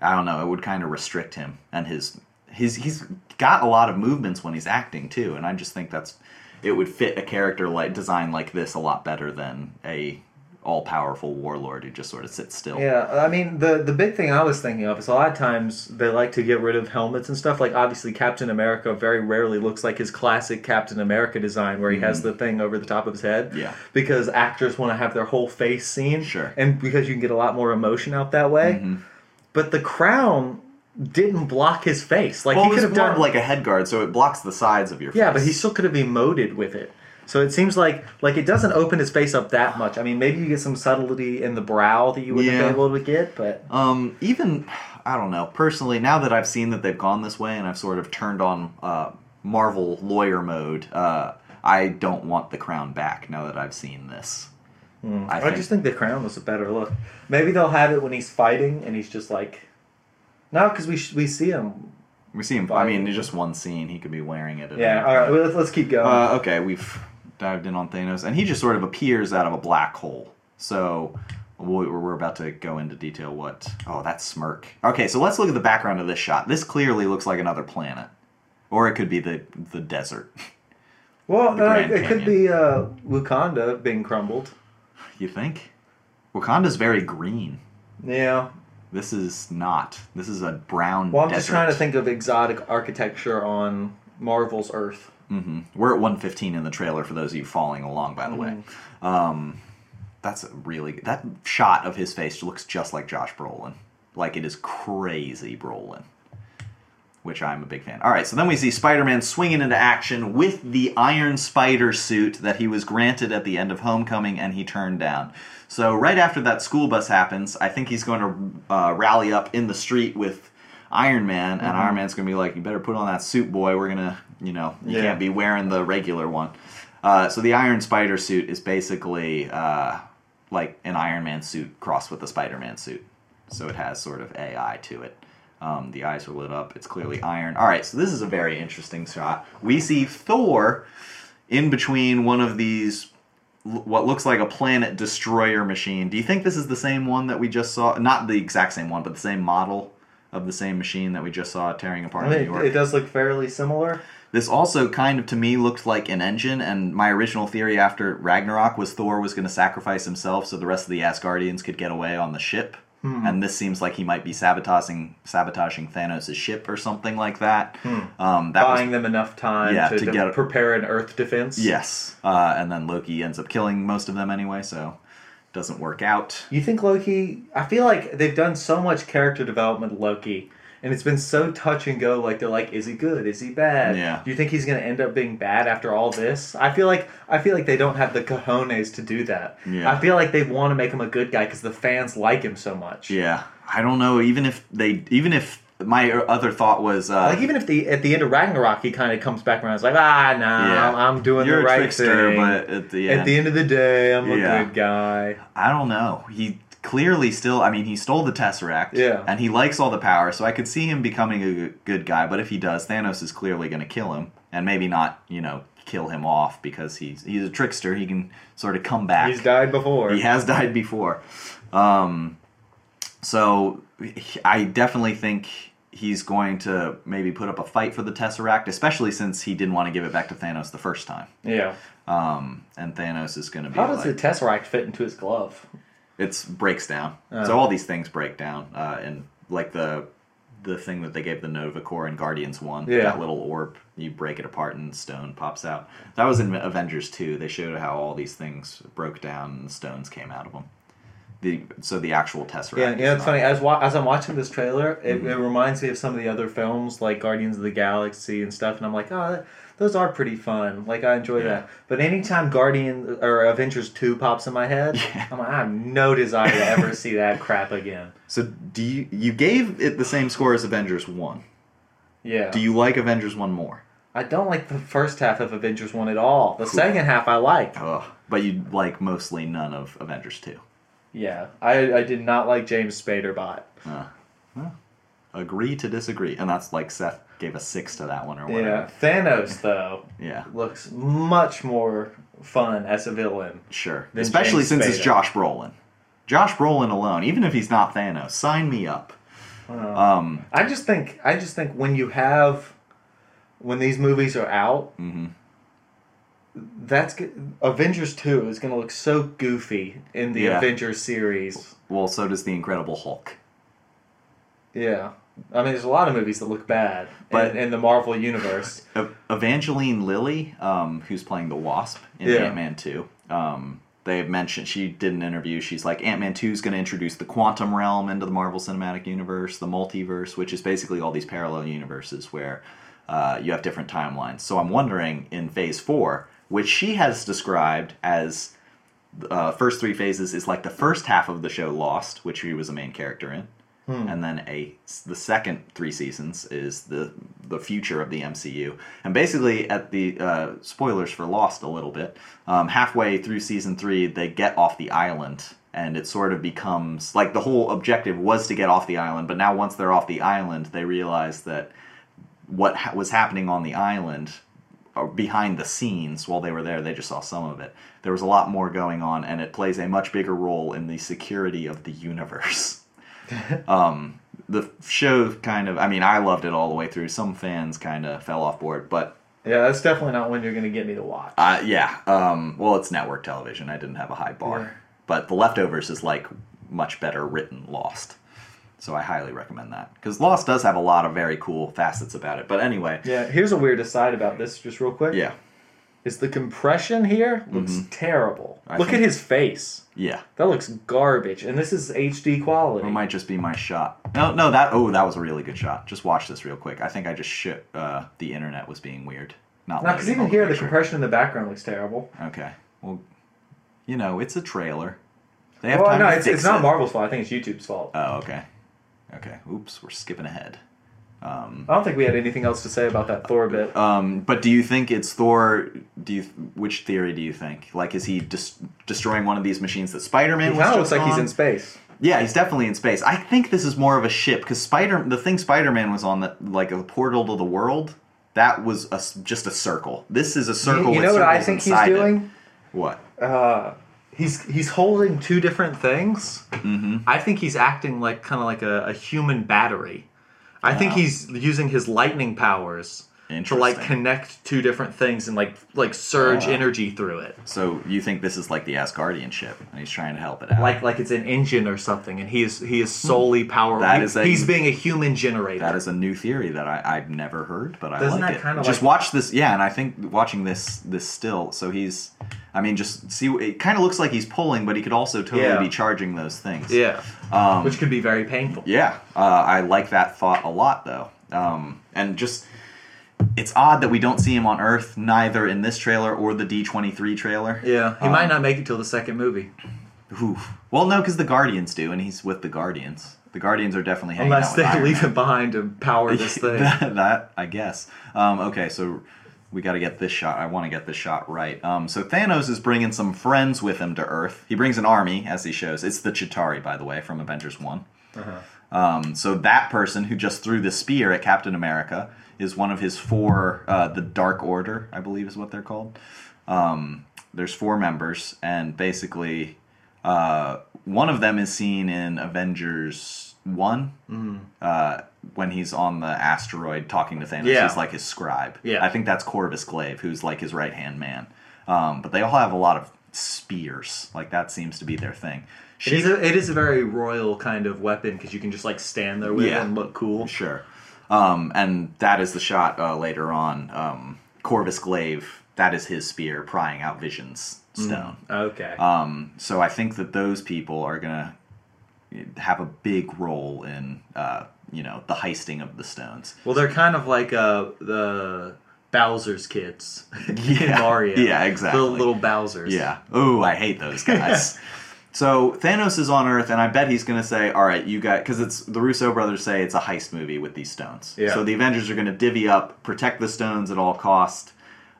S2: I don't know, it would kind of restrict him and his his he's got a lot of movements when he's acting too, and I just think that's it would fit a character like design like this a lot better than a all powerful warlord who just sort of sits still.
S1: Yeah, I mean the the big thing I was thinking of is a lot of times they like to get rid of helmets and stuff. Like obviously Captain America very rarely looks like his classic Captain America design where he has the thing over the top of his head.
S2: Mm-hmm. Yeah.
S1: Because actors want to have their whole face seen.
S2: Sure. Mm-hmm.
S1: And because you can get a lot more emotion out that way. But the crown didn't block his face. Like
S2: Well,
S1: he could have done
S2: like a head guard, so it blocks the sides of your face.
S1: yeah, but he still could have emoted with it. So it seems like like it doesn't open his face up that much. I mean, maybe you get some subtlety in the brow that you wouldn't
S2: Yeah.
S1: have been able to get, but
S2: Um, even I don't know personally. Now that I've seen that they've gone this way, and I've sort of turned on uh, Marvel lawyer mode, uh, I don't want the crown back. Now that I've seen this, I,
S1: Hmm. I
S2: think,
S1: just think the crown was a better look. Maybe they'll have it when he's fighting and he's just like, no, because we sh- we see him.
S2: we see him. I mean, it's just one scene. He could be wearing it. At
S1: Yeah.
S2: any
S1: All right.
S2: point.
S1: Well, let's, let's keep going.
S2: Uh, okay, we've dived in on Thanos, and he just sort of appears out of a black hole. So we- we're about to go into detail what. Oh, that's smirk. Okay, so let's look at the background of this shot. This clearly looks like another planet, or it could be the the desert. <laughs>
S1: well,
S2: the
S1: uh,
S2: Grand
S1: it could
S2: Canyon.
S1: be uh, Wakanda being crumbled.
S2: You think? Wakanda's very green.
S1: Yeah.
S2: This is not. This is a brown.
S1: Well, I'm just
S2: desert.
S1: trying to think of exotic architecture on Marvel's Earth.
S2: We're at 115 in the trailer for those of you following along. By the way, um, that's a really that shot of his face looks just like Josh Brolin. Like it is crazy Brolin, which I'm a big fan. All right, so then we see Spider-Man swinging into action with the Iron Spider suit that he was granted at the end of Homecoming and he turned down. So right after that school bus happens, I think he's going to uh, rally up in the street with. Iron Man and Iron Man's gonna be like, you better put on that suit, boy. We're gonna, you know, you
S1: Yeah.
S2: can't be wearing the regular one. Uh, so the Iron Spider suit is basically uh, like an Iron Man suit crossed with a Spider Man suit. So it has sort of AI to it. Um, the eyes are lit up. It's clearly iron. All right, so this is a very interesting shot. We see Thor in between one of these, l- what looks like a planet destroyer machine. Do you think this is the same one that we just saw? Not the exact same one, but the same model of the same machine that we just saw tearing apart in New York.
S1: does look fairly similar.
S2: This also kind of to me looked like an engine, and my original theory after Ragnarok was Thor was going to sacrifice himself so the rest of the Asgardians could get away on the ship.
S1: Hmm.
S2: And this seems like he might be sabotaging sabotaging Thanos' ship or something like that. Um, that was
S1: Hmm. Buying them enough time
S2: Yeah,
S1: to,
S2: to
S1: de-
S2: get-
S1: prepare an Earth defense.
S2: yes, uh, and then Loki ends up killing most of them anyway, so doesn't work out.
S1: You think Loki? I feel like they've done so much character development, with Loki, and it's been so touch and go. Like they're like, is he good? Is he bad?
S2: Yeah.
S1: Do you think he's gonna end up being bad after all this? I feel like I feel like they don't have the cojones to do that.
S2: Yeah.
S1: I feel like they want to make him a good guy because the fans like him so much.
S2: Yeah, I don't know. Even if they, even if my other thought was uh,
S1: Like even if the at the end of Ragnarok he kind of comes back around, it's like ah nah, I'm- I'm doing
S2: you're
S1: the
S2: a
S1: right
S2: trickster,
S1: thing.
S2: but at the end,
S1: At the end of the day, I'm a
S2: Yeah.
S1: good guy.
S2: I don't know. He clearly still, I mean, he stole the Tesseract.
S1: Yeah.
S2: And he likes all the power, so I could see him becoming a g- good guy. But if he does, Thanos is clearly going to kill him. And maybe not, you know, kill him off because he's he's a trickster. He can sort of come back.
S1: He's died before.
S2: He has died before. Um, so I definitely think he's going to maybe put up a fight for the Tesseract, especially since he didn't want to give it back to Thanos the first time.
S1: Yeah.
S2: Um, and Thanos is going to be
S1: How does
S2: like,
S1: the Tesseract fit into his glove?
S2: it's breaks down.
S1: Uh.
S2: So all these things break down, uh, and like the the thing that they gave the Nova Corps in Guardians One,
S1: Yeah.
S2: that little orb, you break it apart and stone pops out. That was in Avengers Two. They showed how all these things broke down and stones came out of them. The so the actual Tesseract.
S1: Yeah, you know,
S2: is
S1: it's
S2: not-
S1: funny. As wa- as I'm watching this trailer, it, it reminds me of some of the other films like Guardians of the Galaxy and stuff, and I'm like, oh, that- those are pretty fun. Like I enjoy that. But anytime Guardian or Avengers two pops in my head, I'm like, I have no desire to ever see that crap again.
S2: So do you you gave it the same score as Avengers One?
S1: Yeah.
S2: Do you like Avengers One more?
S1: I don't like the first half of Avengers one at all. The second half I like.
S2: Ugh. But you like mostly none of Avengers Two.
S1: Yeah, I I did not like James Spader bot.
S2: Uh, Agree to disagree, and that's like Seth gave a six to that one or whatever.
S1: Yeah, Thanos though
S2: Yeah,
S1: looks much more fun as a villain.
S2: sure.
S1: Than
S2: Especially
S1: James
S2: since it's
S1: Spader.
S2: Josh Brolin. Josh Brolin alone, even if he's not Thanos, sign me up.
S1: Oh.
S2: Um,
S1: I just think I just think when you have when these movies are out,
S2: Mm-hmm.
S1: that's g- Avengers Two is going to look so goofy in the
S2: Yeah.
S1: Avengers series.
S2: well, so does the Incredible Hulk.
S1: Yeah, I mean, there's a lot of movies that look bad,
S2: But-
S1: in, in the Marvel universe.
S2: Ev- Evangeline Lilly, um, who's playing the Wasp in
S1: Yeah.
S2: Ant Man 2, um, they have mentioned, she did an interview, she's like, Ant Man 2 is going to introduce the quantum realm into the Marvel Cinematic Universe, the multiverse, which is basically all these parallel universes where uh, you have different timelines. So I'm wondering in phase 4, which she has described as uh, first three phases is like the first half of the show Lost, which he was a main character in, and then a the second three seasons is the the future of the MCU. And basically, at the uh, spoilers for Lost a little bit, um, halfway through season three, they get off the island. And it sort of becomes like the whole objective was to get off the island, but now once they're off the island, they realize that what ha- was happening on the island or behind the scenes while they were there they just saw some of it there was a lot more going on and it plays a much bigger role in the security of the universe
S1: <laughs>
S2: um, the show kind of i mean i loved it all the way through some fans kind of fell off board but
S1: yeah, that's definitely not one you're going to get me to watch.
S2: uh, yeah um, well it's network television i didn't have a high bar
S1: Yeah.
S2: but the leftovers is like much better written lost So I highly recommend that because Lost does have a lot of very cool facets about it. But anyway,
S1: Yeah, here's a weird aside about this, just real quick.
S2: yeah, Mm-hmm.
S1: Is the compression here looks terrible.
S2: I
S1: Look
S2: think-
S1: at his face.
S2: yeah.
S1: That looks garbage. And this is HD quality.
S2: It might just be Oh my shot. No, no, that oh, that was a really good shot. Just watch this real quick. I think I just shit. Uh, the internet was being weird. Not
S1: Now, because
S2: loading
S1: even
S2: all
S1: here, the
S2: picture.
S1: compression in the background looks terrible.
S2: Okay. Well, you know, it's a trailer. They have
S1: Well,
S2: time
S1: no,
S2: to
S1: it's,
S2: fix
S1: it's not
S2: it.
S1: Marvel's fault. I think it's YouTube's fault.
S2: Oh, okay. Okay. Oops, we're skipping ahead.
S1: I don't think we had anything else to say about that Thor bit.
S2: Um, but do you think it's Thor? Do you? Which theory do you think? Like, is he dis- destroying one of these machines that Spider-Man?
S1: It
S2: was
S1: kind of looks
S2: just
S1: like he's
S2: on?
S1: in space.
S2: Yeah, he's definitely in space. I think this is more of a ship because Spider, the thing Spider-Man was on, that like a portal to the world, that was a s just a circle. This is a circle.
S1: You, you
S2: with
S1: know what I
S2: circles
S1: think he's
S2: inside it.
S1: doing?
S2: What?
S1: Uh, he's he's holding two different things.
S2: Mm-hmm.
S1: I think he's acting like kind of like a, a human battery. I think he's using his lightning powers to like
S2: Interesting.
S1: connect two different things and like like surge
S2: Oh.
S1: energy through it.
S2: So you think this is like the Asgardian ship, and he's trying to help it out?
S1: Like like it's an engine or something, and he is he is solely power.
S2: That
S1: he-
S2: is a-
S1: he's being a human generator.
S2: That is a new theory that I, I've never heard, but I
S1: Doesn't
S2: like
S1: that
S2: it.
S1: kinda
S2: just
S1: like-
S2: watch this, yeah. And I think watching this this still, so he's, I mean, just see. It kind of looks like he's pulling, but he could also totally
S1: Yeah.
S2: be charging those things.
S1: yeah,
S2: Um,
S1: which could be very painful.
S2: yeah. Uh, I like that thought a lot, though. Um, and just, it's odd that we don't see him on Earth, neither in this trailer or the D twenty three trailer.
S1: Yeah, he
S2: Um,
S1: might not make it till the second movie,
S2: Oof. Well, no, because the Guardians do, and he's with the Guardians. The Guardians are definitely hanging
S1: unless
S2: out
S1: they
S2: with Iron
S1: leave
S2: Man.
S1: him behind to power this thing.
S2: <laughs> that, that, I guess. Um, okay, so we got to get this shot. I want to get this shot right. Um, so Thanos is bringing some friends with him to Earth. He brings an army, as he shows. It's the Chitari, by the way, from Avengers One.
S1: Uh-huh.
S2: Um, so that person who just threw the spear at Captain America is one of his four, uh, the Dark Order, I believe is what they're called. Um, there's four members, and basically, uh, one of them is seen in Avengers One
S1: Mm-hmm.
S2: uh, when he's on the asteroid talking to Thanos.
S1: Yeah.
S2: He's like his scribe.
S1: Yeah.
S2: I think that's Corvus Glaive, who's like his right hand man. Um, but they all have a lot of spears. Like that seems to be their thing.
S1: It is, a, it is a very royal kind of weapon because you can just like stand there with
S2: Yeah.
S1: it and look cool.
S2: Sure. Um, and that is the shot uh, later on. Um, Corvus Glaive, that is his spear prying out Vision's
S1: Mm-hmm.
S2: stone.
S1: Okay.
S2: Um, so I think that those people are going to have a big role in, uh, you know, the heisting of the stones.
S1: well, they're kind of like uh, the Bowser's kids <laughs> in
S2: Yeah.
S1: Mario.
S2: Yeah, <laughs> exactly.
S1: Little, little Bowser's.
S2: Yeah. Oh, I hate those guys. so Thanos is on Earth, and I bet he's going to say, "All right, you got," because it's the Russo brothers say it's a heist movie with these stones.
S1: Yeah.
S2: So the Avengers are going to divvy up, protect the stones at all cost,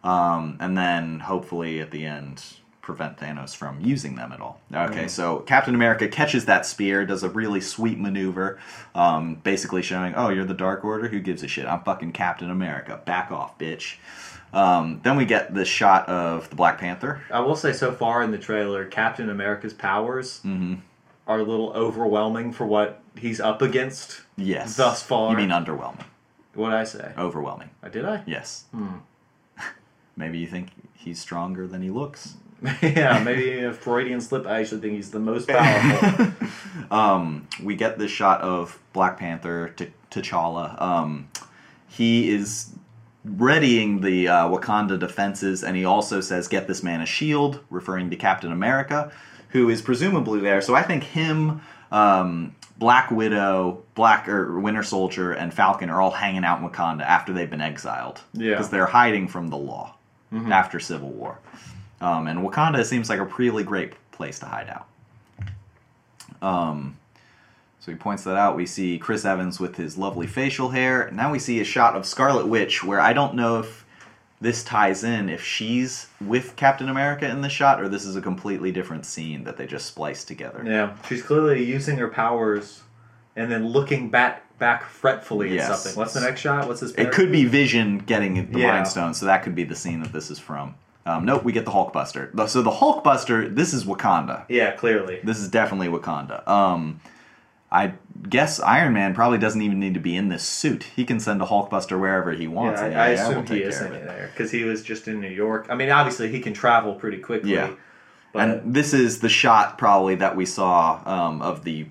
S2: um, and then hopefully at the end prevent Thanos from using them at all. Okay, so Captain America catches that spear, does a really sweet maneuver, um, basically showing, "Oh, you're the Dark Order. Who gives a shit? I'm fucking Captain America. Back off, bitch." Um, then we get the shot of the Black Panther.
S1: I will say so far in the trailer, Captain America's powers
S2: Mm-hmm.
S1: are a little overwhelming for what he's up against.
S2: Yes.
S1: Thus far.
S2: You mean underwhelming.
S1: What'd I say?
S2: Overwhelming.
S1: Uh, Did I? <laughs>
S2: Yes.
S1: Hmm.
S2: <laughs> Maybe you think he's stronger than he looks.
S1: yeah, maybe a Freudian slip. I actually think he's the most
S2: <laughs>
S1: powerful.
S2: We get this shot of Black Panther, T- T'Challa. Um, he is readying the uh, Wakanda defenses, and he also says, Get this man a shield, referring to Captain America, who is presumably there. So I think him. Um, Black Widow, Black or Winter Soldier, and Falcon are all hanging out in Wakanda after they've been exiled.
S1: Yeah.
S2: Because they're hiding from the law after Civil War. Um, and Wakanda seems like a really great place to hide out. Um, so he points that out. We see Chris Evans with his lovely facial hair. Now we see a shot of Scarlet Witch, where I don't know if this ties in, if she's with Captain America in the shot, or this is a completely different scene that they just spliced together.
S1: yeah, she's clearly using her powers and then looking back back fretfully at
S2: Yes.
S1: something. What's the next shot? What's his?
S2: It could be Vision getting the
S1: Yeah.
S2: Mind Stone, so that could be the scene that this is from. Um, nope, we get the Hulkbuster. The- So the Hulkbuster, this is Wakanda.
S1: Yeah, clearly.
S2: This is definitely Wakanda. Um, I guess Iron Man probably doesn't even need to be in this suit. He can send a Hulkbuster wherever he wants.
S1: Yeah, I,
S2: and
S1: I
S2: we'll
S1: assume he
S2: take
S1: is
S2: care
S1: in
S2: of it.
S1: there because he was just in New York. I mean, obviously he can travel pretty quickly.
S2: Yeah.
S1: but
S2: and this is the shot probably that we saw um, of the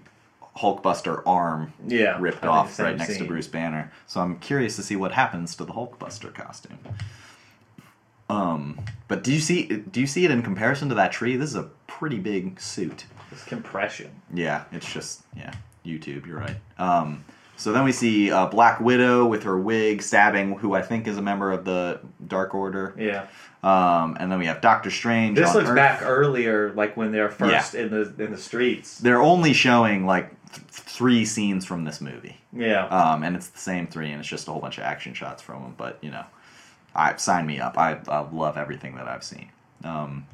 S2: Hulkbuster arm
S1: Yeah, I
S2: ripped
S1: think
S2: off
S1: same
S2: right next to
S1: scene.
S2: Bruce Banner. So I'm curious to see what happens to the Hulkbuster costume. Um, but do you see do you see it in comparison to that tree? This is a pretty big suit.
S1: It's compression.
S2: Yeah, it's just yeah, YouTube. You're right. Um, so then we see uh, Black Widow with her wig stabbing, who I think is a member of the Dark Order.
S1: Yeah.
S2: Um, and then we have Doctor Strange.
S1: This
S2: on
S1: looks
S2: Earth.
S1: back earlier, like when they're first in the in the streets.
S2: They're only showing like th- three scenes from this movie,
S1: Yeah.
S2: um, and it's the same three, and it's just a whole bunch of action shots from them. But you know, I sign me up. I, I love everything that I've seen. Um,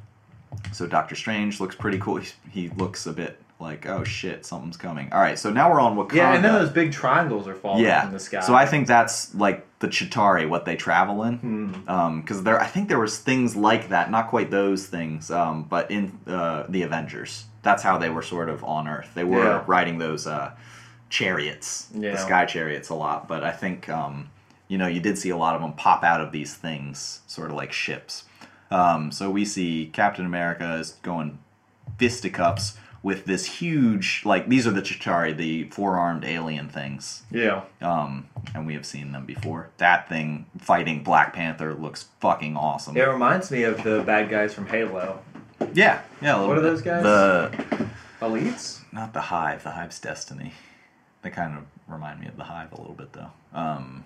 S2: so Doctor Strange looks pretty cool. He, he looks a bit like oh shit, something's coming. All right, so now we're on Wakanda.
S1: yeah, and then those big triangles are falling from the sky.
S2: So I think that's like the Chitari, what they travel
S1: Hmm.
S2: in, because there I think there was things like that, not quite those things, um, but in uh, the Avengers, that's how they were sort of on Earth. They were
S1: Yeah.
S2: riding those uh, chariots,
S1: Yeah.
S2: the sky chariots, a lot. But I think um, you know you did see a lot of them pop out of these things, sort of like ships. Um, so we see Captain America is going fisticuffs with this huge, like these are the Chitari, the four-armed alien things
S1: Yeah.
S2: um, and we have seen them before. That thing fighting Black Panther looks fucking awesome.
S1: It
S2: Yeah,
S1: reminds me of the bad guys from Halo.
S2: yeah. a little
S1: What are
S2: bit.
S1: those guys?
S2: The
S1: Elites?
S2: not the Hive. The Hive's Destiny. They kind of remind me of the Hive a little bit, though. Um,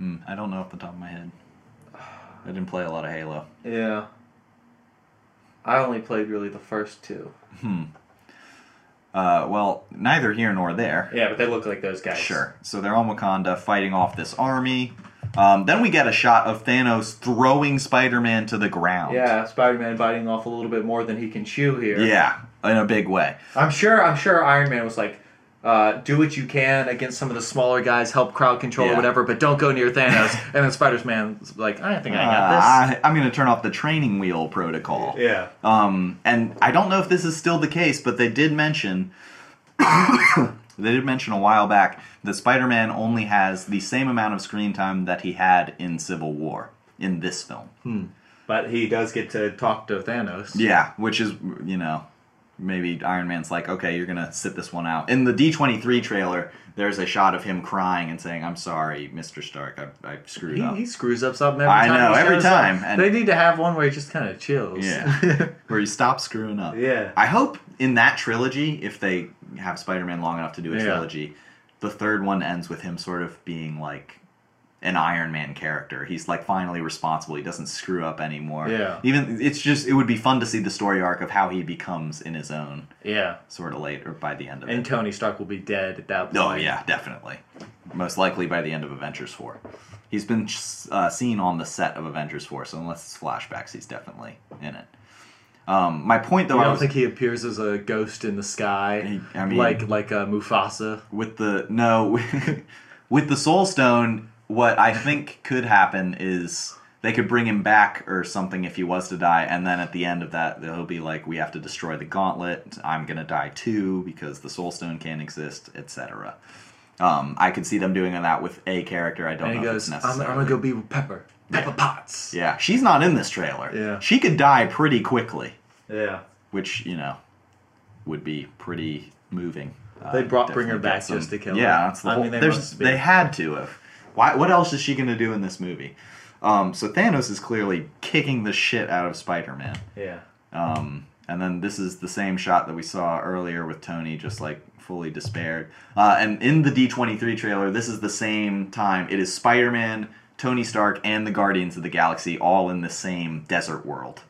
S2: mm, I don't know off the top of my head. I didn't play a lot of Halo.
S1: Yeah. I only played really the first two.
S2: Uh, well, neither here nor there.
S1: Yeah, but they look like those guys.
S2: Sure. So they're on Wakanda fighting off this army. Um, then we get a shot of Thanos throwing Spider-Man to the ground.
S1: Yeah, Spider Man biting off a little bit more than he can chew here.
S2: Yeah, in a big way.
S1: I'm sure I'm sure Iron Man was like, uh, do what you can against some of the smaller guys, help crowd control
S2: Yeah.
S1: or whatever, but don't go near Thanos. <laughs> and then Spider Man's like, I think I got
S2: Uh, I, I'm going to turn off the training wheel protocol.
S1: this. Yeah.
S2: Um, and I don't know if this is still the case, but they did mention <coughs> they did mention a while back that Spider-Man only has the same amount of screen time that he had in Civil War in this film.
S1: Hmm. But he does get to talk to Thanos.
S2: Yeah, which is you know maybe Iron Man's like, okay, you're gonna sit this one out. In the D23 trailer, there's a shot of him crying and saying, "I'm sorry, Mister Stark, I, I screwed
S1: He,
S2: up."
S1: he screws up something every
S2: I
S1: time.
S2: know,
S1: he
S2: every
S1: shows up.
S2: time, and-
S1: they need to have one where he just kind of chills.
S2: Yeah. Where he stops screwing up.
S1: Yeah.
S2: I hope in that trilogy, if they have Spider Man long enough to do a
S1: Yeah.
S2: trilogy, the third one ends with him sort of being like an Iron Man character. He's like finally responsible. He doesn't screw up anymore.
S1: Yeah.
S2: Even it's just it would be fun to see the story arc of how he becomes in his own
S1: <laughs> yeah.
S2: sort of later by the end of
S1: And
S2: it.
S1: Tony Stark will be dead at that point.
S2: Oh yeah, definitely. Most likely by the end of Avengers Four. He's been uh, seen on the set of Avengers Four, so unless it's flashbacks, he's definitely in it. Um, my point though,
S1: I
S2: I
S1: don't
S2: was
S1: think he appears as a ghost in the sky,
S2: He- I mean-
S1: like like uh, Mufasa.
S2: with the no <laughs> with the soul stone what i think could happen is they could bring him back or something if he was to die and then at the end of that they'll be like we have to destroy the gauntlet i'm gonna die too because the soul stone can't exist etc um, i could see them doing that with a character i don't
S1: And he
S2: know
S1: goes,
S2: if it's
S1: I'm, I'm
S2: necessary
S1: gonna go be with Pepper. Pepper Potts.
S2: yeah she's not in this trailer
S1: Yeah.
S2: she could die pretty quickly
S1: Yeah.
S2: which you know would be pretty moving. Uh,
S1: They brought- bring her
S2: definitely
S1: back
S2: get some-
S1: just to kill her.
S2: Yeah, that's the
S1: I
S2: whole.
S1: mean, they
S2: they,
S1: must be.
S2: they had to have. Why? What else is she going to do in this movie? Um, so Thanos is clearly kicking the shit out of Spider-Man.
S1: Yeah.
S2: Um, and then this is the same shot that we saw earlier with Tony, just like fully despaired. Uh, and in the D23 trailer, this is the same time. It is Spider Man, Tony Stark, and the Guardians of the Galaxy all in the same desert world.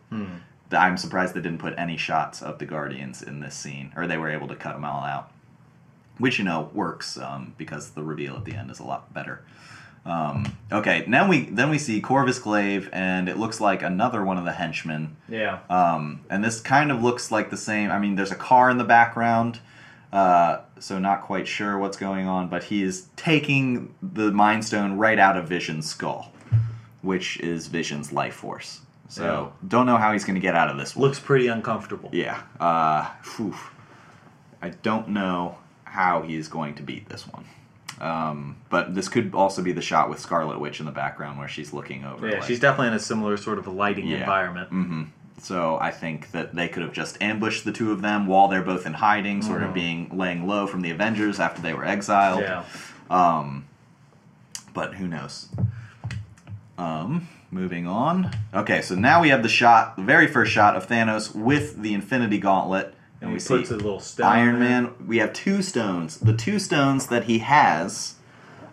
S2: Th- I'm surprised they didn't put any shots of the Guardians in this scene, or they were able to cut them all out. Which, you know, works um, because the reveal at the end is a lot better. Um, okay, now we then we see Corvus Glaive, and it looks like another one of the henchmen.
S1: Yeah.
S2: Um, and this kind of looks like the same. I mean, there's a car in the background, uh, so not quite sure what's going on, but he is taking the Mind Stone right out of Vision's skull, which is Vision's life force. So don't know how he's going to get out of this one.
S1: Looks pretty uncomfortable.
S2: Yeah. Uh, phew. I don't know how he's going to beat this one. Um, but this could also be the shot with Scarlet Witch in the background where she's looking over.
S1: Yeah,
S2: like-
S1: she's definitely in a similar sort of a lighting
S2: Yeah.
S1: environment.
S2: Mhm. So I think that they could have just ambushed the two of them while they're both in hiding, sort of being laying low from the Avengers after they were exiled.
S1: Mm-hmm. Yeah.
S2: Um, but who knows? Um, moving on. Okay, so now we have the shot, the very first shot of Thanos with the Infinity Gauntlet,
S1: And
S2: and, we
S1: he
S2: see
S1: puts a little stone.
S2: Iron
S1: in.
S2: Man. We have two stones. The two stones that he has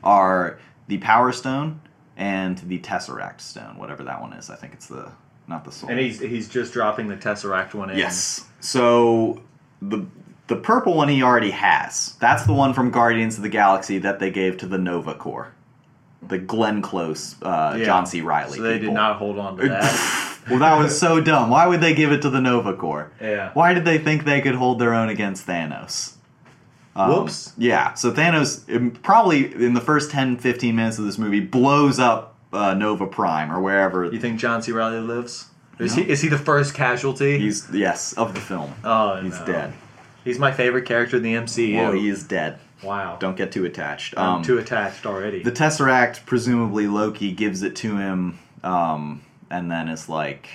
S2: are the Power Stone and the Tesseract Stone, whatever that one is. I think it's the not the Soul.
S1: And he's he's just dropping the Tesseract one in.
S2: Yes. So the the purple one he already has. That's the one from Guardians of the Galaxy that they gave to the Nova Corps, the Glenn Close, uh,
S1: Yeah.
S2: John C. Riley.
S1: So they did
S2: people.
S1: not hold on to that.
S2: well, that was so dumb. Why would they give it to the Nova Corps?
S1: yeah.
S2: Why did they think they could hold their own against Thanos? Um,
S1: Whoops.
S2: Yeah, so Thanos um, probably in the first 10 15 minutes of this movie blows up uh, Nova Prime or wherever.
S1: You think John C. Riley lives? Is
S2: No.
S1: he is he the first casualty?
S2: He's, yes, of the film.
S1: oh,
S2: he's
S1: no.
S2: dead.
S1: He's my favorite character in the MCU.
S2: Well, he is dead.
S1: wow.
S2: Don't get too attached.
S1: I'm
S2: Um,
S1: too attached already.
S2: the Tesseract, presumably Loki gives it to him, um, and then is like,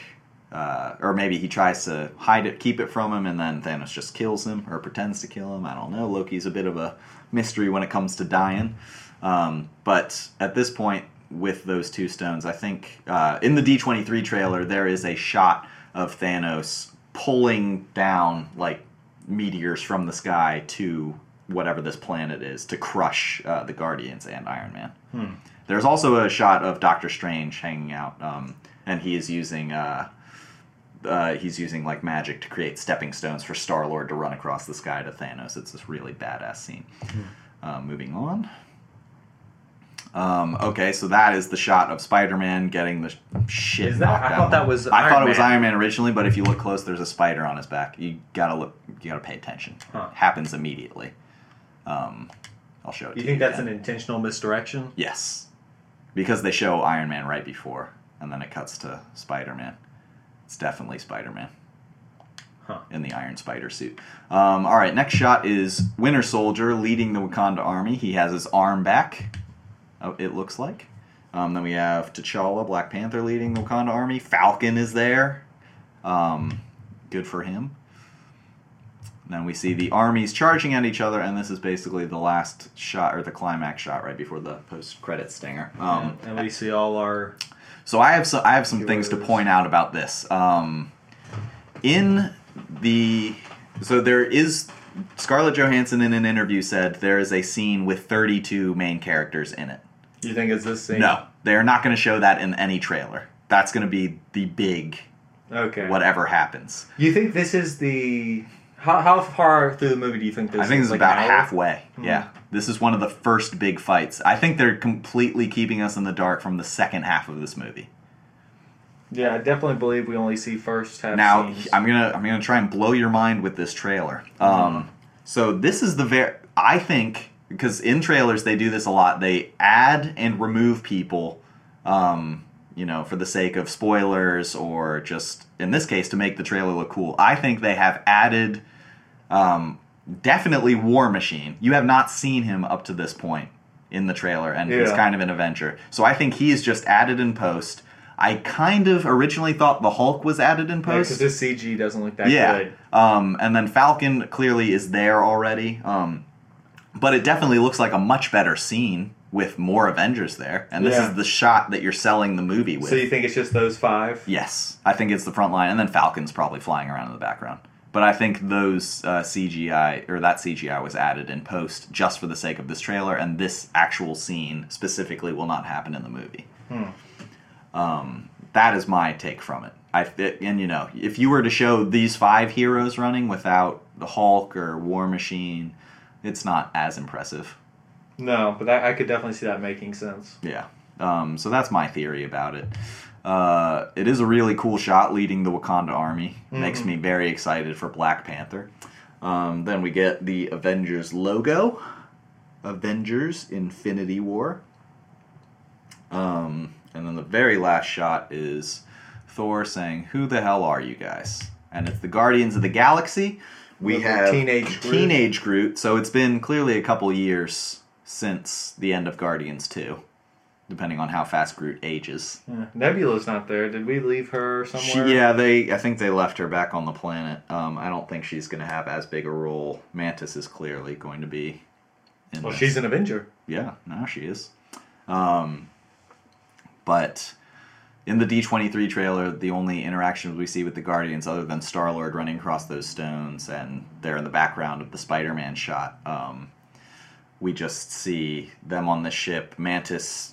S2: uh, or maybe he tries to hide it, keep it from him, and then Thanos just kills him or pretends to kill him. I don't know. Loki's a bit of a mystery when it comes to dying. Um, but at this point, with those two stones, I think uh, in the D23 trailer, there is a shot of Thanos pulling down like meteors from the sky to whatever this planet is to crush uh, the Guardians and Iron Man. There's also a shot of Doctor Strange hanging out, um, and he is using uh, uh, he's using like magic to create stepping stones for Star Lord to run across the sky to Thanos. It's this really badass scene.
S1: Hmm.
S2: Uh, moving on. Um, okay, so that is the shot of Spider-Man getting the sh- shit.
S1: Is that-
S2: knocked
S1: I
S2: out
S1: thought
S2: of
S1: that
S2: him.
S1: was
S2: I
S1: Iron
S2: thought it was
S1: Man.
S2: Iron Man originally, but if you look close, there's a spider on his back. You gotta look. You gotta pay attention.
S1: Huh.
S2: Happens immediately. Um, I'll show it.
S1: you
S2: to
S1: think that's
S2: again.
S1: an intentional misdirection?
S2: Yes. Because they show Iron Man right before, and then it cuts to Spider Man. It's definitely Spider Man.
S1: Huh.
S2: In the Iron Spider suit. Um, all right, next shot is Winter Soldier leading the Wakanda army. He has his arm back, oh, it looks like. Um, then we have T'Challa, Black Panther leading the Wakanda army. Falcon is there. Um, good for him. Then we see the armies charging at each other, and this is basically the last shot or the climax shot right before the post-credit stinger. Um,
S1: and we see all our
S2: so I have some I have some things to
S1: Heroes.
S2: point out about this. Um, in the so there is Scarlett Johansson in an interview said there is a scene with 32 main characters in it.
S1: You think it's this scene?
S2: No, they are not going to show that in any trailer. That's going to be the big
S1: Okay.
S2: whatever happens.
S1: You think this is the how, how far through the movie do you think this
S2: I think
S1: is?
S2: it's
S1: Like
S2: about
S1: an hour? Hmm.
S2: halfway. Yeah. This is one of the first big fights. I think they're completely keeping us in the dark from the second half of this movie.
S1: Yeah, I definitely believe we only see first half
S2: now
S1: scenes.
S2: I'm gonna I'm gonna try and blow your mind with this trailer. Um, so this is the very I think because in trailers they do this a lot. They add and remove people, um, you know, for the sake of spoilers or just in this case to make the trailer look cool. I think they have added um, definitely War Machine. You have not seen him up to this point in the trailer, and he's
S1: Yeah.
S2: kind of an Avenger. So I think he is just added in post. I kind of originally thought the Hulk was added in post.
S1: because this CG doesn't look that good.
S2: Um, and then Falcon clearly is there already. Um, but it definitely looks like a much better scene with more Avengers there. And this
S1: Yeah.
S2: is the shot that you're selling the movie with.
S1: So you think it's just those five?
S2: yes, I think it's the front line, and then Falcon's probably flying around in the background. But I think those uh, CGI or that CGI was added in post just for the sake of this trailer, and this actual scene specifically will not happen in the movie. Um, that is my take from it. I it, and you know, if you were to show these five heroes running without the Hulk or War Machine, it's not as impressive.
S1: No, but that, I could definitely see that making sense.
S2: Yeah. Um, so that's my theory about it. Uh, it is a really cool shot leading the Wakanda army. Makes me very excited for Black Panther. Um, then we get the Avengers logo Avengers Infinity War. Um, and then the very last shot is Thor saying, Who the hell are you guys? And it's the Guardians of the Galaxy. We
S1: With the
S2: have
S1: teenage Groot.
S2: Teenage Groot. So it's been clearly a couple years since the end of Guardians 2 depending on how fast Groot ages.
S1: Nebula's not there. Did we leave her
S2: She,
S1: somewhere?
S2: yeah, they. I think they left her back on the planet. Um, I don't think she's going to have as big a role. Mantis is clearly going to be. In
S1: Well,
S2: this.
S1: she's an Avenger.
S2: Yeah, now she is. Um, but in the D23 trailer, the only interactions we see with the Guardians, other than Star Lord running across those stones and they're in the background of the Spider Man shot, um, we just see them on the ship. Mantis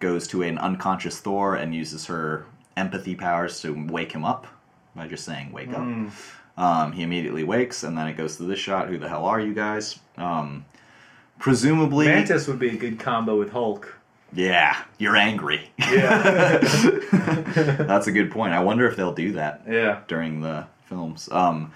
S2: goes to an unconscious Thor and uses her empathy powers to wake him up by just saying, Wake up. Um, he immediately wakes, and then it goes to this shot. Who the hell are you guys? Um, presumably,
S1: Mantis would be a good combo with Hulk.
S2: yeah, you're angry.
S1: Yeah.
S2: <laughs>
S1: <laughs>
S2: That's a good point. I wonder if they'll do that
S1: yeah.
S2: during the films. Um,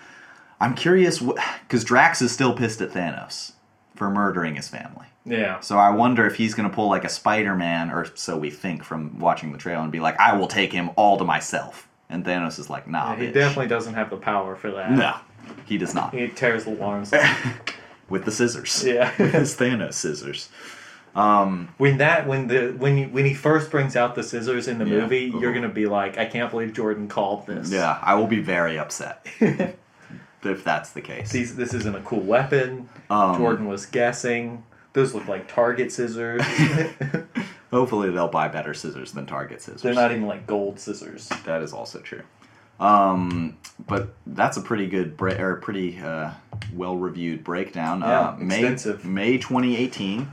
S2: I'm curious because Drax is still pissed at Thanos for murdering his family.
S1: Yeah.
S2: So I wonder if he's going to pull like a Spider-Man, or so we think from watching the trailer, and be like, "I will take him all to myself." And Thanos is like, "Nah,
S1: he
S2: Oh, bitch.
S1: definitely doesn't have the power for that.
S2: no, he does not."
S1: He tears the
S2: <laughs>
S1: arms.
S2: With the scissors,
S1: Yeah.
S2: <laughs> his Thanos scissors.
S1: when that when the when you, when he first brings out the scissors in the
S2: Yeah.
S1: movie, you're
S2: Uh-huh.
S1: gonna be like, I can't believe Jordan called this.
S2: Yeah, I will be
S1: <laughs>
S2: very upset if that's the case.
S1: These, this isn't a cool weapon.
S2: Um,
S1: Jordan was guessing. Those look like Target scissors.
S2: <laughs> Hopefully, they'll buy better scissors than Target scissors.
S1: They're not even like gold scissors.
S2: That is also true. Um, but that's a pretty good bre- or a pretty uh, well reviewed breakdown. uh,
S1: Yeah,
S2: May
S1: extensive.
S2: May 2018.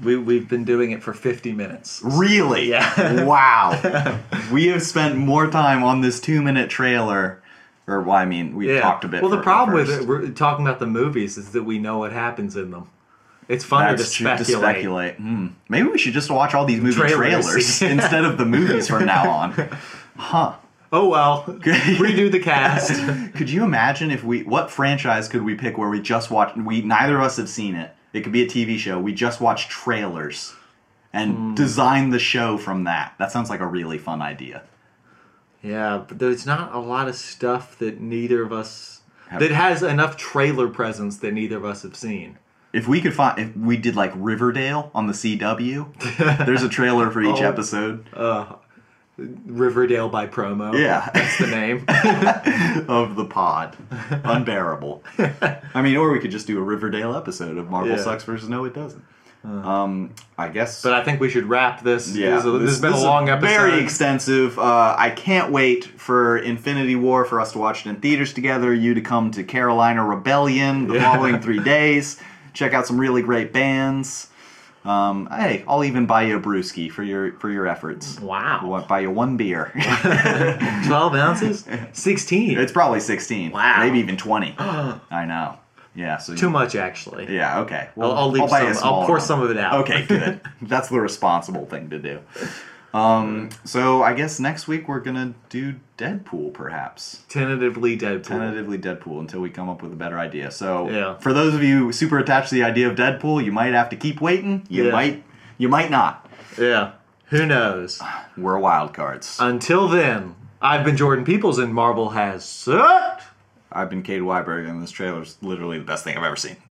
S1: We we've been doing it for 50 minutes.
S2: Really?
S1: Yeah. <laughs>
S2: wow. We have spent more time on this two minute trailer, or well, I mean, we
S1: Yeah.
S2: talked a bit.
S1: Well, the
S2: for-
S1: problem with
S2: first.
S1: it, we're talking about the movies is that we know what happens in them. It's funner
S2: That's
S1: to
S2: true,
S1: speculate.
S2: Hmm. Maybe we should just watch all these movie
S1: Trailers. <laughs>
S2: trailers, instead of the movies from now on. Huh.
S1: Oh
S2: <laughs>
S1: well, redo the cast.
S2: Could you imagine if we what franchise could we pick where we just watch we neither of us have seen it. It could be a TV show. We just watch trailers and
S1: Hmm.
S2: design the show from that. That sounds like a really fun idea.
S1: Yeah, but there's not a lot of stuff that neither of us
S2: Have-
S1: that has enough trailer presence that neither of us have seen.
S2: If we could find if we did like Riverdale on
S1: <laughs>
S2: the CW, there's a trailer for each
S1: Oh.
S2: episode
S1: Riverdale by promo.
S2: Yeah. <laughs>
S1: that's the name.
S2: of the pod. Unbearable. I mean, or we could just do a Riverdale episode of Marvel
S1: Yeah. Uh-huh.
S2: Sucks versus No It Doesn't. Um, I guess
S1: but I think we should wrap this.
S2: Yeah,
S1: this, this has been
S2: this
S1: a
S2: is
S1: long episode.
S2: Very extensive. Uh, I can't wait for Infinity War for us to watch it in theaters together. You to come to Carolina Rebellion the
S1: Yeah. <laughs>
S2: following three days. Check out some really great bands. Um, hey, I'll even buy you a brewski for your for your efforts.
S1: Wow.
S2: I'll buy you one
S1: <laughs>
S2: beer. <laughs>
S1: Twelve ounces, sixteen.
S2: it's probably sixteen.
S1: Wow.
S2: Maybe even
S1: <gasps>
S2: twenty. I know. Yeah. So
S1: Too much, actually.
S2: Yeah. Okay.
S1: I'll, I'll leave
S2: buy you a
S1: some. I'll
S2: smaller
S1: pour
S2: one.
S1: some of it out. <laughs>
S2: Okay, good. That's the responsible thing to do. Um, so I guess next week we're gonna do Deadpool, perhaps
S1: Tentatively Deadpool.
S2: tentatively Deadpool until we come up with a better idea. So
S1: Yeah.
S2: for those of you super attached to the idea of Deadpool, you might have to keep waiting. You
S1: Yeah.
S2: might, you might not.
S1: Yeah. Who knows?
S2: We're wild cards.
S1: Until then, I've been Jordan Peoples, and Marvel has sucked.
S2: I've been Cade Weiberg, and this trailer's literally the best thing I've ever seen.